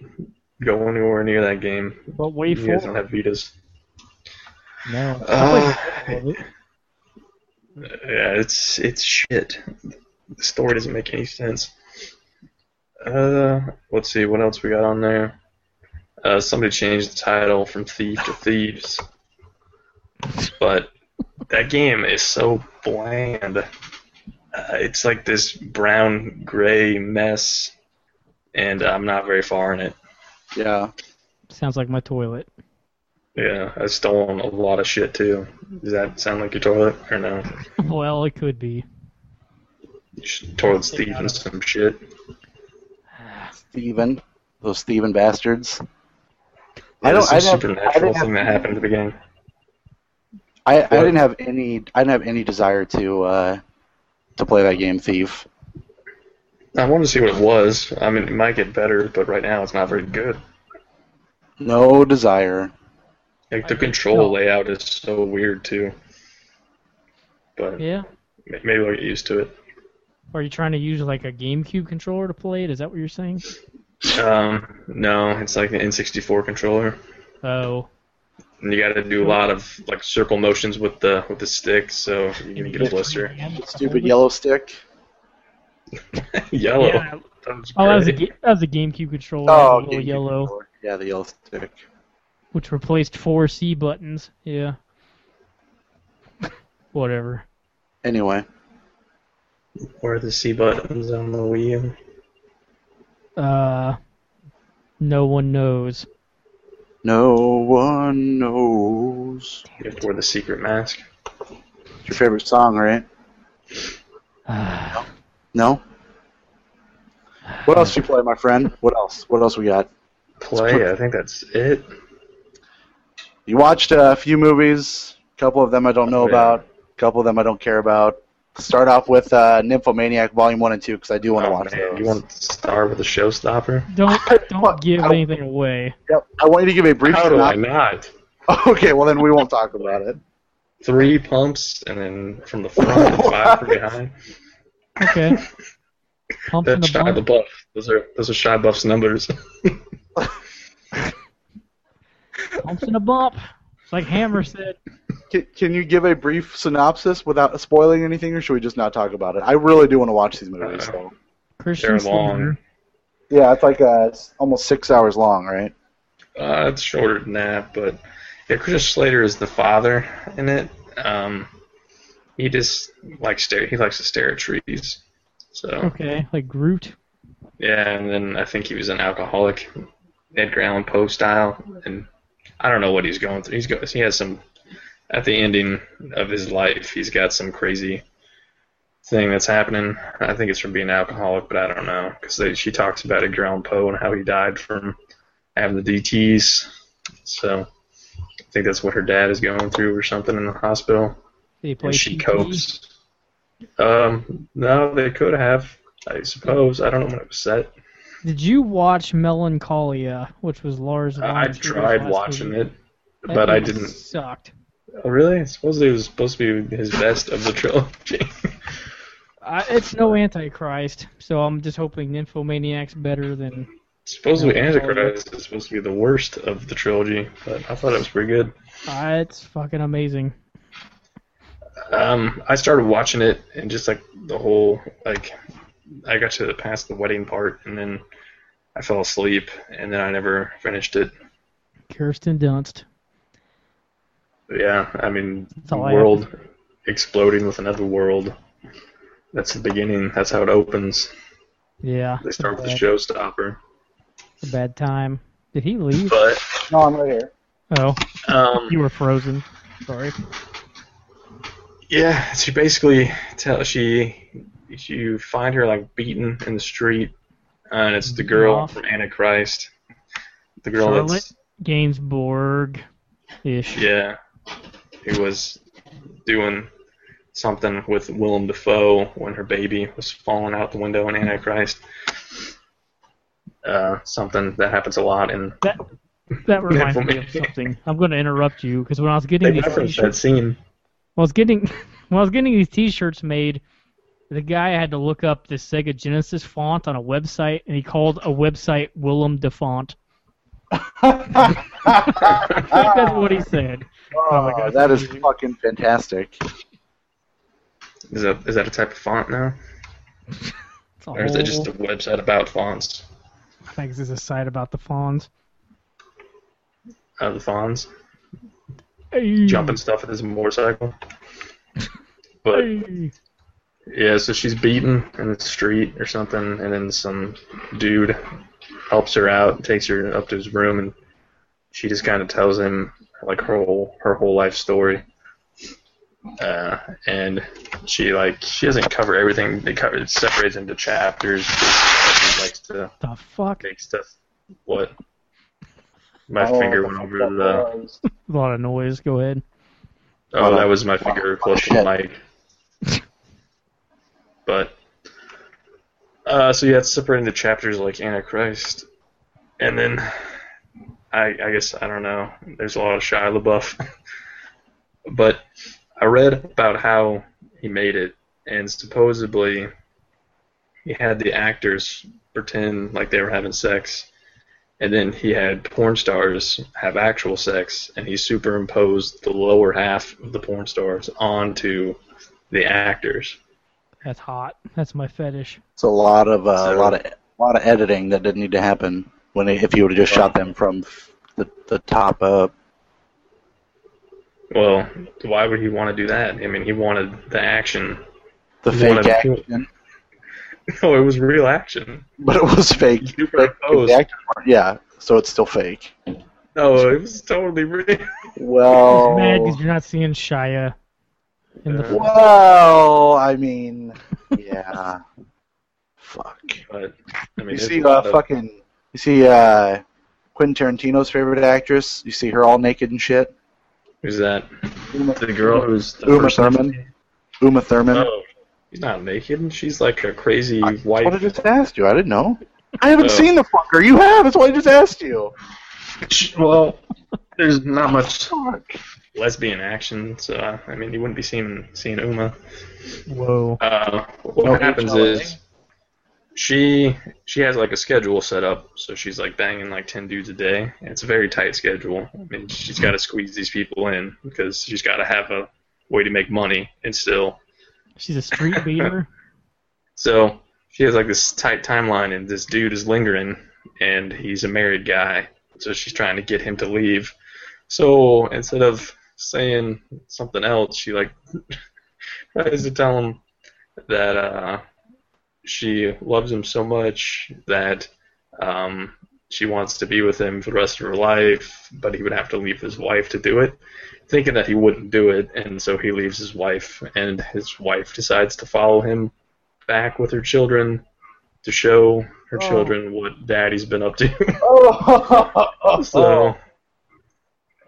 Speaker 3: go anywhere near that game.
Speaker 4: But
Speaker 3: You
Speaker 4: wait
Speaker 3: guys don't
Speaker 4: for
Speaker 3: have Vitas.
Speaker 4: No.
Speaker 3: Uh, Yeah, it's it's shit. The story doesn't make any sense. Uh, let's see what else we got on there. Uh, somebody changed the title from Thief to Thieves, but that game is so bland. Uh, it's like this brown gray mess, and I'm not very far in it.
Speaker 2: Yeah,
Speaker 4: Sounds like my toilet. (laughs)
Speaker 3: Yeah, I've stolen a lot of shit too. Does that sound like your toilet or no?
Speaker 4: Well, it could be.
Speaker 3: You should told Steve and some shit.
Speaker 2: Steven. Those Steven bastards. I
Speaker 3: Yeah,
Speaker 2: don't-
Speaker 3: It's
Speaker 2: I
Speaker 3: a
Speaker 2: don't- I
Speaker 3: supernatural
Speaker 2: didn't have-
Speaker 3: thing that happened to the game.
Speaker 2: I, I
Speaker 3: What?
Speaker 2: didn't have any I didn't have any desire to uh, to play that game Thief.
Speaker 3: I want to see what it was. I mean, it might get better, but right now it's not very good.
Speaker 2: No desire.
Speaker 3: Like
Speaker 4: I
Speaker 3: the
Speaker 4: can
Speaker 3: control
Speaker 4: tell.
Speaker 3: layout is so weird too. But
Speaker 4: Yeah.
Speaker 3: may- maybe I'll get used to it.
Speaker 4: Are you trying to use like a GameCube controller to play it? Is that what you're saying?
Speaker 3: Um, no, it's like the N64 controller.
Speaker 4: Oh,
Speaker 3: And you got to do a lot of like circle motions with the with the stick, so you're gonna get a blister. (laughs)
Speaker 2: Stupid yellow stick.
Speaker 3: Yellow.
Speaker 4: Yeah.
Speaker 3: That was
Speaker 4: Oh, that was a
Speaker 3: great.
Speaker 4: ga- that was a GameCube controller, the little
Speaker 2: Oh, GameCube
Speaker 4: yellow,
Speaker 2: controller. Yeah, the yellow stick.
Speaker 4: which replaced four C buttons. Yeah. (laughs) Whatever.
Speaker 2: Anyway,
Speaker 3: Where are the C buttons on the Wii U?
Speaker 4: Uh, no one knows.
Speaker 2: no one knows.
Speaker 3: You have to wear the secret mask.
Speaker 2: It's your favorite song, right?
Speaker 3: (sighs)
Speaker 2: No. What else did you play, my friend? What else? What else we got?
Speaker 3: Play. I think that's it.
Speaker 2: You watched a few movies. A couple of them I don't know
Speaker 3: Oh, yeah.
Speaker 2: about. A couple of them I don't care about. Start off with uh, Nymphomaniac Volume One and Two because I do want to
Speaker 3: Oh,
Speaker 2: watch
Speaker 3: man,
Speaker 2: those.
Speaker 3: You want to start with a showstopper?
Speaker 4: Don't
Speaker 2: What?
Speaker 4: don't give
Speaker 2: How-
Speaker 4: anything away.
Speaker 2: Yep. I want you to give a brief
Speaker 3: How do I
Speaker 2: synopsis.
Speaker 3: not?
Speaker 2: (laughs) Okay, well then we won't talk about it.
Speaker 3: Three pumps and then from the front and five from behind. (laughs)
Speaker 4: Okay. Pump in
Speaker 3: That's
Speaker 4: the
Speaker 3: Shia
Speaker 4: bump.
Speaker 3: LaBeouf. Those are those are Shia Buff's
Speaker 4: (laughs)
Speaker 3: numbers.
Speaker 4: Pumps in the bump. It's like Hammer said.
Speaker 2: Can, can you give a brief synopsis without spoiling anything, or should we just not talk about it? I really do want to watch these movies. So.
Speaker 4: Christian
Speaker 3: They're long.
Speaker 4: Slater.
Speaker 2: Yeah, it's like uh, it's almost six hours long,
Speaker 4: (laughs)
Speaker 2: right?
Speaker 3: Uh, it's shorter than that, but yeah, Chris Slater is the father in it. Um, he just likes stare. He likes to stare at trees. So
Speaker 4: Okay, like Groot.
Speaker 3: yeah, and then I think he was an alcoholic, Edgar Allan Poe style, and I don't know what he's going through. He's go- he has some at the ending of his life. He's got some crazy thing that's happening. I think it's from being alcoholic, but I don't know because she talks about Edgar Allan Poe and how he died from having the DTS. So I think that's what her dad is going through or something in the hospital
Speaker 4: They play
Speaker 3: and she
Speaker 4: TT.
Speaker 3: copes. Um, no, they could have, I suppose. I don't know when it was set.
Speaker 4: Did you watch Melancholia, which was Lars?
Speaker 3: I I
Speaker 4: Von Trier's
Speaker 3: tried
Speaker 4: last
Speaker 3: watching
Speaker 4: movie?
Speaker 3: it,
Speaker 4: That
Speaker 3: but I
Speaker 4: movie
Speaker 3: didn't.
Speaker 4: Sucked.
Speaker 3: Oh, really? Supposedly it was supposed to be his best of the trilogy. (laughs)
Speaker 4: I, it's no Antichrist, so I'm just hoping Nymphomaniac's better than.
Speaker 3: supposedly
Speaker 4: Yeah, that's all
Speaker 3: Antichrist is supposed to be the worst of the trilogy, but I thought it was pretty good.
Speaker 4: Uh, it's fucking amazing.
Speaker 3: Um, I started watching it, and just like the whole like, I got to the past the wedding part, and then I fell asleep, and then I never finished it.
Speaker 4: Kirsten Dunst.
Speaker 3: Yeah, I mean,
Speaker 4: That's all I have.
Speaker 3: world exploding with another world. That's the beginning. That's how it opens.
Speaker 4: Yeah.
Speaker 3: They start with the
Speaker 4: bad,
Speaker 3: showstopper.
Speaker 4: a bad time. Did he leave?
Speaker 3: But
Speaker 2: No, I'm right here.
Speaker 4: Oh, you
Speaker 3: um,
Speaker 4: were frozen. Sorry.
Speaker 3: yeah, she basically tell she you find her like beaten in the street, uh, and it's the girl
Speaker 4: Off.
Speaker 3: from Antichrist, the girl that's
Speaker 4: Gainsbourg ish.
Speaker 3: yeah, who was doing something with Willem Dafoe when her baby was falling out the window
Speaker 4: Hmm.
Speaker 3: in Antichrist. Uh, something that happens a lot in
Speaker 4: That, that reminds me of
Speaker 3: Nymphomaniac.
Speaker 4: something. I'm going to interrupt you because when I was getting
Speaker 3: they
Speaker 4: these
Speaker 3: reference
Speaker 4: t-shirts,
Speaker 3: that
Speaker 4: (laughs)
Speaker 3: scene.
Speaker 4: when I was getting (laughs) when I was getting these T-shirts made, the guy had to look up the Sega Genesis font on a website, and he called a website Willem DeFont. I think that's what he said. Oh my God,
Speaker 2: Oh, that
Speaker 4: that's
Speaker 2: is
Speaker 4: amazing.
Speaker 2: fucking fantastic.
Speaker 3: Is that is that a type of font now,
Speaker 4: It's a
Speaker 3: or is
Speaker 4: whole,
Speaker 3: that just a website about fonts?
Speaker 4: I think this is a site about the fawns.
Speaker 3: Uh, the fonts
Speaker 4: Hey,
Speaker 3: jumping stuff at his motorcycle. But
Speaker 4: hey.
Speaker 3: Yeah, so she's beaten in the street or something, and then some dude helps her out, takes her up to his room, and she just kind of tells him like her whole her whole life story. uh, and she like she doesn't cover everything. They cover it separates into chapters. She likes to
Speaker 4: The fuck?
Speaker 3: make stuff. What? My
Speaker 2: Oh,
Speaker 3: finger
Speaker 2: the
Speaker 3: went over
Speaker 2: fuck
Speaker 3: the.
Speaker 2: that was.
Speaker 4: A lot of noise. Go ahead.
Speaker 3: Oh, that was my finger close to the mic. But uh, so yeah, it's separating the chapters like Antichrist, and then I, I guess I don't know. There's a lot of Shia LaBeouf, (laughs) but I read about how he made it, and supposedly he had the actors pretend like they were having sex, and then he had porn stars have actual sex, and he superimposed the lower half of the porn stars onto the actors.
Speaker 4: That's hot. That's my fetish.
Speaker 2: It's a lot of uh, a
Speaker 3: So-
Speaker 2: lot of a lot of editing that didn't need to happen when they, if you would have just shot them from the, the top uh, up.
Speaker 3: Well, why would he want to do that? I mean, he wanted the action. (laughs)
Speaker 2: The
Speaker 3: One
Speaker 2: fake
Speaker 3: of-
Speaker 2: action,
Speaker 3: No, it was real action.
Speaker 2: but it was fake.
Speaker 3: You proposed.
Speaker 2: Fake action, yeah, so it's still fake.
Speaker 3: No, it was totally real. Oh.
Speaker 2: Well,
Speaker 4: Mad because you're not seeing Shia.
Speaker 3: (laughs)
Speaker 4: In the
Speaker 3: Uh,
Speaker 2: well, I mean,
Speaker 4: (laughs)
Speaker 2: yeah, fuck.
Speaker 3: But I mean,
Speaker 2: You
Speaker 3: there's
Speaker 2: see,
Speaker 3: a
Speaker 2: uh,
Speaker 3: lot of-
Speaker 2: fucking, you see, uh, Quentin Tarantino's favorite actress. You see her all naked and shit.
Speaker 3: who's that?
Speaker 2: Uma,
Speaker 3: The girl who's the
Speaker 2: Uma
Speaker 3: first
Speaker 2: Thurman. Uma Thurman.
Speaker 3: Oh, she's not naked. She's like a crazy
Speaker 2: I-
Speaker 3: white.
Speaker 2: What I just asked you, I didn't know. I haven't
Speaker 3: Oh.
Speaker 2: seen the fucker. You have. That's why I just asked you.
Speaker 3: Well, there's not much
Speaker 2: Fuck.
Speaker 3: lesbian action, so uh, I mean, you wouldn't be seeing seeing Uma.
Speaker 4: Whoa.
Speaker 3: Uh, what
Speaker 2: No,
Speaker 3: happens
Speaker 2: HLA?
Speaker 3: is she she has like a schedule set up, so she's like banging like ten dudes a day. And it's a very tight schedule. I mean, she's got to squeeze these people in because she's got to have a way to make money and still.
Speaker 4: She's
Speaker 2: (laughs)
Speaker 4: a street beater.
Speaker 3: So she has like this tight timeline, and this dude is lingering, and he's a married guy, so she's trying to get him to leave. So instead of saying something else, she like (laughs) tries to tell him that uh, she loves him so much that um, she wants to be with him for the rest of her life, but he would have to leave his wife to do it, thinking that he wouldn't do it, and so he leaves his wife, and his wife decides to follow him back with her children to show her
Speaker 2: Oh.
Speaker 3: children what daddy's been up to. (laughs)
Speaker 2: Oh.
Speaker 3: So,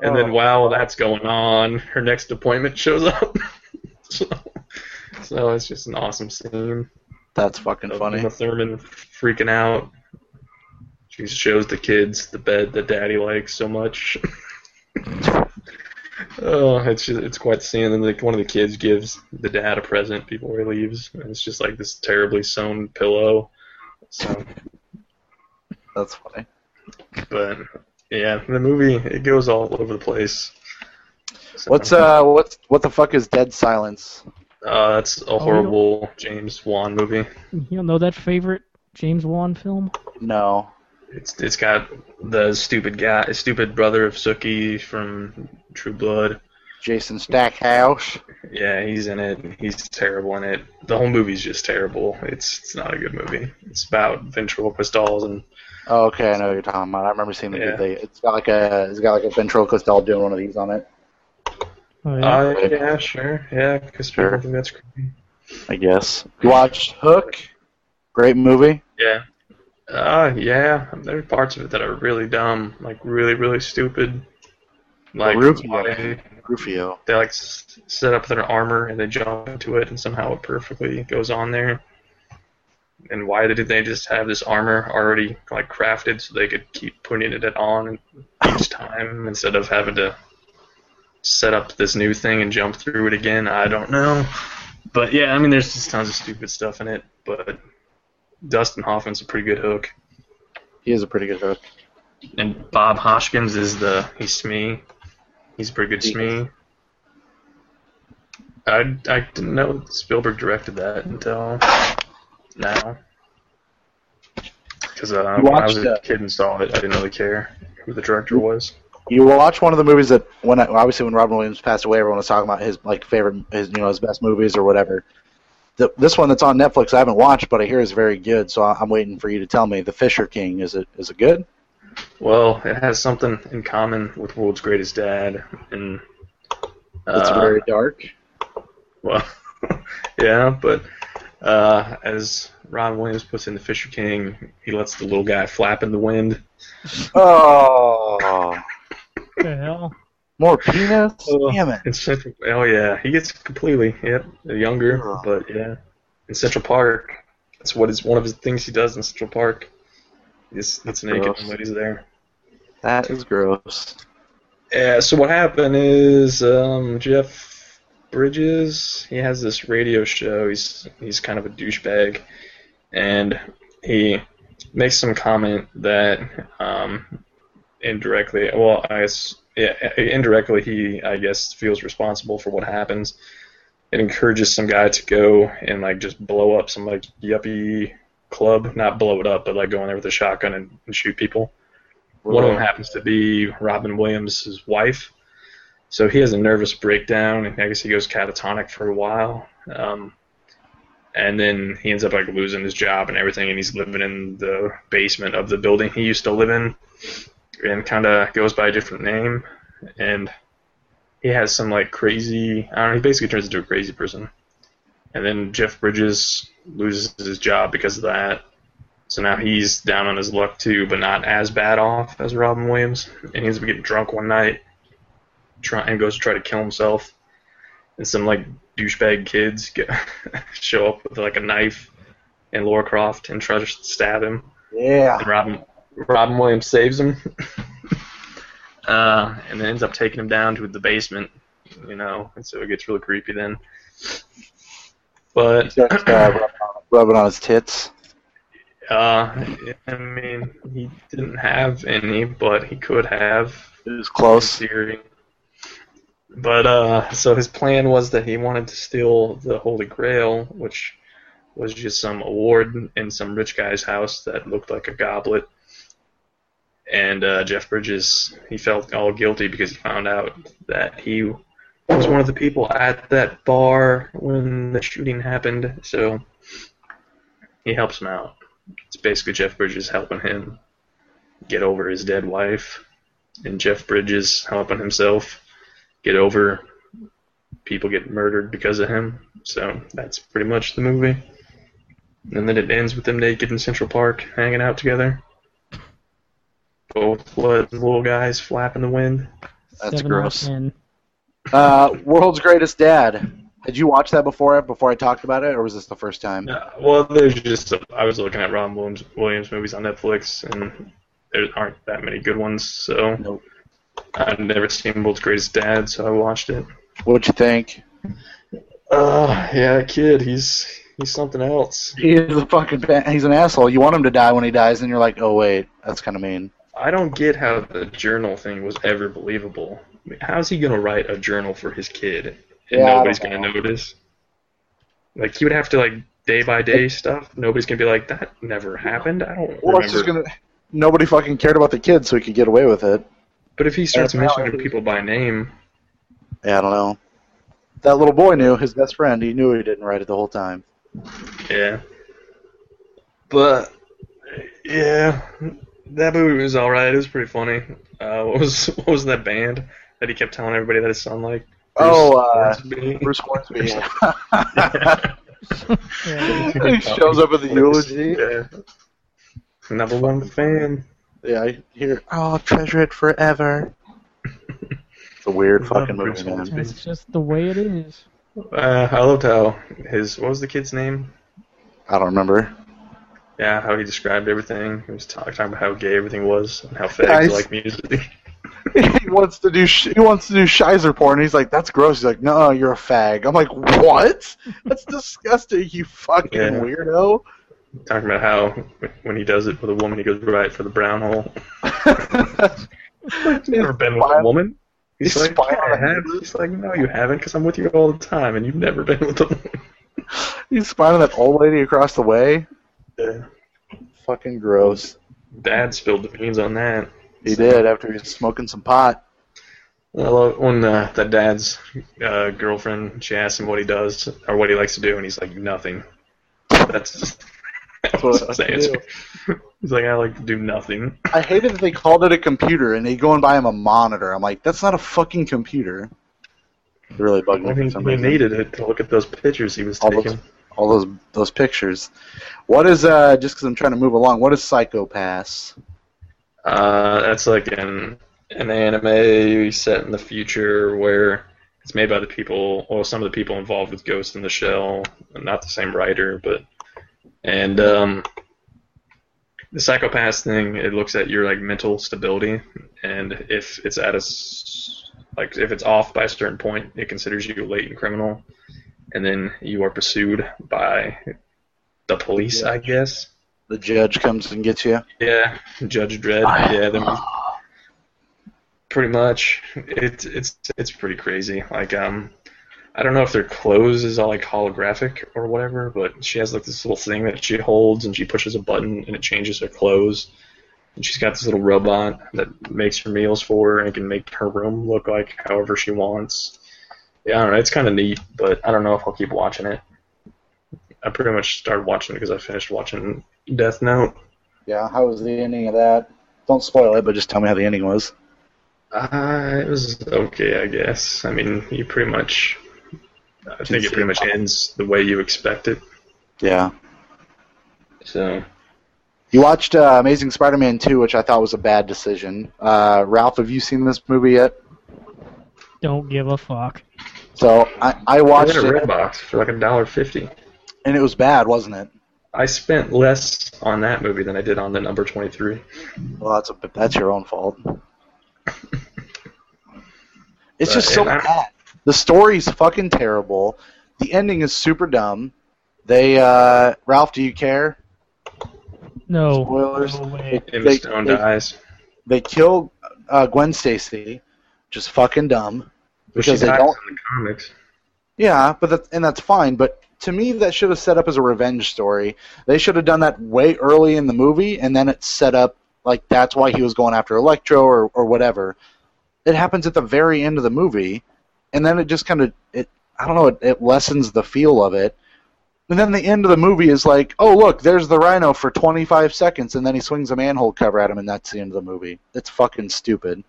Speaker 3: and then
Speaker 2: Oh.
Speaker 3: while that's going on, her next appointment shows up. (laughs) so, so it's just an awesome scene.
Speaker 2: That's fucking
Speaker 3: of
Speaker 2: funny.
Speaker 3: Uma Thurman freaking out. She shows the kids the bed that Daddy likes so much. (laughs) oh, it's just, it's quite the scene. And like one of the kids gives the dad a present before he leaves, and it's just like this terribly sewn pillow. So
Speaker 2: That's funny.
Speaker 3: but yeah, the movie it goes all over the place. So,
Speaker 2: What's uh, what's what the fuck is Dead Silence?
Speaker 3: Uh, that's a horrible James Wan movie.
Speaker 4: You don't know that favorite James Wan film?
Speaker 2: No.
Speaker 3: It's it's got the stupid guy, stupid brother of Sookie from True Blood.
Speaker 2: Jason Stackhouse.
Speaker 3: Yeah, he's in it. and He's terrible in it. The whole movie's just terrible. It's it's not a good movie. It's about ventriloquist dolls and
Speaker 2: Oh, okay, I know what you're talking about. I remember seeing the
Speaker 3: Yeah.
Speaker 2: they It's got like a it's got like a ventriloquist doll doing one of these on it.
Speaker 4: Oh, yeah.
Speaker 3: uh, yeah, sure, yeah, because
Speaker 2: Sure.
Speaker 3: people think that's creepy.
Speaker 2: I guess. You watched Hook. Great movie.
Speaker 3: Yeah. Uh, yeah. There are parts of it that are really dumb, like really, really stupid. Like
Speaker 2: Rufio.
Speaker 3: why
Speaker 2: Rufio.
Speaker 3: they like s- set up their armor and they jump into it, and somehow it perfectly goes on there. And why did they just have this armor already like crafted so they could keep putting it on each time instead of having to set up this new thing and jump through it again? I don't know. But yeah, I mean, there's just tons of stupid stuff in it. But Dustin Hoffman's a pretty good hook.
Speaker 2: He is a pretty good hook.
Speaker 3: And Bob Hoskins is the he's Smee. He's a pretty good
Speaker 2: He is.
Speaker 3: Smee. I, I didn't know Spielberg directed that until now. Because uh,
Speaker 2: You
Speaker 3: when I
Speaker 2: watched,
Speaker 3: was a
Speaker 2: uh,
Speaker 3: kid and saw it, I didn't really care who the director was.
Speaker 2: You watch one of the movies that when I, obviously when Robin Williams passed away, everyone was talking about his like favorite, his you know his best movies or whatever. The, this one that's on Netflix, I haven't watched, but I hear is very good. So I, I'm waiting for you to tell me. The Fisher King is it is it good?
Speaker 3: Well, it has something in common with World's Greatest Dad, and
Speaker 2: It's
Speaker 3: uh,
Speaker 2: very dark.
Speaker 3: Well, (laughs) yeah, but uh, as Ron Williams puts in the Fisher King, he lets the little guy flap in the wind.
Speaker 2: Oh,
Speaker 4: What the hell?
Speaker 2: more penis.
Speaker 3: (laughs) Oh.
Speaker 2: Damn it.
Speaker 3: In Central, oh yeah, he gets completely yep younger,
Speaker 2: Ugh.
Speaker 3: but yeah, in Central Park, that's what is one of his things he does in Central Park. He's that's naked
Speaker 5: gross.
Speaker 3: when he's there.
Speaker 5: That is gross.
Speaker 3: Yeah, Uh, so what happened is um, Jeff Bridges, he has this radio show. He's he's kind of a douchebag, and he makes some comment that um, indirectly, well, I guess yeah, indirectly he I guess feels responsible for what happens. It encourages some guy to go and like just blow up some like yuppie club, not blow it up, but like go in there with a shotgun and, and shoot people. One of them happens to be Robin Williams' wife. So he has a nervous breakdown, and I guess he goes catatonic for a while. Um, and then he ends up like losing his job and everything, and he's living in the basement of the building he used to live in, and kind of goes by a different name. And he has some like crazy. I don't know. He basically turns into a crazy person. And then Jeff Bridges loses his job because of that. So now he's down on his luck too, but not as bad off as Robin Williams. And he ends up getting drunk one night, try and goes to try to kill himself. And some like douchebag kids (laughs) get, show up with like a knife and Laura Croft and try to stab him.
Speaker 2: Yeah.
Speaker 3: (clears throat) And Robin Robin Williams saves him, (laughs) uh, and then ends up taking him down to the basement. You know, and so it gets really creepy then. But
Speaker 2: Just, uh, rubbing, on, rubbing on his tits.
Speaker 3: Uh, I mean, he didn't have any, but he could have.
Speaker 5: It is
Speaker 3: in
Speaker 5: close.
Speaker 3: Theory. But uh, so his plan was that he wanted to steal the Holy Grail, which was just some award in some rich guy's house that looked like a goblet. And uh, Jeff Bridges, he felt all guilty because he found out that he was one of the people at that bar when the shooting happened. So he helps him out. It's basically Jeff Bridges helping him get over his dead wife, and Jeff Bridges helping himself get over people getting murdered because of him. So that's pretty much the movie. And then it ends with them naked in Central Park, hanging out together. Both blood little guys flapping the wind.
Speaker 5: That's
Speaker 4: Seven out of
Speaker 2: (laughs)
Speaker 5: gross.
Speaker 4: 10.
Speaker 2: Uh, World's Greatest Dad. Had you watched that before? Before I talked about it, or was this the first time?
Speaker 3: Uh, well, there's just I was looking at Ron Williams, Williams movies on Netflix, and there aren't that many good ones. So
Speaker 2: Nope.
Speaker 3: I've never seen World's Greatest Dad, so I watched it.
Speaker 2: What'd you think?
Speaker 3: Uh, yeah, that kid, he's he's something else.
Speaker 2: He's a fucking. pa- He's an asshole. You want him to die when he dies, and you're like, oh wait, that's kind of mean.
Speaker 3: I don't get how the journal thing was ever believable. I mean, how's he gonna write a journal for his kid and
Speaker 2: Yeah, I don't
Speaker 3: nobody's gonna
Speaker 2: know.
Speaker 3: notice? Like he would have to like day by day stuff. Nobody's gonna be like that never happened. I don't
Speaker 2: Well, it's
Speaker 3: remember.
Speaker 2: just gonna. Nobody fucking cared about the kid, so he could get away with it.
Speaker 3: But if he starts
Speaker 2: That's how it
Speaker 3: mentioning
Speaker 2: is.
Speaker 3: people by name,
Speaker 2: Yeah, I don't know. That little boy knew his best friend. He knew he didn't write it the whole time.
Speaker 3: Yeah. But yeah, that movie was all right. It was pretty funny. Uh, what was (laughs) what was that band that he kept telling everybody that it sounded like?
Speaker 2: Oh, uh,
Speaker 3: Hornsby?
Speaker 2: Bruce Hornsby.
Speaker 4: Yeah.
Speaker 3: (laughs)
Speaker 2: he shows up at the eulogy.
Speaker 3: Yeah. Number one fan.
Speaker 2: (laughs) Yeah, I hear. Oh, I'll treasure it (laughs) forever. it's a weird fucking movie, man.
Speaker 4: That's just the way it is.
Speaker 3: Uh, I loved how his what was the kid's name?
Speaker 2: I don't remember.
Speaker 3: Yeah, how he described everything. He was talk, talking about how gay everything was and how fags
Speaker 2: Nice.
Speaker 3: like music. (laughs)
Speaker 2: he wants to do sh- he wants to do Shizer porn. He's like, that's gross. He's like, no, you're a fag. I'm like, what? That's disgusting. You fucking
Speaker 3: Yeah.
Speaker 2: weirdo. (laughs)
Speaker 3: talking about how when he does it with a woman, he goes right for the brown hole. (laughs) never been with a
Speaker 2: Smile.
Speaker 3: woman. He's,
Speaker 2: He's
Speaker 3: like,
Speaker 2: smiling.
Speaker 3: "Yeah, I have." He's like, no, you haven't, because I'm with you all the time, and you've never been with a woman. (laughs)
Speaker 2: He's spying on that old lady across the way.
Speaker 3: Yeah.
Speaker 2: Fucking gross.
Speaker 3: Dad spilled the beans on that.
Speaker 2: He did after he was smoking some pot.
Speaker 3: I love when uh, the dad's uh, girlfriend she asks him what he does or what he likes to do, and he's like, nothing. That's just that was
Speaker 2: what I
Speaker 3: his
Speaker 2: like to
Speaker 3: answer. (laughs) He's like, I like to do nothing.
Speaker 2: I hated that they called it a computer and they go and buy him a monitor. I'm like, that's not a fucking computer. It really bugged
Speaker 3: I
Speaker 2: me for
Speaker 3: mean,
Speaker 2: some
Speaker 3: we
Speaker 2: reason.
Speaker 3: needed it to look at those pictures he was
Speaker 2: All
Speaker 3: taking.
Speaker 2: those- all those those pictures. What is uh just because I'm trying to move along? What is Psychopass?
Speaker 3: Uh, that's like an an anime set in the future where it's made by the people, well, some of the people involved with Ghost in the Shell, not the same writer, but and um, the psychopath thing. It looks at your like mental stability, and if it's at a s- like if it's off by a certain point, it considers you a latent criminal, and then you are pursued by the police, I guess.
Speaker 2: The judge comes and gets you.
Speaker 3: Yeah, Judge Dredd. Yeah, them, pretty much. It's it's it's pretty crazy. Like um, I don't know if their clothes is all like holographic or whatever, but she has like this little thing that she holds and she pushes a button and it changes her clothes. And she's got this little robot that makes her meals for her and can make her room look like however she wants. Yeah, I don't know. It's kind of neat, but I don't know if I'll keep watching it. I pretty much started watching it because I finished watching Death Note.
Speaker 2: Yeah, how was the ending of that? Don't spoil it, but just tell me how the ending was.
Speaker 3: Uh, it was okay, I guess. I mean, you pretty much. I think it pretty much ends the way you expect it.
Speaker 2: Yeah.
Speaker 3: So.
Speaker 2: You watched uh, Amazing Spider-Man 2, which I thought was a bad decision. Uh, Ralph, have you seen this movie yet?
Speaker 4: Don't give a fuck.
Speaker 2: So I, I
Speaker 3: I
Speaker 2: watched
Speaker 3: got a red
Speaker 2: it,
Speaker 3: box for like a dollar fifty.
Speaker 2: and it was bad, wasn't it?
Speaker 3: I spent less on that movie than I did on the number twenty three.
Speaker 2: Well, that's a, that's your own
Speaker 3: (laughs)
Speaker 2: fault. It's
Speaker 3: But,
Speaker 2: just so
Speaker 3: Uh, and I-
Speaker 2: bad. The story's fucking terrible. The ending is super dumb. They uh, Ralph, do you care?
Speaker 4: No.
Speaker 2: Spoilers.
Speaker 4: No way.
Speaker 3: Emma
Speaker 2: They-
Speaker 3: Stone
Speaker 2: they-
Speaker 3: dies.
Speaker 2: They kill uh, Gwen Stacy, which is fucking dumb.
Speaker 3: But she
Speaker 2: because
Speaker 3: dies
Speaker 2: they don't-
Speaker 3: in the comics.
Speaker 2: Yeah, but that, and that's fine. But to me, that should have set up as a revenge story. They should have done that way early in the movie, and then it's set up like that's why he was going after Electro or or whatever. It happens at the very end of the movie, and then it just kind of it. I don't know. It, it lessens the feel of it. And then the end of the movie is like, oh look, there's the Rhino for 25 seconds, and then he swings a manhole cover at him, and that's the end of the movie. It's fucking stupid.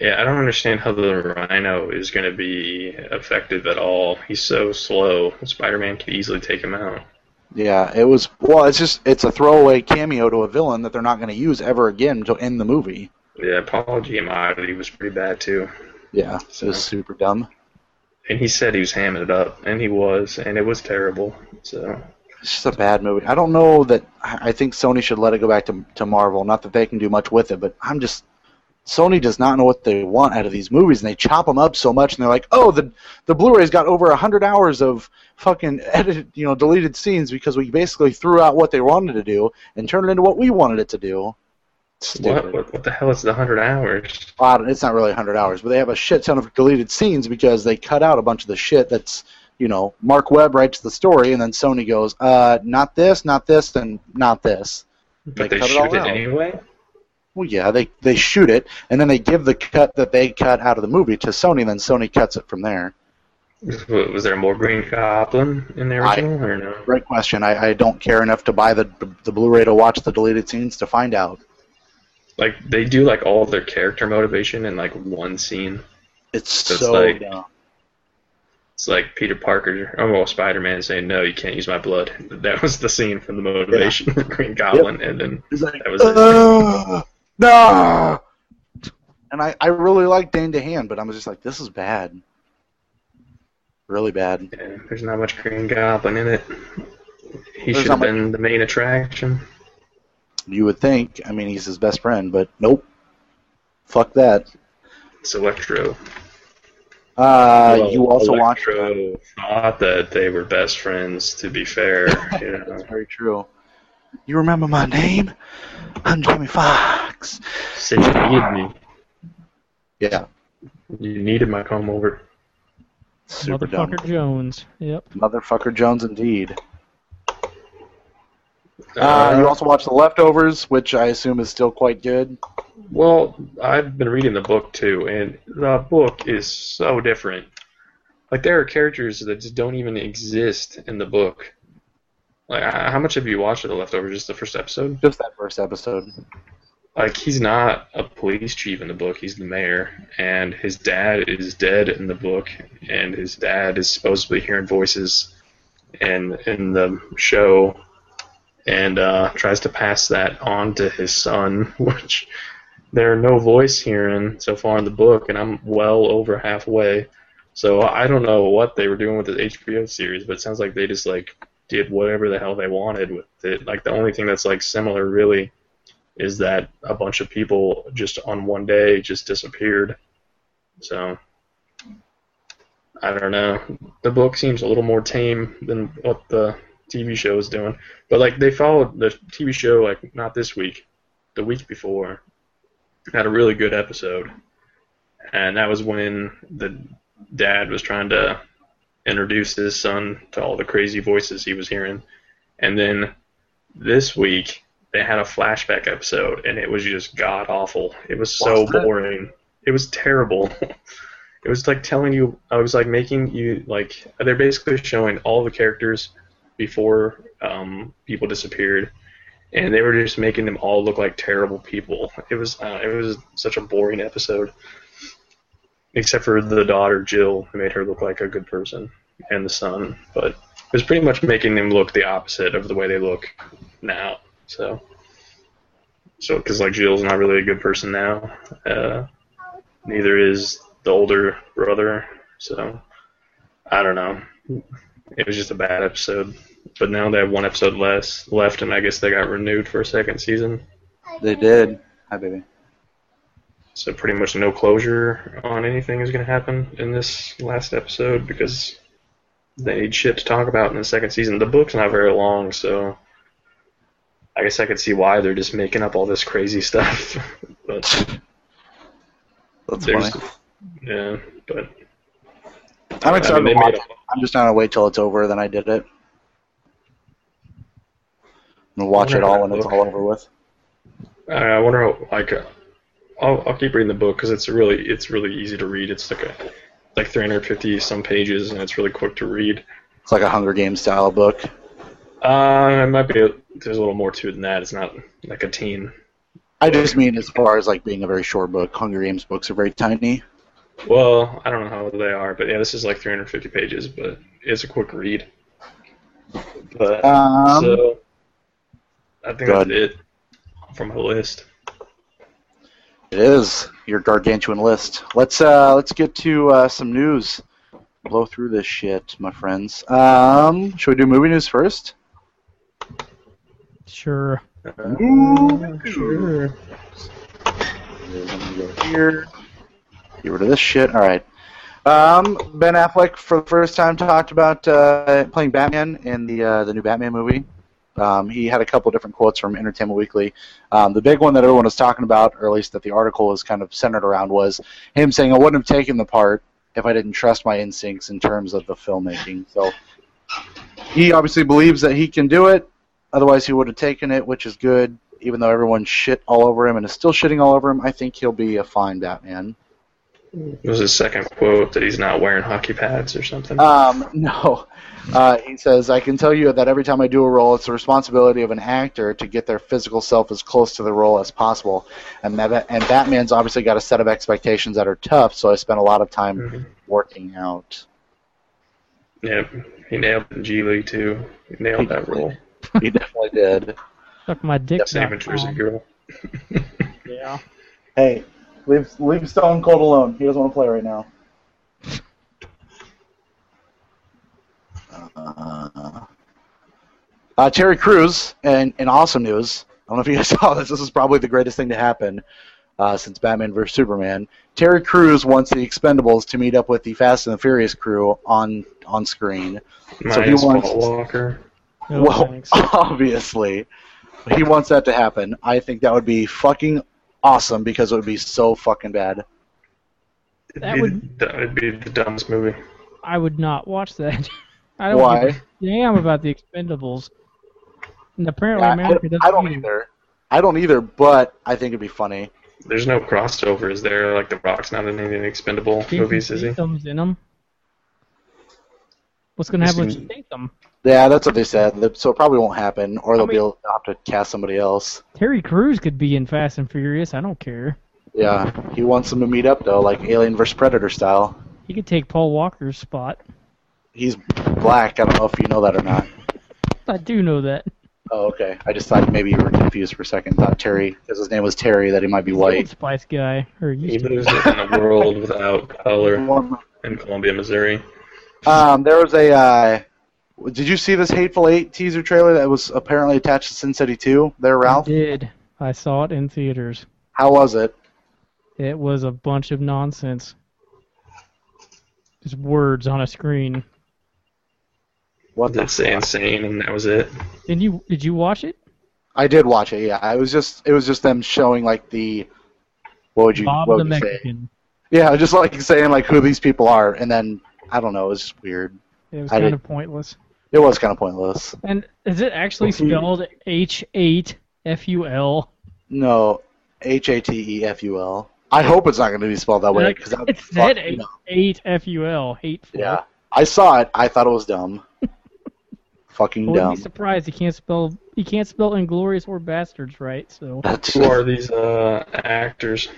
Speaker 3: Yeah, I don't understand how the Rhino is going to be effective at all. He's so slow. Spider Man could easily take him out.
Speaker 2: Yeah, it was. Well, it's just it's a throwaway cameo to a villain that they're not going to use ever again until end the movie.
Speaker 3: Yeah, Paul Giamatti was pretty bad too.
Speaker 2: Yeah, it was super dumb.
Speaker 3: and he said he was hamming it up, and he was, and it was terrible. So
Speaker 2: It's just a bad movie. I don't know that. I I think Sony should let it go back to to Marvel. Not that they can do much with it, but I'm just Sony does not know what they want out of these movies, and they chop them up so much, and they're like, oh, the the Blu-ray's got over hundred hours of fucking edited, you know, deleted scenes because we basically threw out what they wanted to do and turned it into what we wanted it to do. Stupid.
Speaker 3: what, what what the hell is the hundred hours?
Speaker 2: I don't- it's not really 100 hours, but they have a shit ton of deleted scenes because they cut out a bunch of the shit that's, you know, Mark Webb writes the story, and then Sony goes, uh, not this, not this, and not this.
Speaker 3: But
Speaker 2: They
Speaker 3: they,
Speaker 2: cut it
Speaker 3: shoot
Speaker 2: all
Speaker 3: it,
Speaker 2: out.
Speaker 3: anyway.
Speaker 2: Well, yeah, they, they shoot it, and then they give the cut that they cut out of the movie to Sony, and then Sony cuts it from there.
Speaker 3: Was was there more Green Goblin in the
Speaker 2: I-
Speaker 3: original or no?
Speaker 2: Great question. I, I don't care enough to buy the, the Blu-ray to watch the deleted scenes to find out.
Speaker 3: Like they do like all of their character motivation in like one scene.
Speaker 2: It's
Speaker 3: That's
Speaker 2: so
Speaker 3: like-
Speaker 2: dumb.
Speaker 3: It's like Peter Parker, oh well, Spider Man saying, "No, you can't use my blood." (laughs) That was the scene from the motivation for Green Goblin, and then
Speaker 2: He's like,
Speaker 3: That was it.
Speaker 2: "Ugh, nah." And I, I really like Dane DeHaan, but I was just like, this is bad. Really bad.
Speaker 3: yeah, there's not much Green Goblin in it. He
Speaker 2: There's
Speaker 3: should
Speaker 2: not
Speaker 3: have
Speaker 2: much-
Speaker 3: been the main attraction.
Speaker 2: You would think, I mean, he's his best friend, but nope. Fuck that.
Speaker 3: It's Electro.
Speaker 2: Uh,
Speaker 3: Well,
Speaker 2: you also watched.
Speaker 3: Electro thought that they were best friends. To be fair, you know.
Speaker 2: (laughs) That's very true. You remember my name? I'm Jamie Fox.
Speaker 3: Said you needed me.
Speaker 2: Yeah,
Speaker 3: You needed my comb over.
Speaker 2: super dumb.
Speaker 4: Motherfucker Jones. Yep.
Speaker 2: Motherfucker Jones, indeed.
Speaker 3: Uh,
Speaker 2: Uh, you also watched The Leftovers, which I assume is still quite good.
Speaker 3: well, I've been reading the book too, and the book is so different. Like there are characters that just don't even exist in the book. Like, h- how much have you watched of The Leftovers? Just the first episode?
Speaker 2: Just that first episode.
Speaker 3: like he's not a police chief in the book he's the mayor and his dad is dead in the book and his dad is supposedly hearing voices and in the show and uh, tries to pass that on to his son (laughs) which there are no voice hearing so far in the book and i'm well over halfway so i don't know what they were doing with this hbo series but it sounds like they just like did whatever the hell they wanted with it like the only thing that's like similar really is that a bunch of people just on one day just disappeared. So I don't know. The book seems a little more tame than what the TV show is doing. But like they followed the TV show like not this week, the week before had a really good episode. And that was when the dad was trying to introduce his son to all the crazy voices he was hearing. And then this week they had a flashback episode and it was just god awful. It was so
Speaker 6: Watched it?
Speaker 3: boring. It was terrible. (laughs) it was like telling you I was like making you like they're basically showing all the characters before um, people disappeared and they were just making them all look like terrible people. It was uh, it was such a boring episode. Except for the daughter Jill, who made her look like a good person, and the son, but it was pretty much making them look the opposite of the way they look now. So, so because like Jill's not really a good person now, uh, neither is the older brother. So, I don't know. It was just a bad episode. But now they have one episode less left, and I guess they got renewed for a second season.
Speaker 6: They did. Hi, baby.
Speaker 3: So pretty much no closure on anything is going to happen in this last episode because they need shit to talk about in the second season. The book's not very long, so I guess I could see why they're just making up all this crazy (laughs) stuff. but
Speaker 6: That's
Speaker 3: there's,
Speaker 6: funny.
Speaker 3: yeah, but
Speaker 2: I'm
Speaker 3: I
Speaker 2: excited
Speaker 3: mean, they
Speaker 2: to watch
Speaker 3: made
Speaker 2: it. I'm just not gonna wait till it's over. Then I did it. I'm gonna watch it all when it's all over with.
Speaker 3: a, I I wonder how like uh, I'll, I'll keep reading the book because it's really it's really easy to read. It's like a like 350 some pages and it's really quick to read.
Speaker 2: It's like a Hunger Games style book.
Speaker 3: Uh, it might be a, there's a little more to it than that. It's not like a teen
Speaker 2: I just mean as far as like being a very short book. Hunger Games books are very tiny.
Speaker 3: Well, I don't know how they are, but yeah, this is like 350 pages, but it's a quick read. But
Speaker 2: Um,
Speaker 3: so I think
Speaker 2: Go
Speaker 3: that's it from my list.
Speaker 2: It is your gargantuan list. Let's uh, let's get to uh, some news. Blow through this shit, my friends. Um, should we do movie news first?
Speaker 4: Sure.
Speaker 3: Sure.
Speaker 2: Get rid of this shit. All right. Um, ben Affleck for the first time talked about uh, playing Batman in the uh, the new Batman movie. Um, he had a couple different quotes from Entertainment Weekly. Um, the big one that everyone was talking about, or at least that the article was kind of centered around, was him saying, "I wouldn't have taken the part if I didn't trust my instincts in terms of the filmmaking." So he obviously believes that he can do it. Otherwise, he would have taken it, which is good. Even though everyone shit all over him and is still shitting all over him, I think he'll be a fine Batman.
Speaker 3: It was his second quote that he's not wearing hockey pads or something.
Speaker 2: Um, (laughs) no. Uh, he says, I can tell you that every time I do a role, it's the responsibility of an actor to get their physical self as close to the role as possible. And, that, and Batman's obviously got a set of expectations that are tough, so I spent a lot of time
Speaker 3: Mhm.
Speaker 2: working out.
Speaker 3: Yep, he nailed it in G League too. He nailed that role.
Speaker 2: He definitely did.
Speaker 4: Suck my dick.
Speaker 3: Same
Speaker 4: dot
Speaker 3: in Jersey
Speaker 4: com.
Speaker 3: Girl.
Speaker 4: Yeah.
Speaker 6: Hey, leave leave Stone Cold alone. He doesn't want to play right now.
Speaker 2: Uh, uh, Terry Crews, and in awesome news, I don't know if you guys (laughs) saw this. This is probably the greatest thing to happen uh, since Batman vs Superman. Terry Crews wants the Expendables to meet up with the Fast and the Furious crew on on screen. So he
Speaker 3: Minus
Speaker 2: wants-
Speaker 3: Paul Walker.
Speaker 4: No
Speaker 2: well,
Speaker 4: thanks.
Speaker 2: (laughs) obviously, he wants that to happen. I think that would be fucking awesome because it would be so fucking bad.
Speaker 3: It'd,
Speaker 4: That
Speaker 3: be
Speaker 4: would-
Speaker 3: the, it'd be the dumbest movie.
Speaker 4: I would not watch that. (laughs) I don't
Speaker 2: Why?
Speaker 4: give a damn about the Expendables. And apparently,
Speaker 2: I,
Speaker 4: America doesn't.
Speaker 2: I don't
Speaker 4: either.
Speaker 2: either. I don't either, but I think it'd be funny.
Speaker 3: There's no crossover, is there? Like The Rock's not in any of the Expendable
Speaker 4: Jason
Speaker 3: movies, is he?
Speaker 4: Statham's in 'em. What's gonna happen with
Speaker 3: Jason-
Speaker 4: Statham?
Speaker 2: They- Yeah, that's what they said. Th- So it probably won't happen, or they'll be
Speaker 4: mean-
Speaker 2: able to opt to cast somebody else.
Speaker 4: Terry Crews could be in Fast and Furious. I don't care.
Speaker 2: Yeah, he wants them to meet up though, like Alien vs Predator style.
Speaker 4: He could take Paul Walker's spot.
Speaker 2: He's black. I don't know if you know that or not.
Speaker 4: I do know that.
Speaker 2: Oh, okay. I just thought maybe you were confused for a second. Thought Terry, because his name was Terry, that he might be
Speaker 4: He's the Old
Speaker 2: white.
Speaker 4: Spice guy, or
Speaker 3: He
Speaker 4: used to. be.
Speaker 3: lives in a world without color in Columbia, Missouri.
Speaker 2: Um, there was a. Uh, did you see this Hateful Eight teaser trailer that was apparently attached to Sin City 2? There,
Speaker 4: I
Speaker 2: Ralph.
Speaker 4: did. I saw it in theaters.
Speaker 2: How was it?
Speaker 4: It was a bunch of nonsense. Just words on a screen.
Speaker 2: What the
Speaker 3: Did say insane, and that was it.
Speaker 4: Did you did you watch it?
Speaker 2: I did watch it. Yeah, I was just it was just them showing like the what would you
Speaker 4: Bob
Speaker 2: what
Speaker 4: the
Speaker 2: would you say?
Speaker 4: Mexican.
Speaker 2: Yeah, just like saying like who these people are, and then I don't know. It was just weird.
Speaker 4: It was
Speaker 2: I
Speaker 4: kind
Speaker 2: did.
Speaker 4: of pointless.
Speaker 2: It was kind of pointless.
Speaker 4: And is it actually
Speaker 3: Well, who-
Speaker 4: spelled H eight F U L?
Speaker 2: No, H A T E F U L. I hope it's not going to be spelled that way
Speaker 4: Like,
Speaker 2: because
Speaker 4: It said eight eight F U L. Hateful.
Speaker 2: Yeah, I saw it. I thought it was
Speaker 4: (laughs)
Speaker 2: dumb.
Speaker 4: I
Speaker 2: Fucking
Speaker 4: wouldn't be
Speaker 2: dumb.
Speaker 4: surprised. He can't spell. He can't spell inglorious or bastards right. So
Speaker 2: That's
Speaker 3: Who are these uh, actors?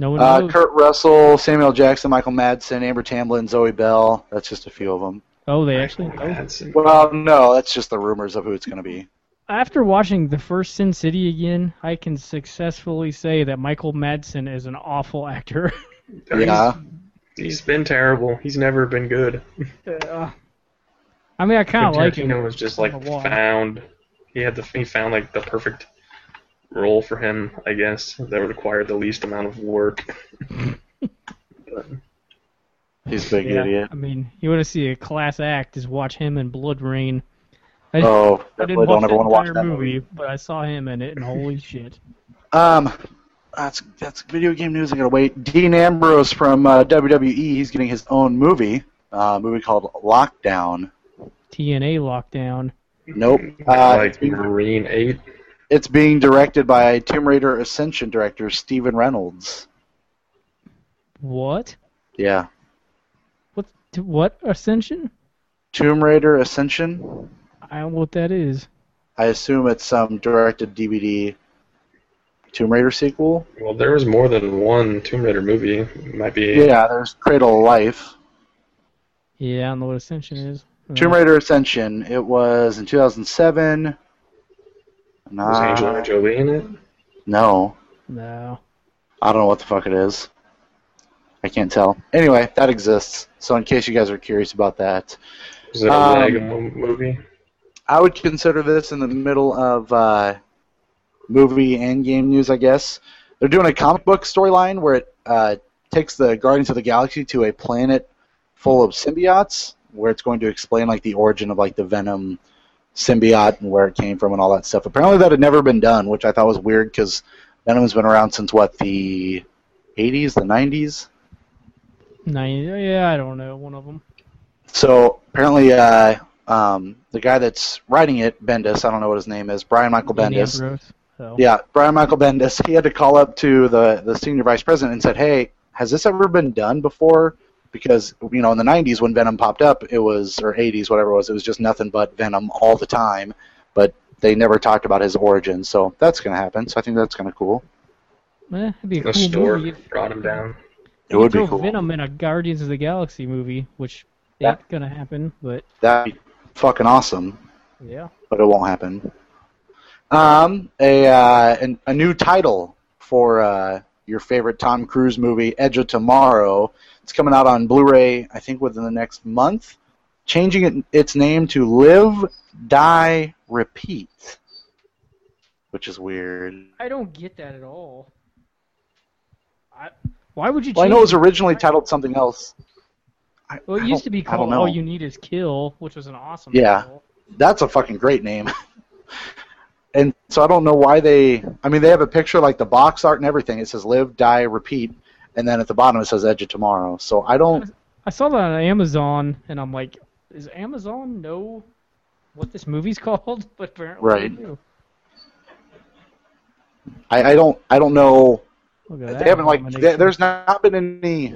Speaker 4: no one
Speaker 2: Uh,
Speaker 4: knows.
Speaker 2: Kurt Russell, Samuel Jackson, Michael Madsen, Amber Tamblyn, Zoe Bell. That's just a few of them.
Speaker 4: oh, they actually. know.
Speaker 3: That's-
Speaker 2: Well, no, that's just the rumors of who it's going to be.
Speaker 4: After watching the first Sin City again, I can successfully say that Michael Madsen is an awful actor. (laughs)
Speaker 2: Yeah.
Speaker 3: he's been terrible. He's never been good.
Speaker 4: Uh, I mean, I kind of like
Speaker 3: Tarantino
Speaker 4: him.
Speaker 3: was just
Speaker 4: I
Speaker 3: like
Speaker 4: don't know why.
Speaker 3: found. He had the he found like the perfect role for him, I guess, that required the least amount of work.
Speaker 2: He's a big idiot.
Speaker 4: I mean, you want to see a class act? Is watch him in Blood Rain. (laughs) I, just-
Speaker 2: Oh,
Speaker 4: I
Speaker 2: definitely
Speaker 4: didn't
Speaker 2: don't
Speaker 4: watch
Speaker 2: ever
Speaker 4: the
Speaker 2: want to watch
Speaker 4: entire
Speaker 2: that
Speaker 4: movie, but I saw him in it, and holy shit!
Speaker 2: Um, that's that's video game news. I gotta wait. Dean Ambrose from uh, WWE. He's getting his own movie. Uh, a movie called Lockdown.
Speaker 4: TNA lockdown.
Speaker 2: Nope.
Speaker 4: (laughs)
Speaker 2: Uh, it's,
Speaker 3: like
Speaker 2: being,
Speaker 3: Marine Eight.
Speaker 2: it's being directed by Tomb Raider Ascension director Steven Reynolds.
Speaker 4: What?
Speaker 2: Yeah.
Speaker 4: What? t- What ascension?
Speaker 2: Tomb Raider Ascension.
Speaker 4: I don't know what that is.
Speaker 2: I assume it's some directed DVD Tomb Raider sequel.
Speaker 3: Well, there was more than one Tomb Raider movie. It might be
Speaker 2: Yeah, there's Cradle of Life.
Speaker 4: Yeah, I don't know what ascension is.
Speaker 2: Tomb Raider Ascension. It was in 2007.
Speaker 3: was Angelina
Speaker 2: Nah,
Speaker 3: Jolie in it.
Speaker 2: no.
Speaker 4: No.
Speaker 2: I don't know what the fuck it is. I can't tell. Anyway, that exists. So in case you guys are curious about that,
Speaker 3: Was it a
Speaker 2: Um,
Speaker 3: Lego movie?
Speaker 2: I would consider this in the middle of uh, movie and game news, I guess. They're doing a comic book storyline where it uh, takes the Guardians of the Galaxy to a planet full of symbiotes, where it's going to explain like the origin of like the Venom symbiote and where it came from and all that stuff. Apparently, that had never been done, which I thought was weird because Venom's been around since what the 80s, the 90s.
Speaker 4: Nine. Yeah, I don't know. One of them.
Speaker 2: So apparently, uh, um, the guy that's writing it, Bendis, I don't know what his name is, Brian Michael Bendis.
Speaker 4: So.
Speaker 2: Yeah, Brian Michael Bendis. He had to call up to the the senior vice president and said, "Hey, has this ever been done before?" Because you know, in the '90s when Venom popped up, it was or '80s, whatever it was, it was just nothing but Venom all the time. But they never talked about his origin, so that's gonna happen. So I think that's kind of cool.
Speaker 4: Eh, it'd be a
Speaker 3: The
Speaker 4: cool
Speaker 3: store
Speaker 4: movie. if-
Speaker 3: brought him down.
Speaker 2: It would
Speaker 4: they
Speaker 2: be
Speaker 4: throw
Speaker 2: cool.
Speaker 4: Venom in a Guardians of the Galaxy movie, which
Speaker 2: Yeah.
Speaker 4: ain't gonna happen. But
Speaker 2: That'd be fucking awesome.
Speaker 4: yeah.
Speaker 2: but it won't happen. Um, a uh, an, a new title for uh, your favorite Tom Cruise movie, Edge of Tomorrow. It's coming out on Blu-ray, I think, within the next month. Changing it, its name to Live, Die, Repeat, which is weird.
Speaker 4: I don't get that at all. I, why would you?
Speaker 2: Well, I
Speaker 4: change
Speaker 2: know it was originally titled something else. I,
Speaker 4: Well, it
Speaker 2: I
Speaker 4: used
Speaker 2: don't-
Speaker 4: to be
Speaker 2: I don't
Speaker 4: called
Speaker 2: know.
Speaker 4: All You Need Is Kill, which was an awesome.
Speaker 2: Yeah.
Speaker 4: title.
Speaker 2: that's a fucking great name. (laughs) and so I don't know why they. I mean, they have a picture like the box art and everything. It says "Live, Die, Repeat," and then at the bottom it says "Edge of Tomorrow." So I don't.
Speaker 4: I saw that on Amazon, and I'm like, is Amazon know what this movie's (laughs) called? But apparently,
Speaker 2: Right.
Speaker 4: They, do.
Speaker 2: I, I don't. I don't know.
Speaker 4: Look at that
Speaker 2: They haven't like.
Speaker 4: abomination.
Speaker 2: There there's not been any.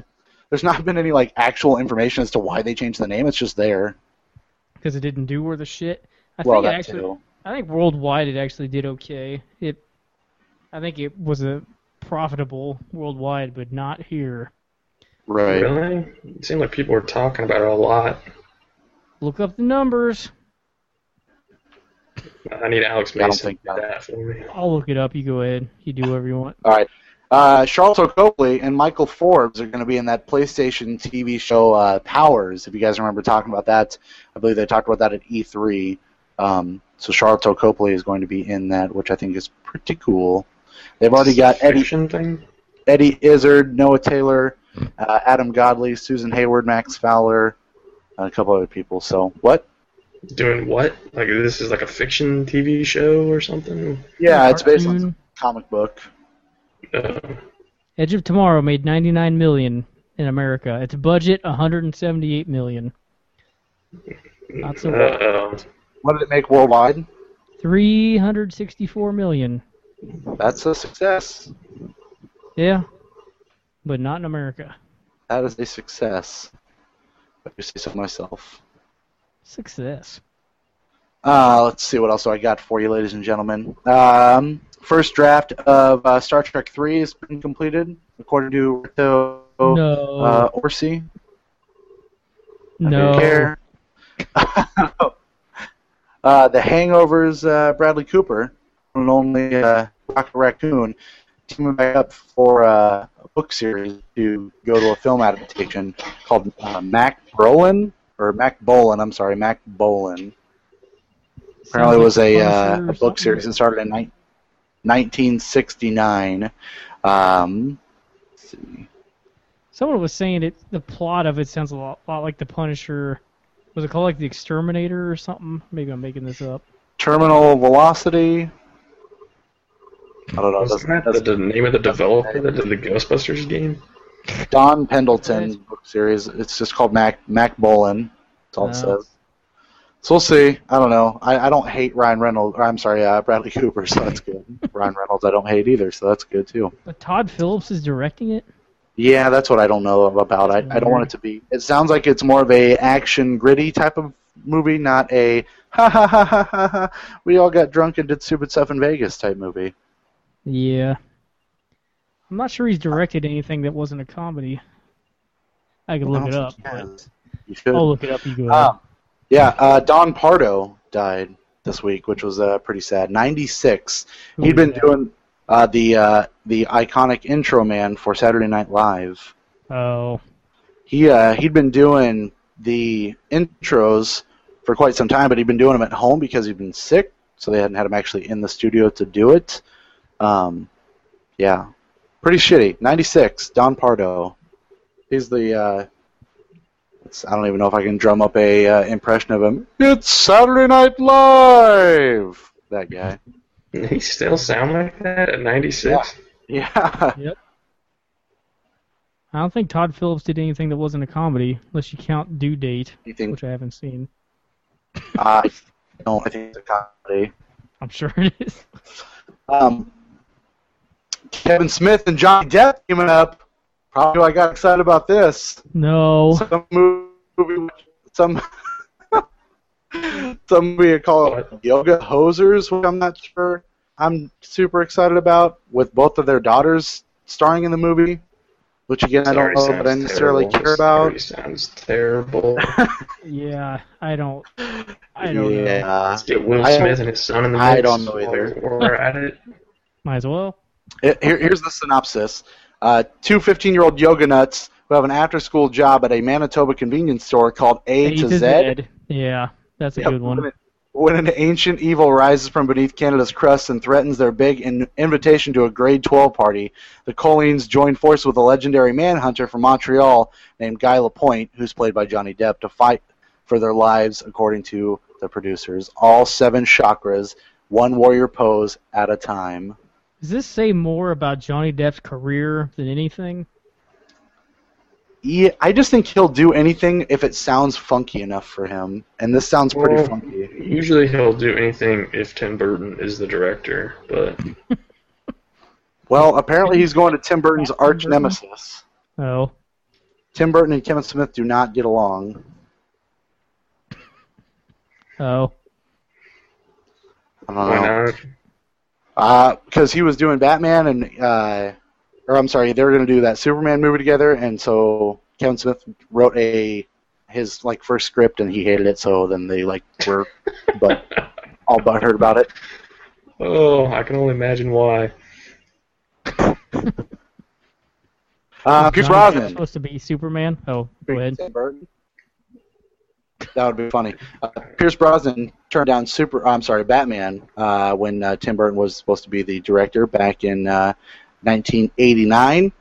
Speaker 2: There's not been any like actual information as to why they changed the name. It's just there.
Speaker 4: 'Cause because it didn't do worth a shit. I
Speaker 7: well,
Speaker 4: think
Speaker 7: that
Speaker 4: it actually,
Speaker 7: too.
Speaker 4: I think worldwide it actually did okay. It, I think it was a profitable worldwide, but not here.
Speaker 2: Right.
Speaker 3: Really? It seemed like people were talking about it a lot.
Speaker 4: Look up the numbers.
Speaker 3: I need Alex
Speaker 2: I don't
Speaker 3: Mason
Speaker 2: think
Speaker 3: to do that for me.
Speaker 4: I'll look it up. You go ahead. You do whatever you want.
Speaker 2: All right. Uh, Charlotte Oakley and Michael Forbes are going to be in that PlayStation TV show uh, Powers. If you guys remember talking about that, I believe they talked about that at E3. Um, so Charlotte Copley is going to be in that, which I think is pretty cool. They've already got Eddie
Speaker 3: Fiction thing?
Speaker 2: Eddie Izzard, Noah Taylor, uh, Adam Godley, Susan Hayward, Max Fowler, and a couple other people. So what?
Speaker 3: Doing what? Like this is like a fiction TV show or something?
Speaker 2: Yeah, it's based on
Speaker 4: Cartoon.
Speaker 2: some comic book.
Speaker 3: Uh,
Speaker 4: Edge of Tomorrow made 99 million in America. Its budget 178 million. Not so bad.
Speaker 3: uh,
Speaker 2: What did it make worldwide?
Speaker 4: 364 million.
Speaker 2: That's a success.
Speaker 4: Yeah, but not in America.
Speaker 2: That is a success. I do say so myself.
Speaker 4: Success.
Speaker 2: Uh, let's see what else I got for you, ladies and gentlemen. Um, first draft of uh, Star Trek Three has been completed, according to Roberto
Speaker 4: no.
Speaker 2: uh, Orsi. I don't
Speaker 4: no.
Speaker 2: care. (laughs) uh, the Hangovers, uh, Bradley Cooper, and only uh, Dr. Raccoon, teaming back up for uh, a book series to go to a film adaptation called uh, Mac Brolin, or Mac Bolin, I'm sorry, Mac Bolin. Apparently, it was a, uh, a book series and started in nine- 1969. Um, let's see.
Speaker 4: Someone was saying it. The plot of it sounds a lot, lot like The Punisher. Was it called like The Exterminator or something? Maybe I'm making this up.
Speaker 2: Terminal Velocity. I don't know.
Speaker 3: wasn't
Speaker 2: doesn't-
Speaker 3: that the,
Speaker 2: doesn't-
Speaker 3: the name of the developer that did the Ghostbusters game? (laughs)
Speaker 2: Don Pendleton's
Speaker 4: Right.
Speaker 2: book series. It's just called Mac Mac Bolin. That's all it
Speaker 4: Oh.
Speaker 2: says. So we'll see. I don't know. I, I don't hate Ryan Reynolds. Or I'm sorry, uh, Bradley Cooper. So that's
Speaker 4: (laughs)
Speaker 2: good. Ryan Reynolds, I don't hate either. So that's good too.
Speaker 4: But Todd Phillips is directing it.
Speaker 2: Yeah, that's what I don't know about. I, I don't want it to be. It sounds like it's more of a action gritty type of movie, not a ha ha ha ha ha. ha we all got drunk and did stupid stuff in Vegas type movie.
Speaker 4: Yeah. I'm not sure he's directed anything that wasn't a comedy. I could
Speaker 2: I
Speaker 4: look
Speaker 2: don't
Speaker 4: it up. Oh,
Speaker 2: think he
Speaker 4: but-
Speaker 2: has. You should.
Speaker 4: I'll look it up. You go. ahead.
Speaker 2: Um, yeah, uh, Don Pardo died this week, which was uh, pretty sad. 96. He'd been
Speaker 4: Yeah.
Speaker 2: doing uh, the uh, the iconic intro man for Saturday Night Live.
Speaker 4: Oh,
Speaker 2: He uh, he'd been doing the intros for quite some time, but he'd been doing them at home because he'd been sick, so they hadn't had him actually in the studio to do it. Um, yeah, pretty shitty. 96. Don Pardo. He's the uh, it's- I don't even know if I can drum up a uh, impression of him. It's Saturday Night Live. That guy. (laughs)
Speaker 3: He still sound like that at 96?
Speaker 2: Yeah.
Speaker 4: I don't think Todd Phillips did anything that wasn't a comedy, unless you count Due Date,
Speaker 2: You think?
Speaker 4: which I haven't seen.
Speaker 2: I don't. uh, I think it's a comedy.
Speaker 4: I'm sure it is. (laughs)
Speaker 2: Um, Kevin Smith and Johnny Depp teaming up. Probably why I got excited about this.
Speaker 4: No.
Speaker 2: Some movie, some (laughs) some movie called Yoga Hosers, which I'm not sure. I'm super excited about with both of their daughters starring in the movie, which again I don't know
Speaker 3: Sorry,
Speaker 2: that I
Speaker 3: sounds
Speaker 2: necessarily
Speaker 3: terrible.
Speaker 2: care about.
Speaker 3: Sorry,
Speaker 2: (laughs)
Speaker 3: sounds terrible.
Speaker 4: Yeah, I don't. I don't
Speaker 2: yeah.
Speaker 4: know.
Speaker 3: Get Will
Speaker 2: I-
Speaker 3: Smith and his son in the
Speaker 2: I
Speaker 3: mix
Speaker 2: don't know
Speaker 3: while
Speaker 2: either.
Speaker 3: We're at it.
Speaker 4: Might as well.
Speaker 2: It- here, here's the synopsis. Uh, two 15-year-old yoga nuts who have an after-school job at a Manitoba convenience store called A, to Z.
Speaker 4: Yeah, that's a
Speaker 2: Yeah,
Speaker 4: good
Speaker 2: When,
Speaker 4: one.
Speaker 2: it- when an ancient evil rises from beneath Canada's crust and threatens their big in- invitation to a grade 12 party, the Colleens join forces with a legendary manhunter from Montreal named Guy Lapointe, who's played by Johnny Depp, to fight for their lives, according to the producers. All seven chakras, one warrior pose at a time.
Speaker 4: Does this say more about Johnny Depp's career than anything?
Speaker 2: Yeah, I just think he'll do anything if it sounds funky enough for him, and this sounds pretty
Speaker 3: Well,
Speaker 2: funky.
Speaker 3: Usually he'll do anything if Tim Burton is the director, but
Speaker 2: Well, apparently he's going to Tim Burton's
Speaker 4: Tim Burton?
Speaker 2: arch nemesis.
Speaker 4: Oh,
Speaker 2: Tim Burton and Kevin Smith do not get along.
Speaker 4: Oh,
Speaker 2: I
Speaker 3: Why
Speaker 2: don't know.
Speaker 3: not?
Speaker 2: because he was doing Batman and, uh, or I'm sorry, they were going to do that Superman movie together, and so Kevin Smith wrote a his like first script, and he hated it. So then they like
Speaker 3: (laughs)
Speaker 2: were, but all butthurt about it.
Speaker 3: Oh, I can only imagine why.
Speaker 2: Uh, Pierce
Speaker 4: Johnny Depp's
Speaker 2: Brosnan.
Speaker 4: supposed to be Superman. Oh, go ahead.
Speaker 2: That would be funny. Uh, Pierce Brosnan turned down Super. I'm sorry, Batman. Uh, when uh, Tim Burton was supposed to be the director back in uh, 1989,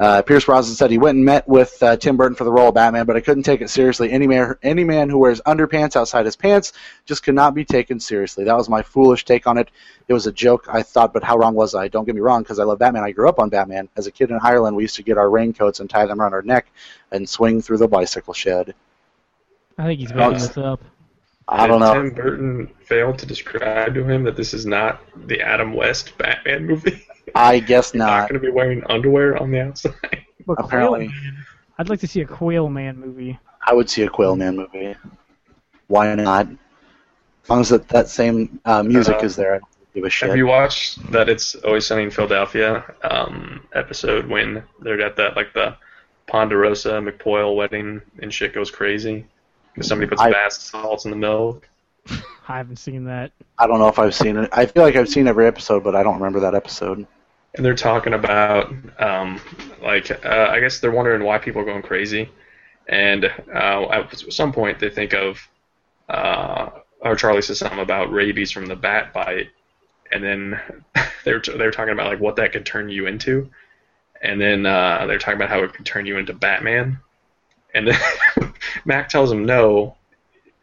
Speaker 2: uh, Pierce Brosnan said he went and met with uh, Tim Burton for the role of Batman, but I couldn't take it seriously. Any man, any man who wears underpants outside his pants just could not be taken seriously. That was my foolish take on it. It was a joke, I thought, but how wrong was I? Don't get me wrong, because I love Batman. I grew up on Batman. As a kid in Ireland, we used to get our raincoats and tie them around our neck and swing through the bicycle shed.
Speaker 4: I think he's making this up.
Speaker 2: I don't know.
Speaker 3: Tim Burton failed to describe to him that this is not the Adam West Batman movie. (laughs)
Speaker 2: I guess
Speaker 3: You're not
Speaker 2: not.
Speaker 3: going to be wearing underwear on the outside. (laughs)
Speaker 4: But Quail-
Speaker 2: Apparently,
Speaker 4: I'd like to see a Quail Man movie.
Speaker 2: I would see a Quail Man movie. Why not? As long as that, that same uh, music
Speaker 3: Uh,
Speaker 2: is there, I don't give a
Speaker 3: Have
Speaker 2: shit.
Speaker 3: you watched that It's Always Sunny in Philadelphia um, episode when they're at that like the Ponderosa McPoyle wedding and shit goes crazy because somebody puts
Speaker 2: I-
Speaker 3: bath salts in the milk?
Speaker 4: I haven't seen that.
Speaker 2: I don't know if I've seen it. I feel like I've seen every episode, but I don't remember that episode.
Speaker 3: and they're talking about um, like uh, I guess they're wondering why people are going crazy, and uh, at some point they think of uh, or Charlie says something about rabies from the bat bite, and then (laughs) they're they're talking about like what that could turn you into, and then uh, they're talking about how it could turn you into Batman, and then (laughs) Mac tells him no,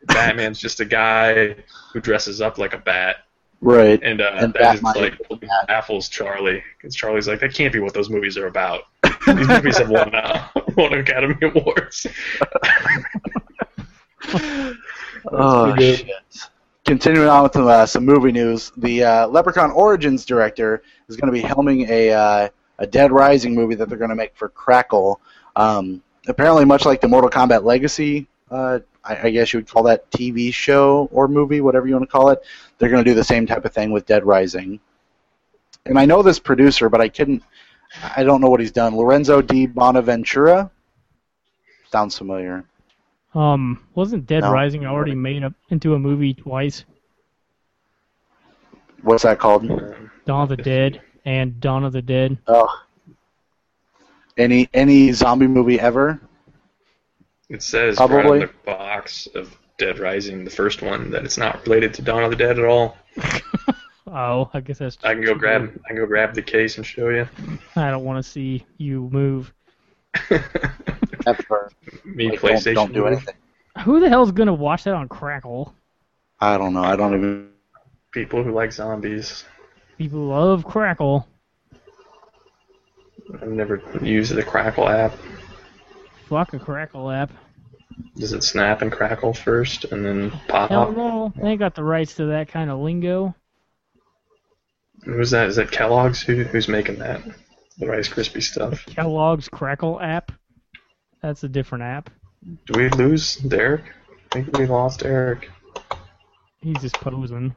Speaker 3: Batman's just a guy who dresses up like a bat
Speaker 2: Right.
Speaker 3: and, uh,
Speaker 2: And
Speaker 3: that just
Speaker 2: Batman-
Speaker 3: like baffles Charlie because Charlie's like that can't be what those movies are about. These movies have won uh, won Academy Awards.
Speaker 2: Oh,
Speaker 3: pretty
Speaker 2: shit. Continuing on with uh, some movie news, the uh, Leprechaun Origins director is going to be helming a, uh, a Dead Rising movie that they're going to make for Crackle. Um, apparently, much like the Mortal Kombat Legacy, uh, I, I guess you would call that TV show or movie, whatever you want to call it, they're going to do the same type of thing with Dead Rising. And I know this producer, but I couldn't. I don't know what he's done. Lorenzo D. Bonaventura? Sounds familiar.
Speaker 4: Um, wasn't Dead
Speaker 2: No.
Speaker 4: Rising already made up into a movie twice?
Speaker 2: What's that called?
Speaker 4: Dawn of the Dead and Dawn of the Dead.
Speaker 2: Oh. Any any zombie movie ever?
Speaker 3: It says
Speaker 2: Probably.
Speaker 3: right on the box of Dead Rising, the first one, that it's not related to Dawn of the Dead at all.
Speaker 4: Oh, I guess that's.
Speaker 3: I can go grab I can go grab the case and show you. (laughs)
Speaker 4: I don't want to see you move.
Speaker 2: Ever.
Speaker 3: Me
Speaker 2: Like, don't,
Speaker 3: PlayStation.
Speaker 2: don't do
Speaker 3: movie.
Speaker 2: anything.
Speaker 4: Who the hell's gonna watch that on Crackle?
Speaker 2: I don't know. I don't even.
Speaker 3: People who like zombies.
Speaker 4: People love Crackle.
Speaker 3: I've never used the Crackle app.
Speaker 4: Fuck a Crackle app.
Speaker 3: Does it snap and crackle first and then pop?
Speaker 4: Hell no, they ain't got the rights to that kind of lingo.
Speaker 3: Who's that? Is that Kellogg's? Who, who's making that? The Rice Krispie stuff.
Speaker 4: Kellogg's Crackle app. That's a different app.
Speaker 3: Do we lose Derek? I think we lost Eric.
Speaker 4: He's just posing.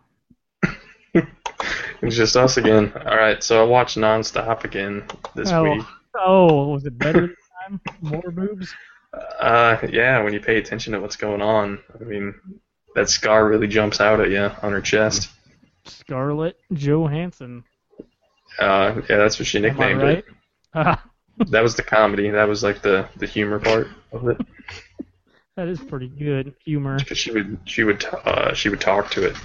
Speaker 3: It's just us again. All right, so I watched nonstop again this
Speaker 4: Oh.
Speaker 3: week.
Speaker 4: Oh, was it better this time? More boobs?
Speaker 3: Uh, yeah, when you pay attention to what's going on, I mean, that scar really jumps out at you on her chest.
Speaker 4: Scarlett Johansson.
Speaker 3: Uh, yeah, that's what she
Speaker 4: Am I
Speaker 3: nicknamed
Speaker 4: right? Ah,
Speaker 3: it. That was the comedy. That was like the, the humor part of
Speaker 4: (laughs)
Speaker 3: it.
Speaker 4: that is pretty good humor.
Speaker 3: 'Cause she would she would uh, she would talk to it,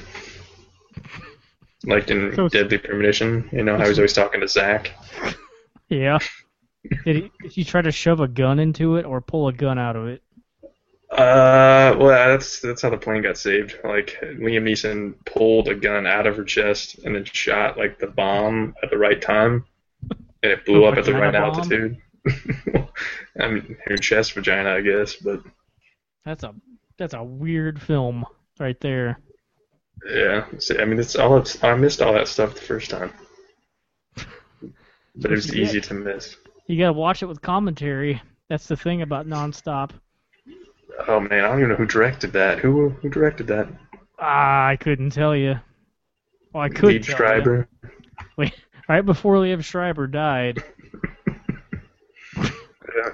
Speaker 3: like in
Speaker 4: So-
Speaker 3: Deadly Premonition. You know how he's always talking to Zach.
Speaker 4: Yeah. Did, he, did she try to shove a gun into it or pull a gun out of it?
Speaker 3: Uh, well, that's that's how the plane got saved. Like Liam Neeson pulled a gun out of her chest and then shot like the bomb at the right time, and it blew
Speaker 4: The
Speaker 3: up at the right
Speaker 4: vagina bomb?
Speaker 3: altitude. (laughs) I mean, her chest vagina, I guess, but
Speaker 4: That's a that's a weird film right there.
Speaker 3: yeah. So, I mean, it's all it's, I missed all that stuff the first time, but it was
Speaker 4: Yeah.
Speaker 3: easy to miss.
Speaker 4: You gotta watch it with commentary. That's the thing about nonstop.
Speaker 3: Oh man, I don't even know who directed that. Who who directed that?
Speaker 4: Ah, I couldn't tell you. Well, I could.
Speaker 3: Leave
Speaker 4: tell ya. (laughs)
Speaker 3: Schreiber.
Speaker 4: Right before Liev Schreiber died.
Speaker 3: Uh,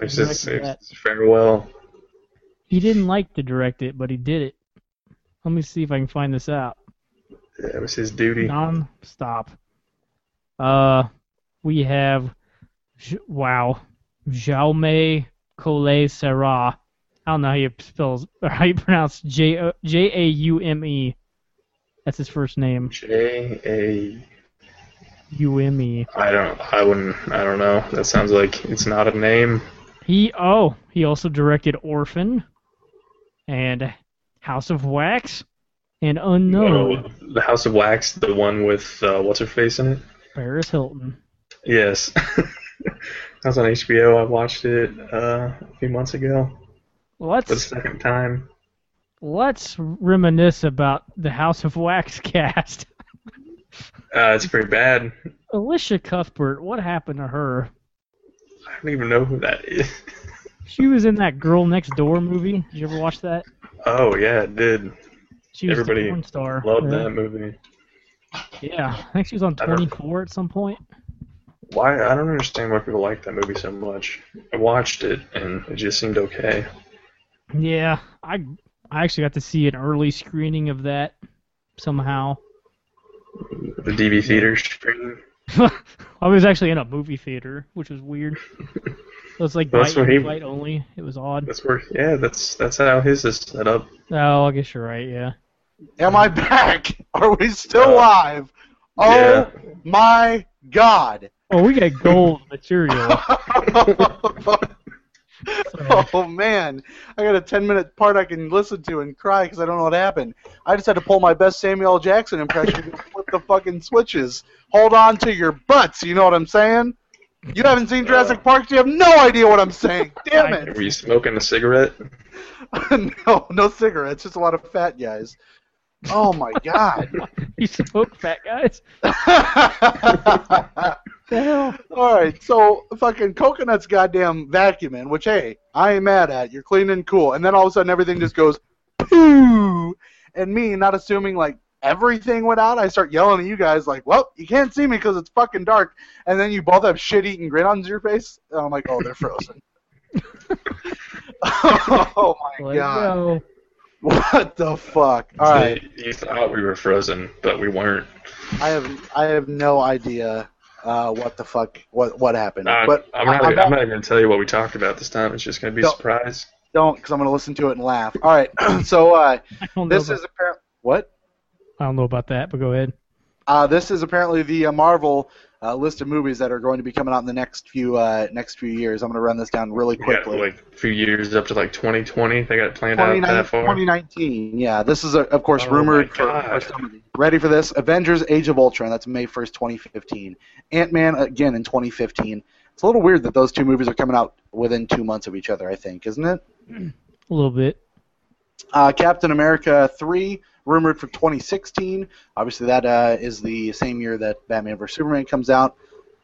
Speaker 3: It's
Speaker 4: Like
Speaker 3: his,
Speaker 4: that.
Speaker 3: it's his farewell.
Speaker 4: He didn't like to direct it, but he did it. Let me see if I can find this out.
Speaker 3: That was his duty.
Speaker 4: Non-stop. Uh, we have, J- wow, Jaume Cole Serra. I don't know how you spells or (laughs) how you pronounce J O- J A U M E. That's his first name.
Speaker 3: J A.
Speaker 4: U M E.
Speaker 3: I don't. I wouldn't. I don't know. That sounds like it's not a name.
Speaker 4: He oh he also directed Orphan, and House of Wax, and Unknown.
Speaker 3: Oh, the House of Wax, the one with uh, what's her face in it.
Speaker 4: Paris Hilton.
Speaker 3: Yes. (laughs) that was on HBO. I watched it uh, a few months ago for the
Speaker 4: Let's
Speaker 3: second time.
Speaker 4: let's reminisce about the House of Wax (laughs) cast.
Speaker 3: Uh, it's pretty bad.
Speaker 4: Alicia Cuthbert, what happened to her?
Speaker 3: I don't even know who that is. (laughs)
Speaker 4: She was in that Girl Next Door movie. Did you ever watch that?
Speaker 3: Oh yeah, it did.
Speaker 4: She was
Speaker 3: Everybody
Speaker 4: the porn star.
Speaker 3: Love
Speaker 4: yeah.
Speaker 3: that movie.
Speaker 4: Yeah, I think she was on
Speaker 3: I don't-
Speaker 4: 24 at some point.
Speaker 3: Why I don't understand why people like that movie so much. I watched it and it just seemed okay.
Speaker 4: Yeah, I I actually got to see an early screening of that somehow.
Speaker 3: The DV theater screen.
Speaker 4: (laughs) I was actually in a movie theater, which was weird. It was like
Speaker 3: That's
Speaker 4: bite,
Speaker 3: what he-
Speaker 4: bite only. It was odd.
Speaker 3: That's where. Yeah, that's that's how his is set up.
Speaker 4: Oh, I guess you're right. Yeah.
Speaker 5: Am I back? (laughs) Are we still
Speaker 3: Uh,
Speaker 5: live? Oh
Speaker 3: yeah.
Speaker 5: my god. (laughs)
Speaker 4: Oh, we got gold material. (laughs) So,
Speaker 5: Oh man, I got a 10 minute part I can listen to and cry because I don't know what happened. I just had to pull my best Samuel L. Jackson impression (laughs) to flip the fucking switches. Hold on to your butts, you know what I'm saying? You haven't seen Jurassic Park, so you have no idea what I'm saying. Damn it!
Speaker 3: Were you smoking a cigarette?
Speaker 5: (laughs) no, no cigarettes, just a lot of fat guys. Oh my god.
Speaker 4: you smoke fat guys.
Speaker 5: (laughs)
Speaker 4: The hell?
Speaker 5: Alright, so fucking coconuts goddamn vacuuming, which hey, I ain't mad at. You're clean and cool. And then all of a sudden everything just goes poo and me not assuming like everything went out, I start yelling at you guys like, Well, you can't see me because it's fucking dark and then you both have shit eating grin on your face and I'm like, Oh, they're frozen. (laughs) oh my
Speaker 4: Let's
Speaker 5: god.
Speaker 4: go.
Speaker 5: What the fuck? Alright.
Speaker 3: You thought we were frozen, but we weren't.
Speaker 5: I have I have no idea uh, what the fuck what what happened.
Speaker 3: Uh,
Speaker 5: but
Speaker 3: I'm not,
Speaker 5: I- I'm
Speaker 3: I'm not even going to tell you what we talked about this time. It's just going to be a
Speaker 5: No.
Speaker 3: surprise.
Speaker 5: don't because I'm gonna listen to it and laugh. All right, (clears throat) so uh,
Speaker 4: I don't, know
Speaker 5: this
Speaker 4: about,
Speaker 5: is apparently what
Speaker 4: I don't know about that, but go ahead.
Speaker 5: uh, this is apparently the uh, Marvel uh, list of movies that are going to be coming out in the next few uh, next few years. I'm gonna run this down really
Speaker 3: We got
Speaker 5: quickly.
Speaker 3: like a few years up to like 2020. They got it planned out
Speaker 5: 29
Speaker 3: that far.
Speaker 5: 2019, yeah. This is, uh, of course,
Speaker 3: Oh my
Speaker 5: rumored for, for
Speaker 3: God.
Speaker 5: some of these. Ready for this? Avengers Age of Ultron, that's May 1st, 2015. Ant Man, again, in 2015. It's a little weird that those two movies are coming out within two months of each other, I think, isn't it?
Speaker 4: A little bit.
Speaker 5: Uh, Captain America 3, rumored for 2016. Obviously, that uh, is the same year that Batman vs. Superman comes out.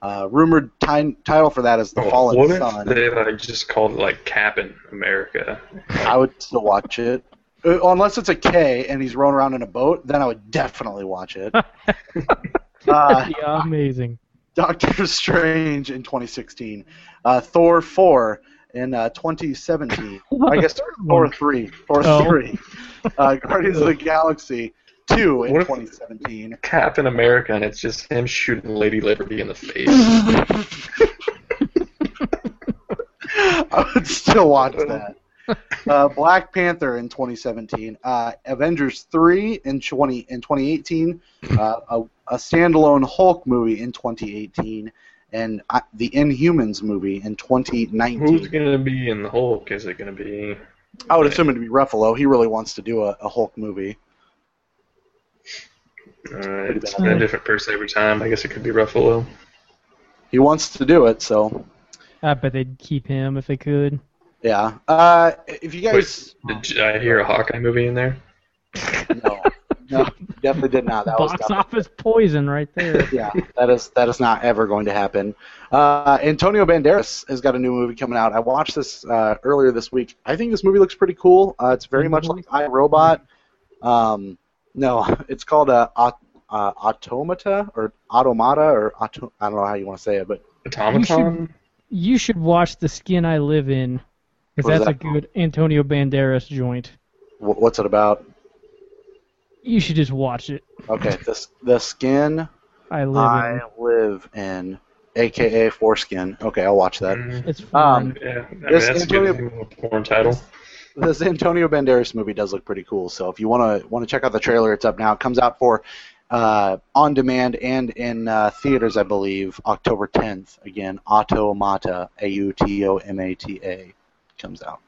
Speaker 5: Uh, rumored ti- title for that is The Fallen
Speaker 3: Oh, what
Speaker 5: Sun.
Speaker 3: if they like just called it like Captain America?
Speaker 5: I would still watch it. Uh, Unless it's a K and he's rowing around in a boat, then I would definitely watch it. uh,
Speaker 4: Yeah, amazing.
Speaker 5: Doctor Strange in 2016. Uh, Thor 4 in uh, 2017. I guess Thor 3. Thor
Speaker 4: Oh.
Speaker 5: 3. Uh, Guardians of the Galaxy 2 in
Speaker 3: What if-
Speaker 5: 2017.
Speaker 3: Captain America, and it's just him shooting Lady Liberty in the
Speaker 5: (laughs)
Speaker 3: face.
Speaker 5: I would still watch that. Uh, Black Panther in 2017, uh, Avengers 3 in 20 in 2018, uh, a, a standalone Hulk movie in 2018, and uh, the Inhumans movie in
Speaker 3: Who's
Speaker 5: 2019.
Speaker 3: going to be in the Hulk? Is it going to be? uh,
Speaker 5: I would assume it'd be Ruffalo. He really wants to do a, a Hulk movie.
Speaker 3: Uh, it's been a different person every time. I guess it could be Ruffalo.
Speaker 5: He wants to do it, so
Speaker 4: I bet they'd keep him if they could.
Speaker 5: yeah. Uh, if you guys,
Speaker 3: Wait, did you- I hear a Hawkeye movie in there?
Speaker 5: (laughs) no, no, definitely did not. That was
Speaker 4: Box
Speaker 5: not-
Speaker 4: office poison right there.
Speaker 5: yeah, that is that is not ever going to happen. Uh, Antonio Banderas has got a new movie coming out. I watched this uh, earlier this week. I think this movie looks pretty cool. Uh, it's very much like iRobot. Um,
Speaker 2: No, (laughs) it's called uh, aut- uh, Automata or Automata or auto- I don't know how you want to say it, but
Speaker 3: Automaton?
Speaker 4: You should watch The Skin I Live In, because
Speaker 2: What is
Speaker 4: that's a
Speaker 2: that?
Speaker 4: good Antonio Banderas joint.
Speaker 2: wh- what's it about?
Speaker 4: You should just watch it.
Speaker 2: Okay, the s- the skin
Speaker 4: I live
Speaker 2: I live in, aka foreskin. Okay, I'll watch that.
Speaker 4: in. It's fun.
Speaker 2: Um,
Speaker 3: Yeah, I mean,
Speaker 2: This
Speaker 3: that's a
Speaker 2: Antonio-
Speaker 3: good thing with porn title.
Speaker 2: this Antonio Banderas movie does look pretty cool. So if you want to want to check out the trailer, it's up now. It comes out for uh, on demand and in uh, theaters, I believe, October 10th. Again, Automata, A U T O M A T A, comes out.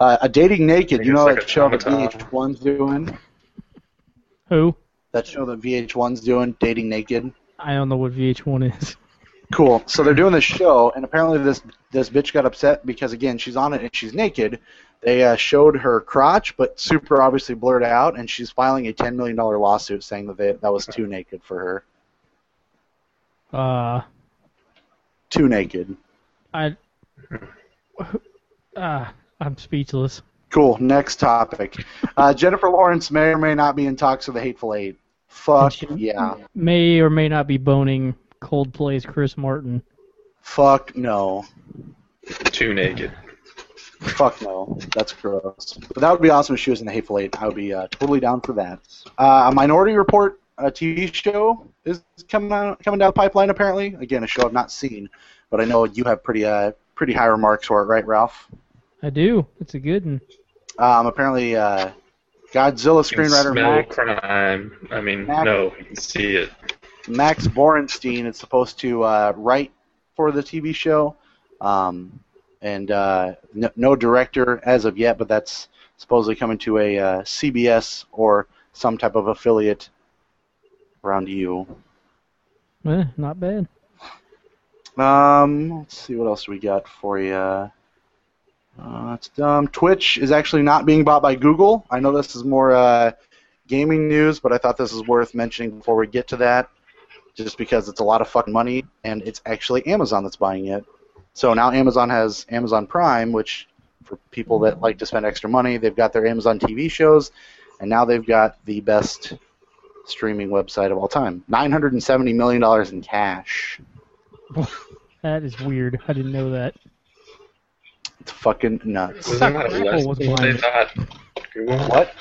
Speaker 2: Uh, a dating naked. You know
Speaker 3: It's like
Speaker 2: that show that
Speaker 3: Automata.
Speaker 2: VH1's doing.
Speaker 4: Who?
Speaker 2: That show that VH1's doing, dating naked.
Speaker 4: I don't know what VH1 is.
Speaker 2: Cool. So they're doing this show, and apparently this this bitch got upset because again she's on it and she's naked. They uh, showed her crotch, but super obviously blurred out, and she's filing a ten million dollar lawsuit saying that they, that was too naked for her.
Speaker 4: Uh,
Speaker 2: Too naked.
Speaker 4: I. Uh, I'm speechless.
Speaker 2: Cool. Next topic. Uh, Jennifer Lawrence may or may not be in talks with the Hateful Eight. Fuck yeah.
Speaker 4: May or may not be boning Coldplay's Chris Martin.
Speaker 2: Fuck no.
Speaker 3: Too naked.
Speaker 2: Fuck no, that's gross. But that would be awesome if she was in the Hateful Eight. I would be uh, totally down for that. Uh, a Minority Report, a TV show, is coming out, coming down the pipeline. Apparently, again, a show I've not seen, but I know you have pretty uh, pretty high remarks for it, right, Ralph?
Speaker 4: I do. It's a good one.
Speaker 2: Um, apparently, uh, Godzilla
Speaker 3: Can
Speaker 2: screenwriter
Speaker 3: smell
Speaker 2: Max,
Speaker 3: crime. I mean,
Speaker 2: Mac-
Speaker 3: no, you can see it.
Speaker 2: Max Borenstein is supposed to uh, write for the TV show, um, and uh, no, no director as of yet, but that's supposedly coming to a uh, CBS or some type of affiliate around you.
Speaker 4: Eh, not bad.
Speaker 2: Um, let's see what else we got for you. Uh, it's dumb. Twitch is actually not being bought by Google. I know this is more uh, gaming news, but I thought this is worth mentioning before we get to that, just because it's a lot of fucking money, and it's actually Amazon that's buying it. So now Amazon has Amazon Prime, which for people that like to spend extra money, they've got their Amazon TV shows, and now they've got the best streaming website of all time. Nine hundred and seventy million dollars in cash.
Speaker 4: That is weird. I didn't know that.
Speaker 2: It's fucking nuts.
Speaker 3: Wasn't
Speaker 4: Suck
Speaker 3: that
Speaker 4: Apple
Speaker 3: less
Speaker 4: was
Speaker 3: than what they
Speaker 4: behind
Speaker 3: thought? Google?
Speaker 2: What?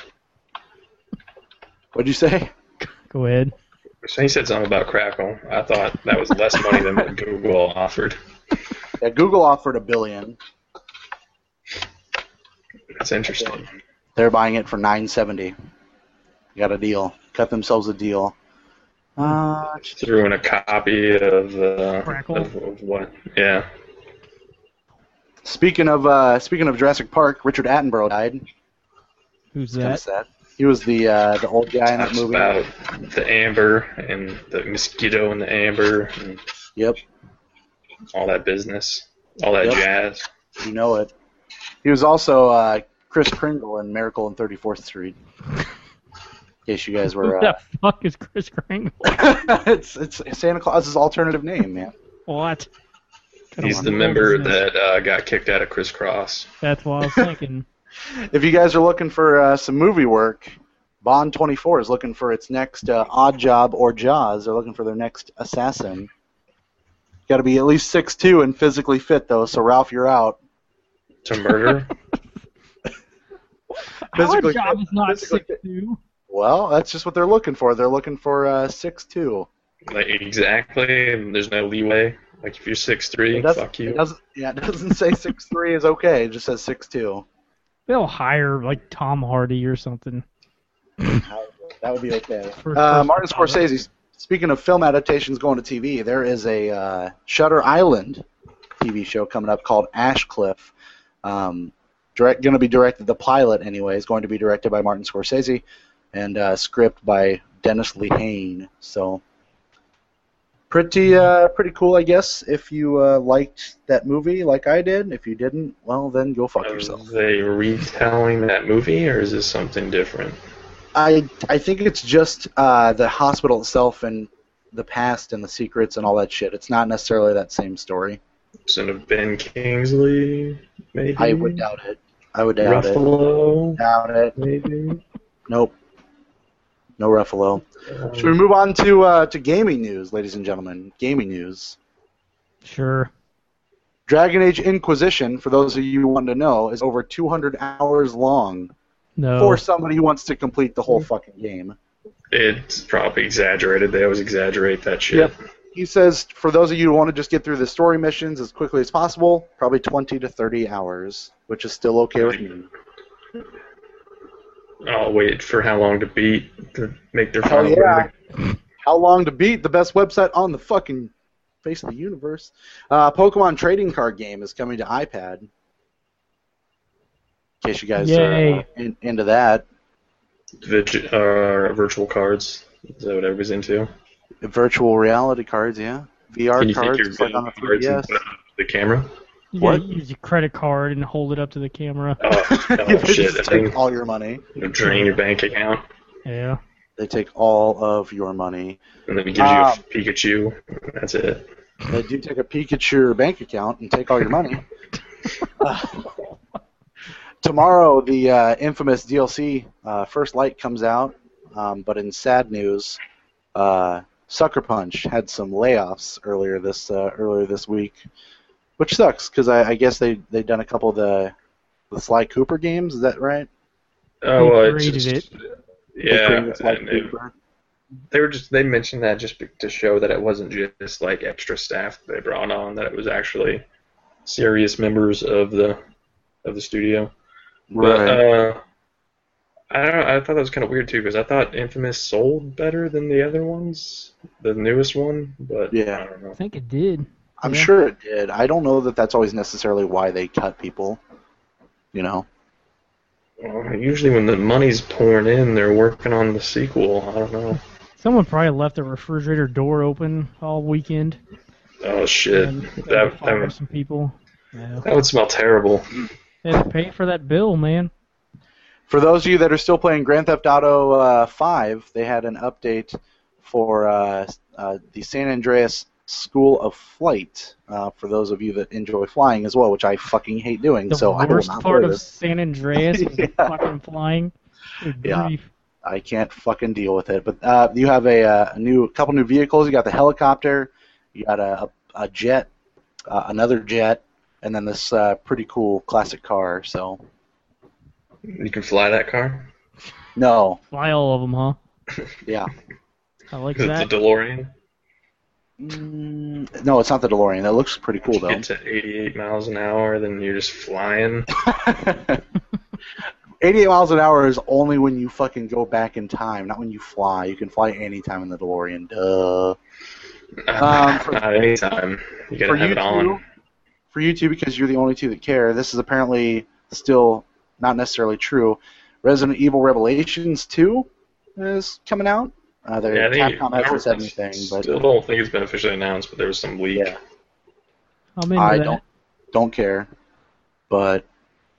Speaker 2: What'd you say?
Speaker 4: Go ahead.
Speaker 3: So he said something about Crackle. I thought that was less money than what Google offered.
Speaker 2: Yeah, Google offered a billion.
Speaker 3: That's interesting.
Speaker 2: They're buying it for nine seventy. Got a deal. Cut themselves a deal. Uh,
Speaker 3: Threw in a copy of, uh,
Speaker 4: Crackle?
Speaker 3: of, of what? Yeah.
Speaker 2: speaking of uh, speaking of Jurassic Park, Richard Attenborough died.
Speaker 4: Who's
Speaker 2: Kind of
Speaker 4: that?
Speaker 2: sad. He was the uh, the old guy in that
Speaker 3: Talks
Speaker 2: movie.
Speaker 3: about the amber and the mosquito and the amber and
Speaker 2: Yep,
Speaker 3: all that business, all that
Speaker 2: Yep.
Speaker 3: jazz.
Speaker 2: you know it. He was also uh, Chris Kringle in Miracle on Thirty Fourth Street. In case you guys
Speaker 4: Who (laughs)
Speaker 2: were,
Speaker 4: the
Speaker 2: uh,
Speaker 4: fuck is Chris Kringle?
Speaker 2: (laughs) it's it's Santa Claus's alternative name, man.
Speaker 4: What?
Speaker 3: He's
Speaker 4: Come
Speaker 3: the
Speaker 4: on.
Speaker 3: member that uh, got kicked out of crisscross.
Speaker 4: That's what I
Speaker 3: (laughs)
Speaker 4: was thinking.
Speaker 2: if you guys are looking for uh, some movie work, Bond 24 is looking for its next uh, Odd Job or Jaws. They're looking for their next assassin. Got to be at least 6'2 and physically fit, though, so Ralph, you're out.
Speaker 3: To murder?
Speaker 4: Our
Speaker 2: Physically
Speaker 4: job
Speaker 2: fit-
Speaker 4: is not
Speaker 2: physically
Speaker 4: sick too.
Speaker 2: Well, that's just what they're looking for. They're looking for uh, 6'2.
Speaker 3: like, exactly. And there's no leeway. Like, if you're
Speaker 2: It
Speaker 3: 6'3,
Speaker 2: doesn't,
Speaker 3: fuck
Speaker 2: it
Speaker 3: you.
Speaker 2: doesn't, yeah, it doesn't (laughs) say 6'3 is okay, it just says 6'2.
Speaker 4: They'll hire like Tom Hardy or something.
Speaker 2: That would be okay.
Speaker 4: For-
Speaker 2: Uh,
Speaker 4: for-
Speaker 2: Martin Scorsese. Speaking of film adaptations going to TV, there is a uh, Shutter Island TV show coming up called Ashcliff. Um, direct, going to be directed. The pilot, anyway, is going to be directed by Martin Scorsese, and uh, script by Dennis Lehane. So, pretty, uh, pretty cool, I guess. If you uh, liked that movie, like I did. If you didn't, well, then go fuck
Speaker 3: Are
Speaker 2: yourself.
Speaker 3: they retelling that movie, or is this something different?
Speaker 2: I I think it's just uh, the hospital itself and the past and the secrets and all that shit. It's not necessarily that same story.
Speaker 3: Son of Ben Kingsley, maybe?
Speaker 2: I would doubt it. I would doubt it.
Speaker 3: Ruffalo,
Speaker 2: Doubt it.
Speaker 3: maybe?
Speaker 2: Nope. No Ruffalo. Should we move on to uh, to gaming news, ladies and gentlemen? Gaming news.
Speaker 4: Sure.
Speaker 2: Dragon Age Inquisition, for those of you who want to know, is over 200 hours long
Speaker 4: No.
Speaker 2: for somebody who wants to complete the whole fucking game.
Speaker 3: It's probably exaggerated. They always exaggerate that shit.
Speaker 2: Yep. He says, for those of you who want to just get through the story missions as quickly as possible, probably 20 to 30 hours, which is still okay with me.
Speaker 3: I'll wait for how long to beat to make their
Speaker 2: Hell
Speaker 3: final
Speaker 2: Oh, yeah.
Speaker 3: verdict.
Speaker 2: How long to beat the best website on the fucking face of the universe? Uh, Pokemon trading card game is coming to iPad. In case you guys are uh,
Speaker 4: Yay.
Speaker 2: in, into that.
Speaker 3: Vig- uh, virtual cards. Is that what everybody's into?
Speaker 2: Virtual reality cards, yeah. VR
Speaker 3: Can you
Speaker 2: cards,
Speaker 3: take your
Speaker 2: just like on
Speaker 3: video
Speaker 2: the
Speaker 3: cards and
Speaker 2: 3DS.
Speaker 3: put it up to the camera?
Speaker 4: You gotta
Speaker 2: What?
Speaker 4: use your credit card and hold it up to the camera.
Speaker 3: (laughs) Oh,
Speaker 2: (laughs) They
Speaker 3: oh shit!
Speaker 2: just
Speaker 3: That
Speaker 2: take
Speaker 3: thing
Speaker 2: all your money.
Speaker 3: will drain your bank account,
Speaker 4: Yeah.
Speaker 2: They take all of your money.
Speaker 3: and then it gives
Speaker 2: Um,
Speaker 3: you a Pikachu. and That's it.
Speaker 2: They do take a peek at your bank account and take all your money. Uh, tomorrow, the uh, infamous DLC uh, First Light comes out, um, but in sad news, uh, Sucker Punch had some layoffs earlier this uh, earlier this week, which sucks because I, I guess they they done a couple of the the Sly Cooper games. Is that right?
Speaker 3: Oh, well, it's
Speaker 4: created
Speaker 3: just,
Speaker 4: it.
Speaker 2: They
Speaker 3: Yeah,
Speaker 2: created Sly
Speaker 3: and it-
Speaker 2: Cooper.
Speaker 3: they were just they mentioned that just be- to show that it wasn't just like extra staff they brought on, that it was actually serious members of the of the studio. But
Speaker 2: Right.
Speaker 3: uh, I don't. I thought that was kind of weird too, because I thought Infamous sold better than the other ones, the newest one. But
Speaker 2: Yeah.
Speaker 3: I don't
Speaker 4: I
Speaker 3: know.
Speaker 4: think it did.
Speaker 2: I'm
Speaker 4: yeah.
Speaker 2: sure it did. I don't know that that's always necessarily why they cut people. You know.
Speaker 3: Well, usually when the money's pouring in, they're working on the sequel. I don't know.
Speaker 4: Someone probably left the refrigerator door open all weekend.
Speaker 3: Oh shit,
Speaker 4: and
Speaker 3: that that
Speaker 4: fire
Speaker 3: would,
Speaker 4: some people. Yeah.
Speaker 3: that would smell terrible.
Speaker 4: They had to pay for that bill, man.
Speaker 2: For those of you that are still playing Grand Theft Auto uh, 5, they had an update for uh, uh, the San Andreas School of Flight. Uh, for those of you that enjoy flying as well, which I fucking hate doing,
Speaker 4: The
Speaker 2: so I will
Speaker 4: worst
Speaker 2: not
Speaker 4: part
Speaker 2: play
Speaker 4: of
Speaker 2: this.
Speaker 4: San Andreas
Speaker 2: (laughs)
Speaker 4: was the
Speaker 2: Yeah.
Speaker 4: fucking flying. Good
Speaker 2: Yeah.
Speaker 4: grief.
Speaker 2: I can't fucking deal with it. But uh, you have a, uh, a new, a couple new vehicles. You got the helicopter, you got a, a, a jet, uh, another jet, and then this uh, pretty cool classic car. So
Speaker 3: You can fly that car.
Speaker 2: no,
Speaker 4: Fly all of them, huh?
Speaker 2: yeah.
Speaker 4: I like
Speaker 3: It's a
Speaker 4: that.
Speaker 3: DeLorean.
Speaker 2: Mm, no, it's not the DeLorean. That looks pretty cool
Speaker 3: You
Speaker 2: though.
Speaker 3: get to 88 miles an hour, then you're just flying.
Speaker 2: 88 miles an hour is only when you fucking go back in time, not when you fly. You can fly anytime in the DeLorean. Duh.
Speaker 3: (laughs)
Speaker 2: Um, for-
Speaker 3: Not anytime. You gotta
Speaker 2: for
Speaker 3: have
Speaker 2: you
Speaker 3: it on.
Speaker 2: two, for you two, because you're the only two that care. This is apparently still not necessarily true. Resident Evil Revelations 2 is coming out. Uh, their
Speaker 3: Yeah, I think-
Speaker 2: Capcom
Speaker 3: I don't-
Speaker 2: hasn't said anything, but
Speaker 3: still don't think it's been officially announced, but there was some leak.
Speaker 2: Yeah.
Speaker 4: I'm into
Speaker 2: I
Speaker 4: that.
Speaker 2: don't don't care. But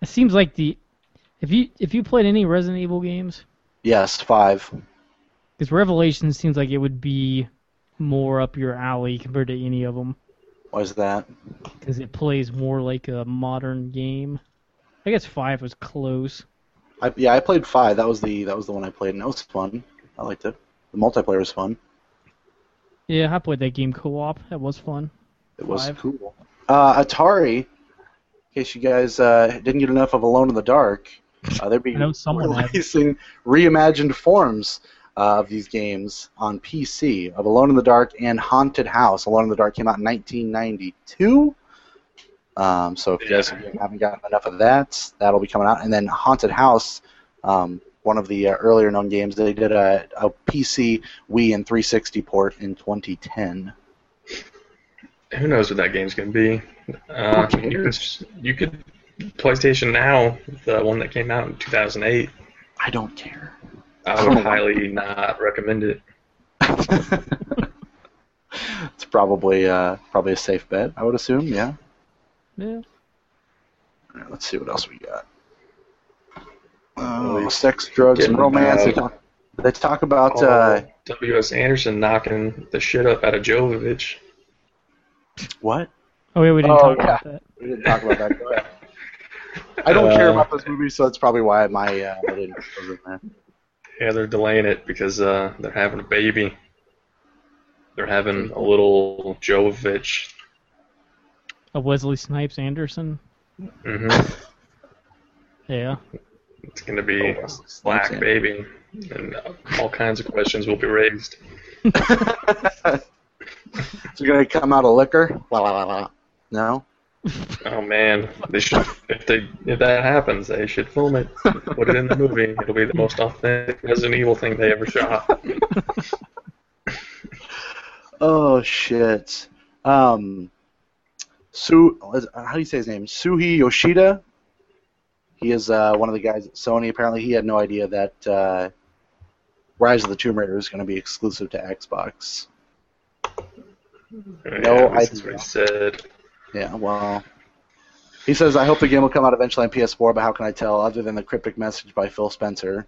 Speaker 4: It seems like the if you if you played any Resident Evil games,
Speaker 2: yes, five.
Speaker 4: because Revelation seems like it would be more up your alley compared to any of them,
Speaker 2: Was that?
Speaker 4: because it plays more like a modern game. I guess five was close.
Speaker 2: I, yeah, I played five. That was the that was the one I played, and it was fun. I liked it. The multiplayer was fun.
Speaker 4: Yeah, I played that game co-op. That was fun.
Speaker 2: It was
Speaker 4: Five.
Speaker 2: cool. Uh, Atari, in case you guys uh, didn't get enough of Alone in the Dark, uh, they're
Speaker 4: I know
Speaker 2: being
Speaker 4: someone had.
Speaker 2: releasing reimagined forms uh, of these games on PC of Alone in the Dark and Haunted House. Alone in the Dark came out in 1992. Um, so if you guys
Speaker 3: Yeah.
Speaker 2: haven't gotten enough of that, that'll be coming out. And then Haunted House, um, one of the uh, earlier known games, they did a, a PC, Wii, and 360 port in 2010.
Speaker 3: Who knows what that game's gonna be? Uh,
Speaker 2: Who
Speaker 3: you, could, you could PlayStation Now, the one that came out in 2008.
Speaker 2: I don't care. (laughs)
Speaker 3: I would
Speaker 2: Oh.
Speaker 3: highly not recommend it.
Speaker 2: (laughs) It's probably uh, probably a safe bet, I would assume. Yeah.
Speaker 4: Yeah.
Speaker 2: All right, let's see what else we got. Oh, sex, drugs, and
Speaker 3: Getting
Speaker 2: romance. They
Speaker 3: bad.
Speaker 2: talk, they talk about uh,
Speaker 3: Oh, W.S. Anderson knocking the shit up out of Jovovich.
Speaker 2: what?
Speaker 4: Oh yeah, we didn't
Speaker 2: Oh,
Speaker 4: talk about that.
Speaker 2: We didn't talk about that. Go ahead. I don't care
Speaker 3: Uh,
Speaker 2: about those movies, so that's probably why my uh, I didn't was in there.
Speaker 3: Yeah, they're delaying it because uh, they're having a baby. They're having a little Jovovich.
Speaker 4: A Uh, Wesley Snipes Anderson.
Speaker 3: hmm
Speaker 4: Yeah.
Speaker 3: It's going to be
Speaker 8: Oh, wow.
Speaker 3: a slack
Speaker 8: That's it.
Speaker 3: baby, and uh, all kinds of questions will be raised.
Speaker 2: It's gonna come out of liquor. La la la la. No.
Speaker 3: Oh man, they should. If they if that happens, they should film it, put it in the movie. It'll be the most authentic Resident Evil thing they ever shot.
Speaker 2: (laughs) Oh shit. Um. Su, how do you say his name? Suhi Yoshida. He is uh, one of the guys at Sony. Apparently, he had no idea that uh, Rise of the Tomb Raider was going to be exclusive to Xbox.
Speaker 3: yeah,
Speaker 2: I
Speaker 3: that's
Speaker 2: did
Speaker 3: what he
Speaker 2: not.
Speaker 3: said.
Speaker 2: Yeah, well, he says, I hope the game will come out eventually on PS4, but how can I tell other than the cryptic message by Phil Spencer?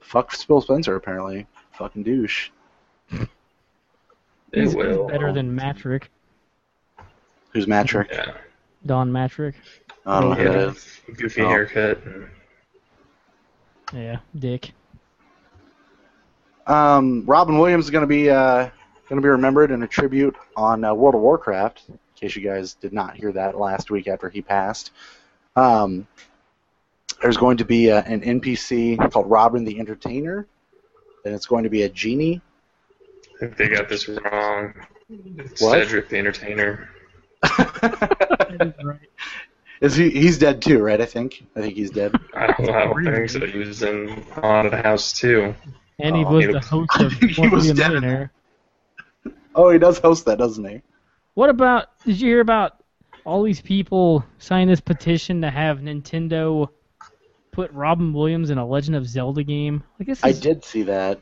Speaker 2: Fuck Phil Spencer, apparently. Fucking douche.
Speaker 3: It
Speaker 4: He's
Speaker 3: will.
Speaker 4: better than Matrick.
Speaker 2: Who's Matrick?
Speaker 3: Yeah,
Speaker 4: Don Matrick.
Speaker 2: I don't know who
Speaker 3: he had
Speaker 2: that
Speaker 3: a
Speaker 2: is.
Speaker 3: goofy
Speaker 2: Oh.
Speaker 3: haircut.
Speaker 4: Yeah. Dick.
Speaker 2: Um, Robin Williams is going to be uh, going to be remembered in a tribute on uh, World of Warcraft. In case you guys did not hear that last week after he passed, um, there's going to be uh, an NPC called Robin the Entertainer, and it's going to be a genie.
Speaker 3: I think they got this wrong. It's
Speaker 2: What?
Speaker 3: Cedric the Entertainer.
Speaker 2: Is he? He's dead too, right? I think. I think he's dead.
Speaker 3: I don't, I don't think so. He was in Haunted House too.
Speaker 4: And he
Speaker 2: Oh,
Speaker 4: was
Speaker 3: he
Speaker 2: (laughs)
Speaker 4: the
Speaker 3: was-
Speaker 4: host of
Speaker 2: He
Speaker 4: Want to
Speaker 2: was
Speaker 4: Be a
Speaker 2: dead in
Speaker 4: Millionaire.
Speaker 2: oh, he does host that, doesn't he?
Speaker 4: What about? Did you hear about all these people sign this petition to have Nintendo put Robin Williams in a Legend of Zelda game? Like this is, (laughs)
Speaker 2: I did see that.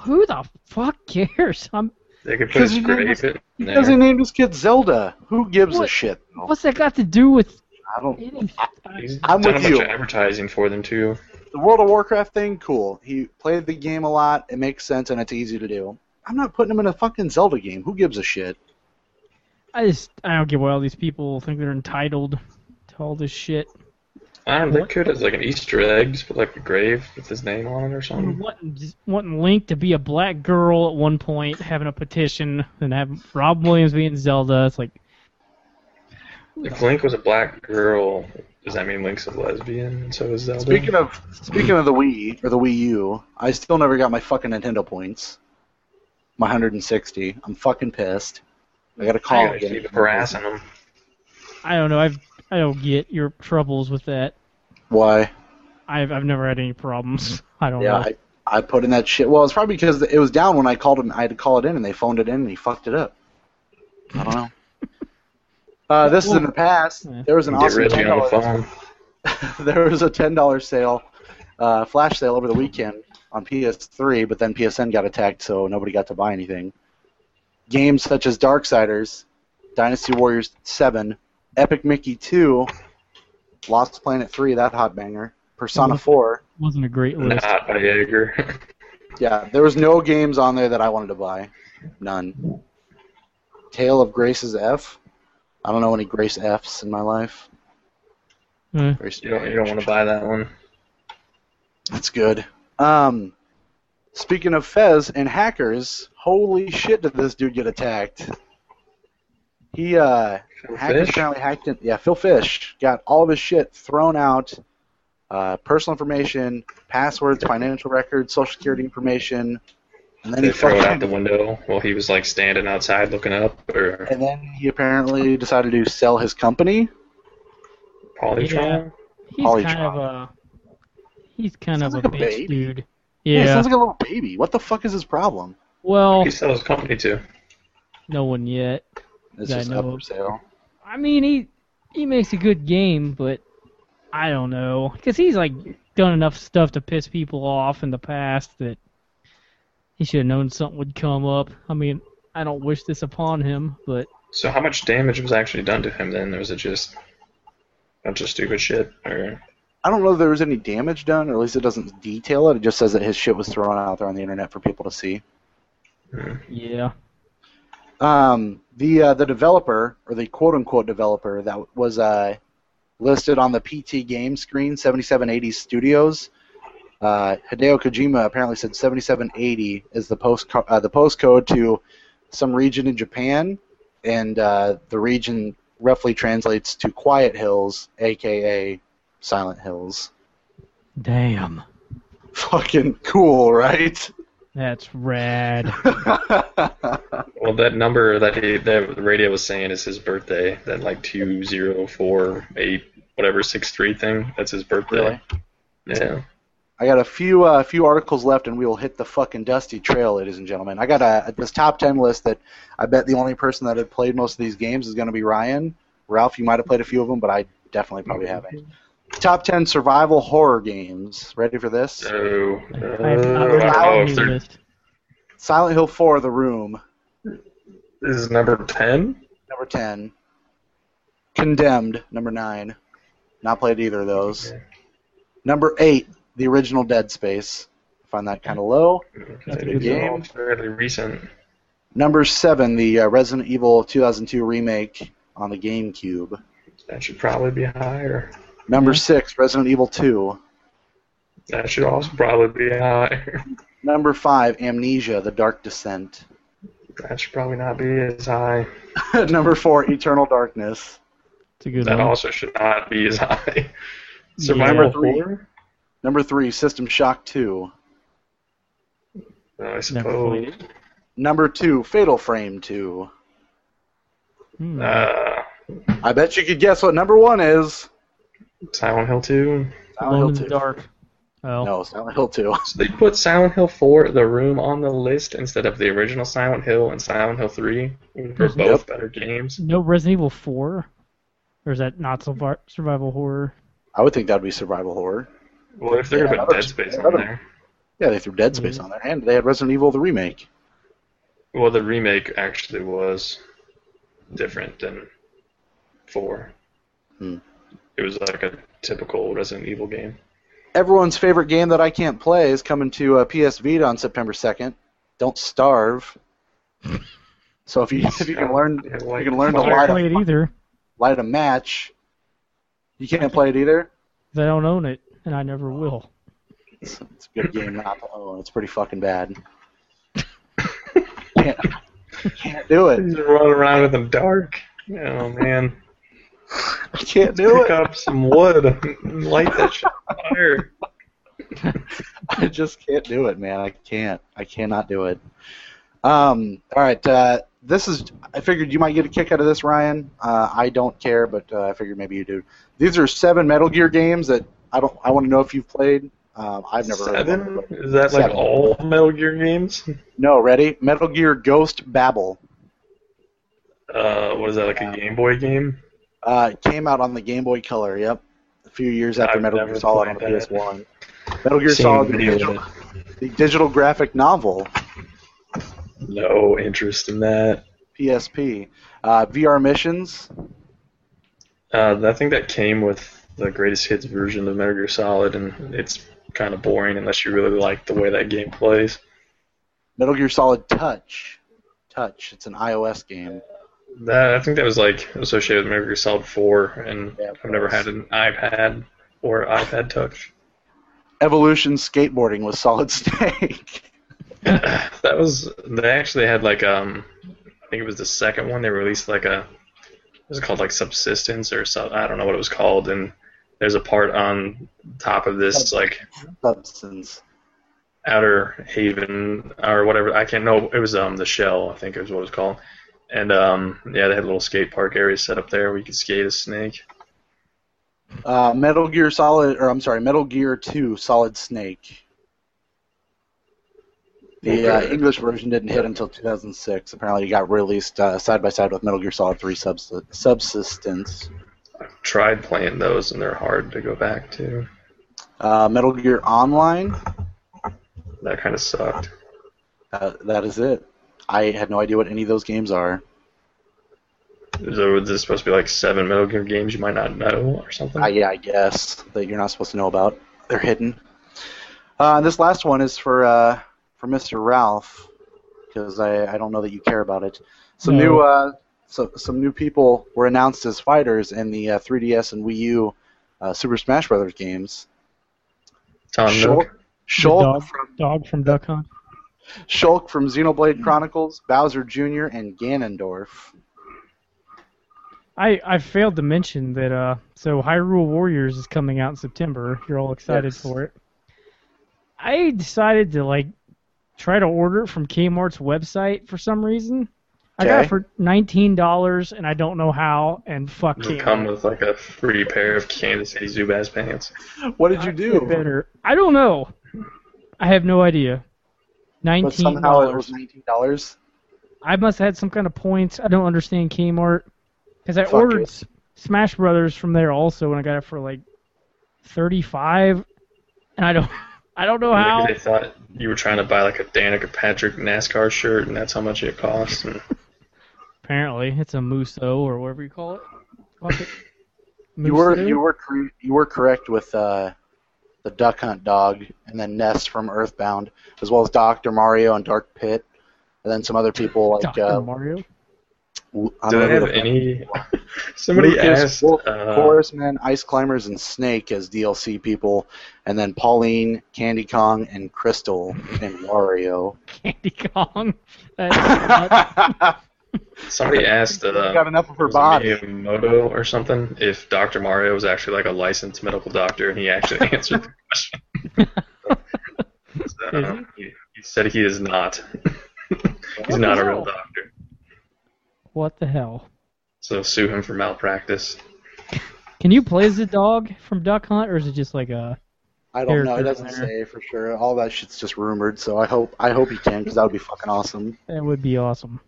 Speaker 4: Who the fuck cares? (laughs) I'm,
Speaker 3: They could put
Speaker 2: Because he
Speaker 3: his
Speaker 2: didn't-
Speaker 3: grave in
Speaker 2: He
Speaker 3: there.
Speaker 2: doesn't name his kid Zelda. Who gives a
Speaker 4: What-
Speaker 2: shit?
Speaker 4: what's that got to do with
Speaker 2: I don't.
Speaker 4: anything?
Speaker 3: He's
Speaker 2: I'm
Speaker 3: done
Speaker 2: with
Speaker 3: a bunch
Speaker 2: you.
Speaker 3: of advertising for them too.
Speaker 2: the World of Warcraft thing, cool. He played the game a lot. It makes sense, and it's easy to do. I'm not putting him in a fucking Zelda game. Who gives a shit?
Speaker 4: I just I don't get why all these people think they're entitled to all this shit.
Speaker 3: I don't know, they
Speaker 4: What?
Speaker 3: could as like an Easter egg, just put like a grave with his name on it or
Speaker 4: I mean,
Speaker 3: something.
Speaker 4: wanting, just wanting Link to be a black girl at one point, having a petition, and have Rob Williams being Zelda. It's like
Speaker 3: If Link was a black girl, does that mean Link's a lesbian? And so is Zelda.
Speaker 2: Speaking of speaking of the Wii or the Wii U, I still never got my fucking Nintendo points. My 160. I'm fucking pissed. I got a
Speaker 3: I
Speaker 2: call
Speaker 3: gotta
Speaker 2: again.
Speaker 3: keep harassing him.
Speaker 4: I don't know. I've I don't get your troubles with that.
Speaker 2: Why?
Speaker 4: I've I've never had any problems. (laughs) I don't
Speaker 2: Yeah,
Speaker 4: know.
Speaker 2: I, I put in that shit. Well, it's probably because it was down when I called him. I had to call it in, and they phoned it in, and he fucked it up. I don't know. Uh, this is in the past.
Speaker 4: Yeah.
Speaker 2: There was an
Speaker 3: Get
Speaker 2: awesome
Speaker 3: Reggie on the
Speaker 2: $10 (laughs)
Speaker 3: phone.
Speaker 2: there was a ten dollar sale, uh, flash sale over the weekend on PS3, but then PSN got attacked, so nobody got to buy anything. Games such as Darksiders, Dynasty Warriors Seven, Epic Mickey Two, Lost Planet Three, that hot banger, Persona
Speaker 4: Mhm.
Speaker 2: Four.
Speaker 4: wasn't a great list.
Speaker 3: Not by (laughs) Jaeger.
Speaker 2: Yeah, there was no games on there that I wanted to buy, none. Tale of Grace's F. I don't know any Grace Fs in my life.
Speaker 4: Eh.
Speaker 2: Grace
Speaker 3: you don't, you don't want to buy that one.
Speaker 2: That's good. Um, speaking of Fez and hackers, holy shit! Did this dude get attacked? He uh, hackers
Speaker 3: Fish?
Speaker 2: apparently hacked in. Yeah, Phil Fish got all of his shit thrown out. Uh, personal information, passwords, financial records, social security information, and then
Speaker 3: They
Speaker 2: he
Speaker 3: throw it out the
Speaker 2: fucking,
Speaker 3: window while he was like standing outside looking up, or
Speaker 2: and then he apparently decided to sell his company.
Speaker 3: Polytron.
Speaker 4: He's
Speaker 2: Polytron.
Speaker 4: kind of a he's kind
Speaker 2: Sounds
Speaker 4: of
Speaker 2: like
Speaker 4: a
Speaker 2: a
Speaker 4: bitch
Speaker 2: baby.
Speaker 4: dude.
Speaker 2: Yeah,
Speaker 4: Yeah.
Speaker 2: he sounds like a little baby. What the fuck is his problem?
Speaker 4: well,
Speaker 3: He sells company too.
Speaker 4: no one yet.
Speaker 2: It's
Speaker 4: Yeah, I
Speaker 2: just
Speaker 4: know.
Speaker 2: up for sale.
Speaker 4: I mean, he he makes a good game, but I don't know because he's like done enough stuff to piss people off in the past that he should have known something would come up. I mean, I don't wish this upon him, but
Speaker 3: So how much damage was actually done to him then? Was it just a bunch of stupid shit, or
Speaker 2: I don't know if there was any damage done, or at least it doesn't detail it. It just says that his shit was thrown out there on the internet for people to see.
Speaker 4: yeah,
Speaker 2: Um, the uh, the developer, or the quote unquote developer, that was uh, listed on the PT game screen, 7780 Studios. Uh, Hideo Kojima apparently said 7780 is the post co- uh, the postcode to some region in Japan, and uh, the region roughly translates to Quiet Hills, aka Silent Hills. (laughs)
Speaker 4: Damn.
Speaker 2: Fucking cool, right?
Speaker 3: (laughs)
Speaker 4: That's rad.
Speaker 3: Well, that number that he, that the radio was saying is his birthday. That like two zero four eight whatever six three thing. That's his birthday. Yeah.
Speaker 2: I got a few uh, few articles left, and we will hit the fucking dusty trail, ladies and gentlemen. I got a this top ten list that I bet the only person that had played most of these games is going to be Ryan. Ralph, you might have played a few of them, but I definitely probably haven't. Top ten survival horror games. Ready for this?
Speaker 3: So uh, I
Speaker 4: I have not
Speaker 3: don't know
Speaker 4: on
Speaker 3: if
Speaker 4: your
Speaker 3: they're-
Speaker 4: list.
Speaker 2: Silent Hill 4: The Room,
Speaker 3: this is number ten.
Speaker 2: number ten. Condemned, number nine. Not played either of those. Number eight, the original Dead Space. Find that kind of low.
Speaker 4: That's a
Speaker 3: Okay,
Speaker 4: good
Speaker 3: these are all
Speaker 2: game.
Speaker 3: fairly recent.
Speaker 2: Number seven, the uh, Resident Evil 2002 remake on the GameCube.
Speaker 3: That should probably be higher.
Speaker 2: Number
Speaker 4: Mm-hmm.
Speaker 2: six, Resident Evil 2.
Speaker 3: That should also probably be higher. (laughs)
Speaker 2: Number five, Amnesia: The Dark Descent. (laughs)
Speaker 3: That should probably not be as high.
Speaker 2: Number four, Eternal Darkness.
Speaker 4: It's a good
Speaker 3: That
Speaker 4: one.
Speaker 3: also should not be as high. (laughs) Survival
Speaker 4: Yeah.
Speaker 3: horror.
Speaker 2: Number three, System Shock 2.
Speaker 3: I
Speaker 4: played
Speaker 3: suppose.
Speaker 2: Number two, Fatal Frame 2.
Speaker 4: Hmm.
Speaker 3: Uh,
Speaker 2: I bet you could guess what number one is.
Speaker 3: Silent Hill two.
Speaker 4: Alone
Speaker 2: Silent
Speaker 4: in the
Speaker 2: Hill 2.
Speaker 4: dark. Oh,
Speaker 2: No, Silent Hill 2.
Speaker 3: So they put Silent Hill 4, The Room, on the list instead of the original Silent Hill and Silent Hill 3. They're both
Speaker 2: Mm-hmm. Yep.
Speaker 3: better games.
Speaker 4: no Resident Evil Four, or is that not survi- survival horror?
Speaker 2: (laughs) I would think that would be survival horror.
Speaker 3: What if they're
Speaker 2: Yeah,
Speaker 3: gonna put
Speaker 2: another-
Speaker 3: Dead Space on
Speaker 2: another-
Speaker 3: there?
Speaker 2: Yeah, they threw Dead Space
Speaker 4: Mm-hmm.
Speaker 2: on there, and they had Resident Evil the remake.
Speaker 3: Well, the remake actually was different than 4.
Speaker 2: Hmm.
Speaker 3: It was like a typical Resident Evil game.
Speaker 2: Everyone's favorite game that I can't play is coming to uh, PS Vita on September 2nd. Don't starve. So if you if (laughs) you can learn
Speaker 3: Yeah,
Speaker 2: you
Speaker 3: like-
Speaker 2: can learn to
Speaker 4: I
Speaker 3: Well, (laughs)
Speaker 2: light
Speaker 4: don't
Speaker 2: a
Speaker 4: play it either.
Speaker 2: light a match. You can't play it either.
Speaker 4: 'cause I don't own it, and I never will.
Speaker 2: It's, it's a good game not to own. It's pretty fucking bad. (laughs) can't, can't do it.
Speaker 3: He's running around in the dark. Oh man,
Speaker 2: I can't (laughs) do
Speaker 3: pick
Speaker 2: it.
Speaker 3: up some wood, and light that shit on fire.
Speaker 2: (laughs) I just can't do it, man. I can't. I cannot do it. Um. All right. Uh, this is. I figured you might get a kick out of this, Ryan. Uh, I don't care, but uh, I figured maybe you do. These are seven Metal Gear games that I don't. I want to know if you've played. Um, (laughs) I've never heard of them.
Speaker 3: Seven? Is that like
Speaker 2: Seven.
Speaker 3: all Metal Gear games?
Speaker 2: No, ready? Metal Gear Ghost Babel.
Speaker 3: Uh, what is that like a Game Boy game?
Speaker 2: Uh, it came out on the Game Boy Color. Yep, a few years after
Speaker 3: I've
Speaker 2: Metal Gear
Speaker 3: never
Speaker 2: Solid on the
Speaker 3: played that.
Speaker 2: PS1. Metal Gear
Speaker 3: Seen
Speaker 2: Solid, the
Speaker 3: video
Speaker 2: digital,
Speaker 3: of it.
Speaker 2: the digital graphic novel,
Speaker 3: No interest in that.
Speaker 2: PSP, uh, VR missions.
Speaker 3: Uh, I think that came with the greatest hits version of Metal Gear Solid,
Speaker 2: Mm-hmm.
Speaker 3: and it's kind of boring unless you really like the way that game plays.
Speaker 2: Metal Gear Solid Touch, Touch. It's an iOS game.
Speaker 3: That I think that was like associated with Metal Gear Solid 4, and
Speaker 2: Yeah,
Speaker 3: I've never
Speaker 2: of
Speaker 3: had an iPad or iPad Touch.
Speaker 2: (laughs) Evolution skateboarding with Solid (laughs) Snake.
Speaker 3: That was they actually had like um I think it was the second one they released like a what was it called like subsistence or so I don't know what it was called and there's a part on top of this like
Speaker 2: Substance.
Speaker 3: outer haven or whatever I can't know it was um the shell I think is what it was called and um yeah they had a little skate park area set up there where you could skate a snake
Speaker 2: Uh, Metal Gear Solid, or I'm sorry, Metal Gear 2 Solid Snake. The uh, English version didn't hit until 2006. Apparently, it got released uh, side by side with Metal Gear Solid 3 Subs- Subsistence.
Speaker 3: tried playing those and they're hard to go back to
Speaker 2: Uh, Metal Gear Online,
Speaker 3: that kind of sucked
Speaker 2: uh, that is it. I had no idea what any of those games are.
Speaker 3: so was this supposed to be like seven Metal Gear games you might not know or something
Speaker 2: Uh, yeah, I guess that you're not supposed to know about. They're hidden. Uh, this last one is for uh, for Mr. Ralph because I, I don't know that you care about it. Some
Speaker 4: No.
Speaker 2: new uh, so, some new people were announced as fighters in the uh, 3DS and Wii U uh, Super Smash Brothers games.
Speaker 3: Tom
Speaker 2: Sure.
Speaker 3: Nook
Speaker 4: dog,
Speaker 5: Shulk from
Speaker 4: dog from Duck Hunt.
Speaker 5: Shulk from Xenoblade Chronicles, Bowser Jr., and Ganondorf.
Speaker 4: I, I failed to mention that uh so Hyrule Warriors is coming out in September. You're all excited
Speaker 5: Yes.
Speaker 4: for it. I decided to like try to order it from Kmart's website for some reason. I got
Speaker 5: Okay.
Speaker 4: it for nineteen dollars and I don't know how and fuck
Speaker 3: It'll
Speaker 4: Kmart.
Speaker 3: come with like a free pair of Kansas City Zubaz pants.
Speaker 5: What did you
Speaker 4: They
Speaker 5: do?
Speaker 4: better. I don't know. I have no idea.
Speaker 5: But
Speaker 4: Nineteen
Speaker 5: somehow it was
Speaker 4: dollars.
Speaker 5: nineteen dollars.
Speaker 4: I must have had some kind of points. I don't understand Kmart because I
Speaker 5: Fuck
Speaker 4: ordered
Speaker 5: it.
Speaker 4: S- Smash Brothers from there also, and I got it for like thirty-five, and I don't, (laughs) I don't know how.
Speaker 3: Maybe they thought you were trying to buy like a Danica Patrick NASCAR shirt, and that's how much it costs. And
Speaker 4: Apparently, it's a muso or whatever you call it. Fuck it.
Speaker 5: (laughs) You were
Speaker 4: Muso?
Speaker 5: you were cor- you were correct with uh, the Duck Hunt dog, and then Ness from Earthbound, as well as Doctor Mario and Dark Pit, and then some other people like.
Speaker 4: Dr.
Speaker 5: Uh,
Speaker 4: Mario. (laughs)
Speaker 5: Lu- I
Speaker 3: do
Speaker 5: don't
Speaker 3: they
Speaker 5: know who
Speaker 3: have
Speaker 5: the fuck-
Speaker 3: any? (laughs) Somebody
Speaker 5: Lucas,
Speaker 3: asked.
Speaker 5: Wolf,
Speaker 3: uh,
Speaker 5: Chorus Man, Ice Climbers, and Snake as DLC people, and then Pauline, Candy Kong, and Crystal and Wario.
Speaker 4: Candy Kong. (laughs) That's-
Speaker 5: (laughs)
Speaker 4: (laughs)
Speaker 3: Somebody asked. Uh,
Speaker 5: got enough of her
Speaker 3: was it
Speaker 5: body.
Speaker 3: Miyamoto or something. If Doctor Mario was actually like a licensed medical doctor, and he actually (laughs) answered the question.
Speaker 4: (laughs)
Speaker 3: So,
Speaker 4: Is he?
Speaker 3: he, he said he is not. (laughs) He's
Speaker 4: the
Speaker 3: not a
Speaker 4: hell?
Speaker 3: real doctor.
Speaker 4: what the hell?
Speaker 3: So sue him for malpractice.
Speaker 4: Can you play as a dog from Duck Hunt, or is it just like a?
Speaker 5: I don't know. It
Speaker 4: Character
Speaker 5: doesn't
Speaker 4: designer.
Speaker 5: say for sure. All that shit's just rumored. So I hope I hope he can because that would be fucking awesome.
Speaker 4: That would be awesome.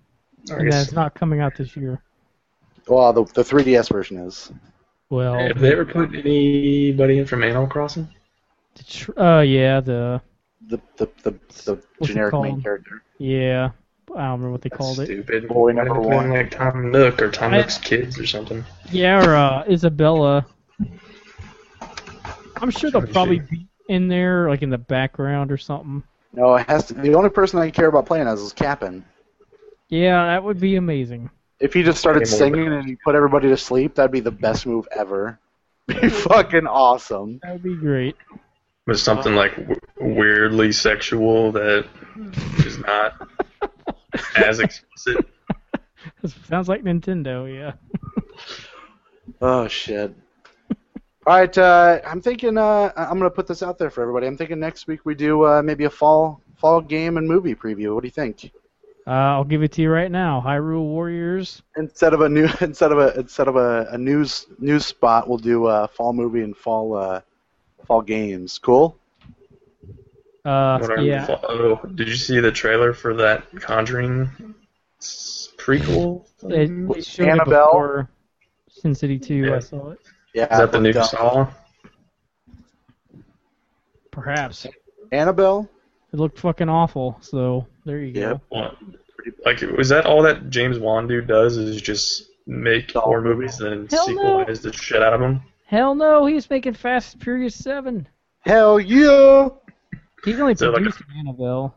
Speaker 3: I
Speaker 4: And
Speaker 3: guess
Speaker 4: that's not coming out this year.
Speaker 5: Well, the, the 3DS version is.
Speaker 4: Well,
Speaker 3: Have they ever put anybody in from Animal Crossing?
Speaker 4: the tr- uh, yeah, the
Speaker 5: The the the, the
Speaker 4: it
Speaker 5: generic main
Speaker 4: called?
Speaker 5: character.
Speaker 4: yeah, I don't remember what they called it.
Speaker 3: Stupid.
Speaker 5: Boy
Speaker 3: Why didn't
Speaker 5: number
Speaker 3: they put in,
Speaker 5: one.
Speaker 3: Like Tom Nook or Tom
Speaker 4: I-
Speaker 3: Nook's kids or something.
Speaker 4: Yeah, or uh, Isabella. I'm sure they'll
Speaker 3: Trying to
Speaker 4: probably
Speaker 3: see.
Speaker 4: be in there, like in the background or something.
Speaker 5: No, it has to. The only person I care about playing as is Cap'n.
Speaker 4: Yeah, that would be amazing.
Speaker 5: If he just started
Speaker 3: Game over.
Speaker 5: singing and he put everybody to sleep, that'd be the best move ever. (laughs) Be fucking awesome.
Speaker 4: That would be great.
Speaker 3: Was something like w- weirdly sexual that is not as explicit.
Speaker 4: This sounds like Nintendo. Yeah.
Speaker 5: Oh shit. All right, uh, I'm thinking uh, I- I'm gonna put this out there for everybody. I'm thinking next week we do uh, maybe a fall fall game and movie preview. What do you think?
Speaker 4: Uh, I'll give it to you right now. Hyrule Warriors.
Speaker 5: Instead of a new (laughs) instead of a instead of a, a news news spot, we'll do uh, fall movie and fall uh, fall games. Cool.
Speaker 4: Uh,
Speaker 3: What are-
Speaker 4: yeah.
Speaker 3: Oh, did you see the trailer for that Conjuring s- prequel?
Speaker 4: It
Speaker 3: Is
Speaker 4: showed it
Speaker 5: Annabelle?
Speaker 4: before Sin City 2.
Speaker 3: Yeah.
Speaker 4: I saw it.
Speaker 5: Yeah.
Speaker 3: that the
Speaker 5: we're
Speaker 3: new
Speaker 5: done.
Speaker 3: Saw?
Speaker 4: Perhaps it
Speaker 5: Annabelle?
Speaker 4: looked fucking awful. So there you go.
Speaker 5: Yep.
Speaker 3: What? Like, was that all that James Wan dude does? Is just make
Speaker 5: Saw.
Speaker 3: horror movies and
Speaker 4: Hell no.
Speaker 3: sequelize the shit out of them?
Speaker 4: Hell no, he's making Fast and Furious 7.
Speaker 5: Hell yeah!
Speaker 4: He's only
Speaker 3: Is there like a-
Speaker 4: produced Annabelle.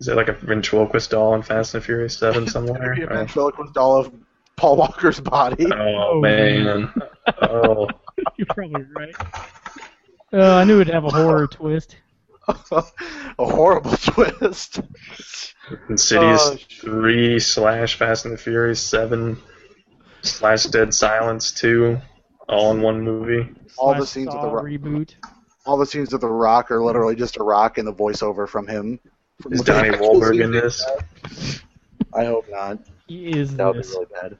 Speaker 3: Is there like a ventriloquist doll in Fast and Furious
Speaker 5: (laughs)
Speaker 3: Seven somewhere? Oh,
Speaker 5: Maybe a
Speaker 3: Or-
Speaker 5: ventriloquist doll of Paul
Speaker 3: (laughs)
Speaker 5: Walker's body. (laughs)
Speaker 3: Oh
Speaker 4: (laughs)
Speaker 3: man. Oh,
Speaker 4: You're probably right. Uh, I knew it'd have a horror twist.
Speaker 5: a horrible (laughs) twist.
Speaker 3: Insidious
Speaker 5: Oh, shit.
Speaker 3: Three slash Fast and the Furious Seven slash Dead Silence Two, all in one movie.
Speaker 5: All the
Speaker 4: Slash
Speaker 5: scenes with
Speaker 4: Saw
Speaker 5: the ro-
Speaker 4: reboot.
Speaker 5: All the scenes of The Rock are literally just a rock and the voiceover from him. From
Speaker 3: Is
Speaker 5: what the
Speaker 3: Donnie
Speaker 5: actual
Speaker 3: Wahlberg in
Speaker 5: scenes they
Speaker 3: this?
Speaker 5: have. I hope not.
Speaker 4: He is
Speaker 5: That would be
Speaker 4: this.
Speaker 5: really bad.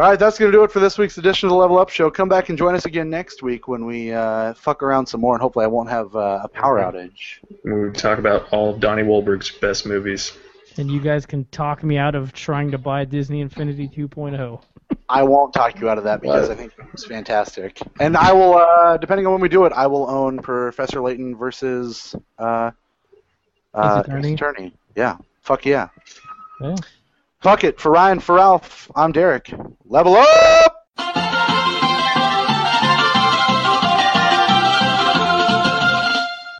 Speaker 5: All right, that's going to do it for this week's edition of the Level Up Show. Come back and join us again next week when we uh, fuck around some more, and hopefully I won't have uh, a power outage.
Speaker 3: We talk about all of Donnie Wahlberg's best movies.
Speaker 4: And you guys can talk me out of trying to buy Disney Infinity oh. 2.0.
Speaker 5: I won't talk you out of that because I think it's fantastic. And I will, uh, depending on when we do it, I will own Professor Layton versus uh, uh,
Speaker 4: attorney?
Speaker 5: his attorney. Yeah. Fuck yeah.
Speaker 4: Yeah.
Speaker 5: Fuck it. For Ryan, for Ralph, I'm Derek. Level up!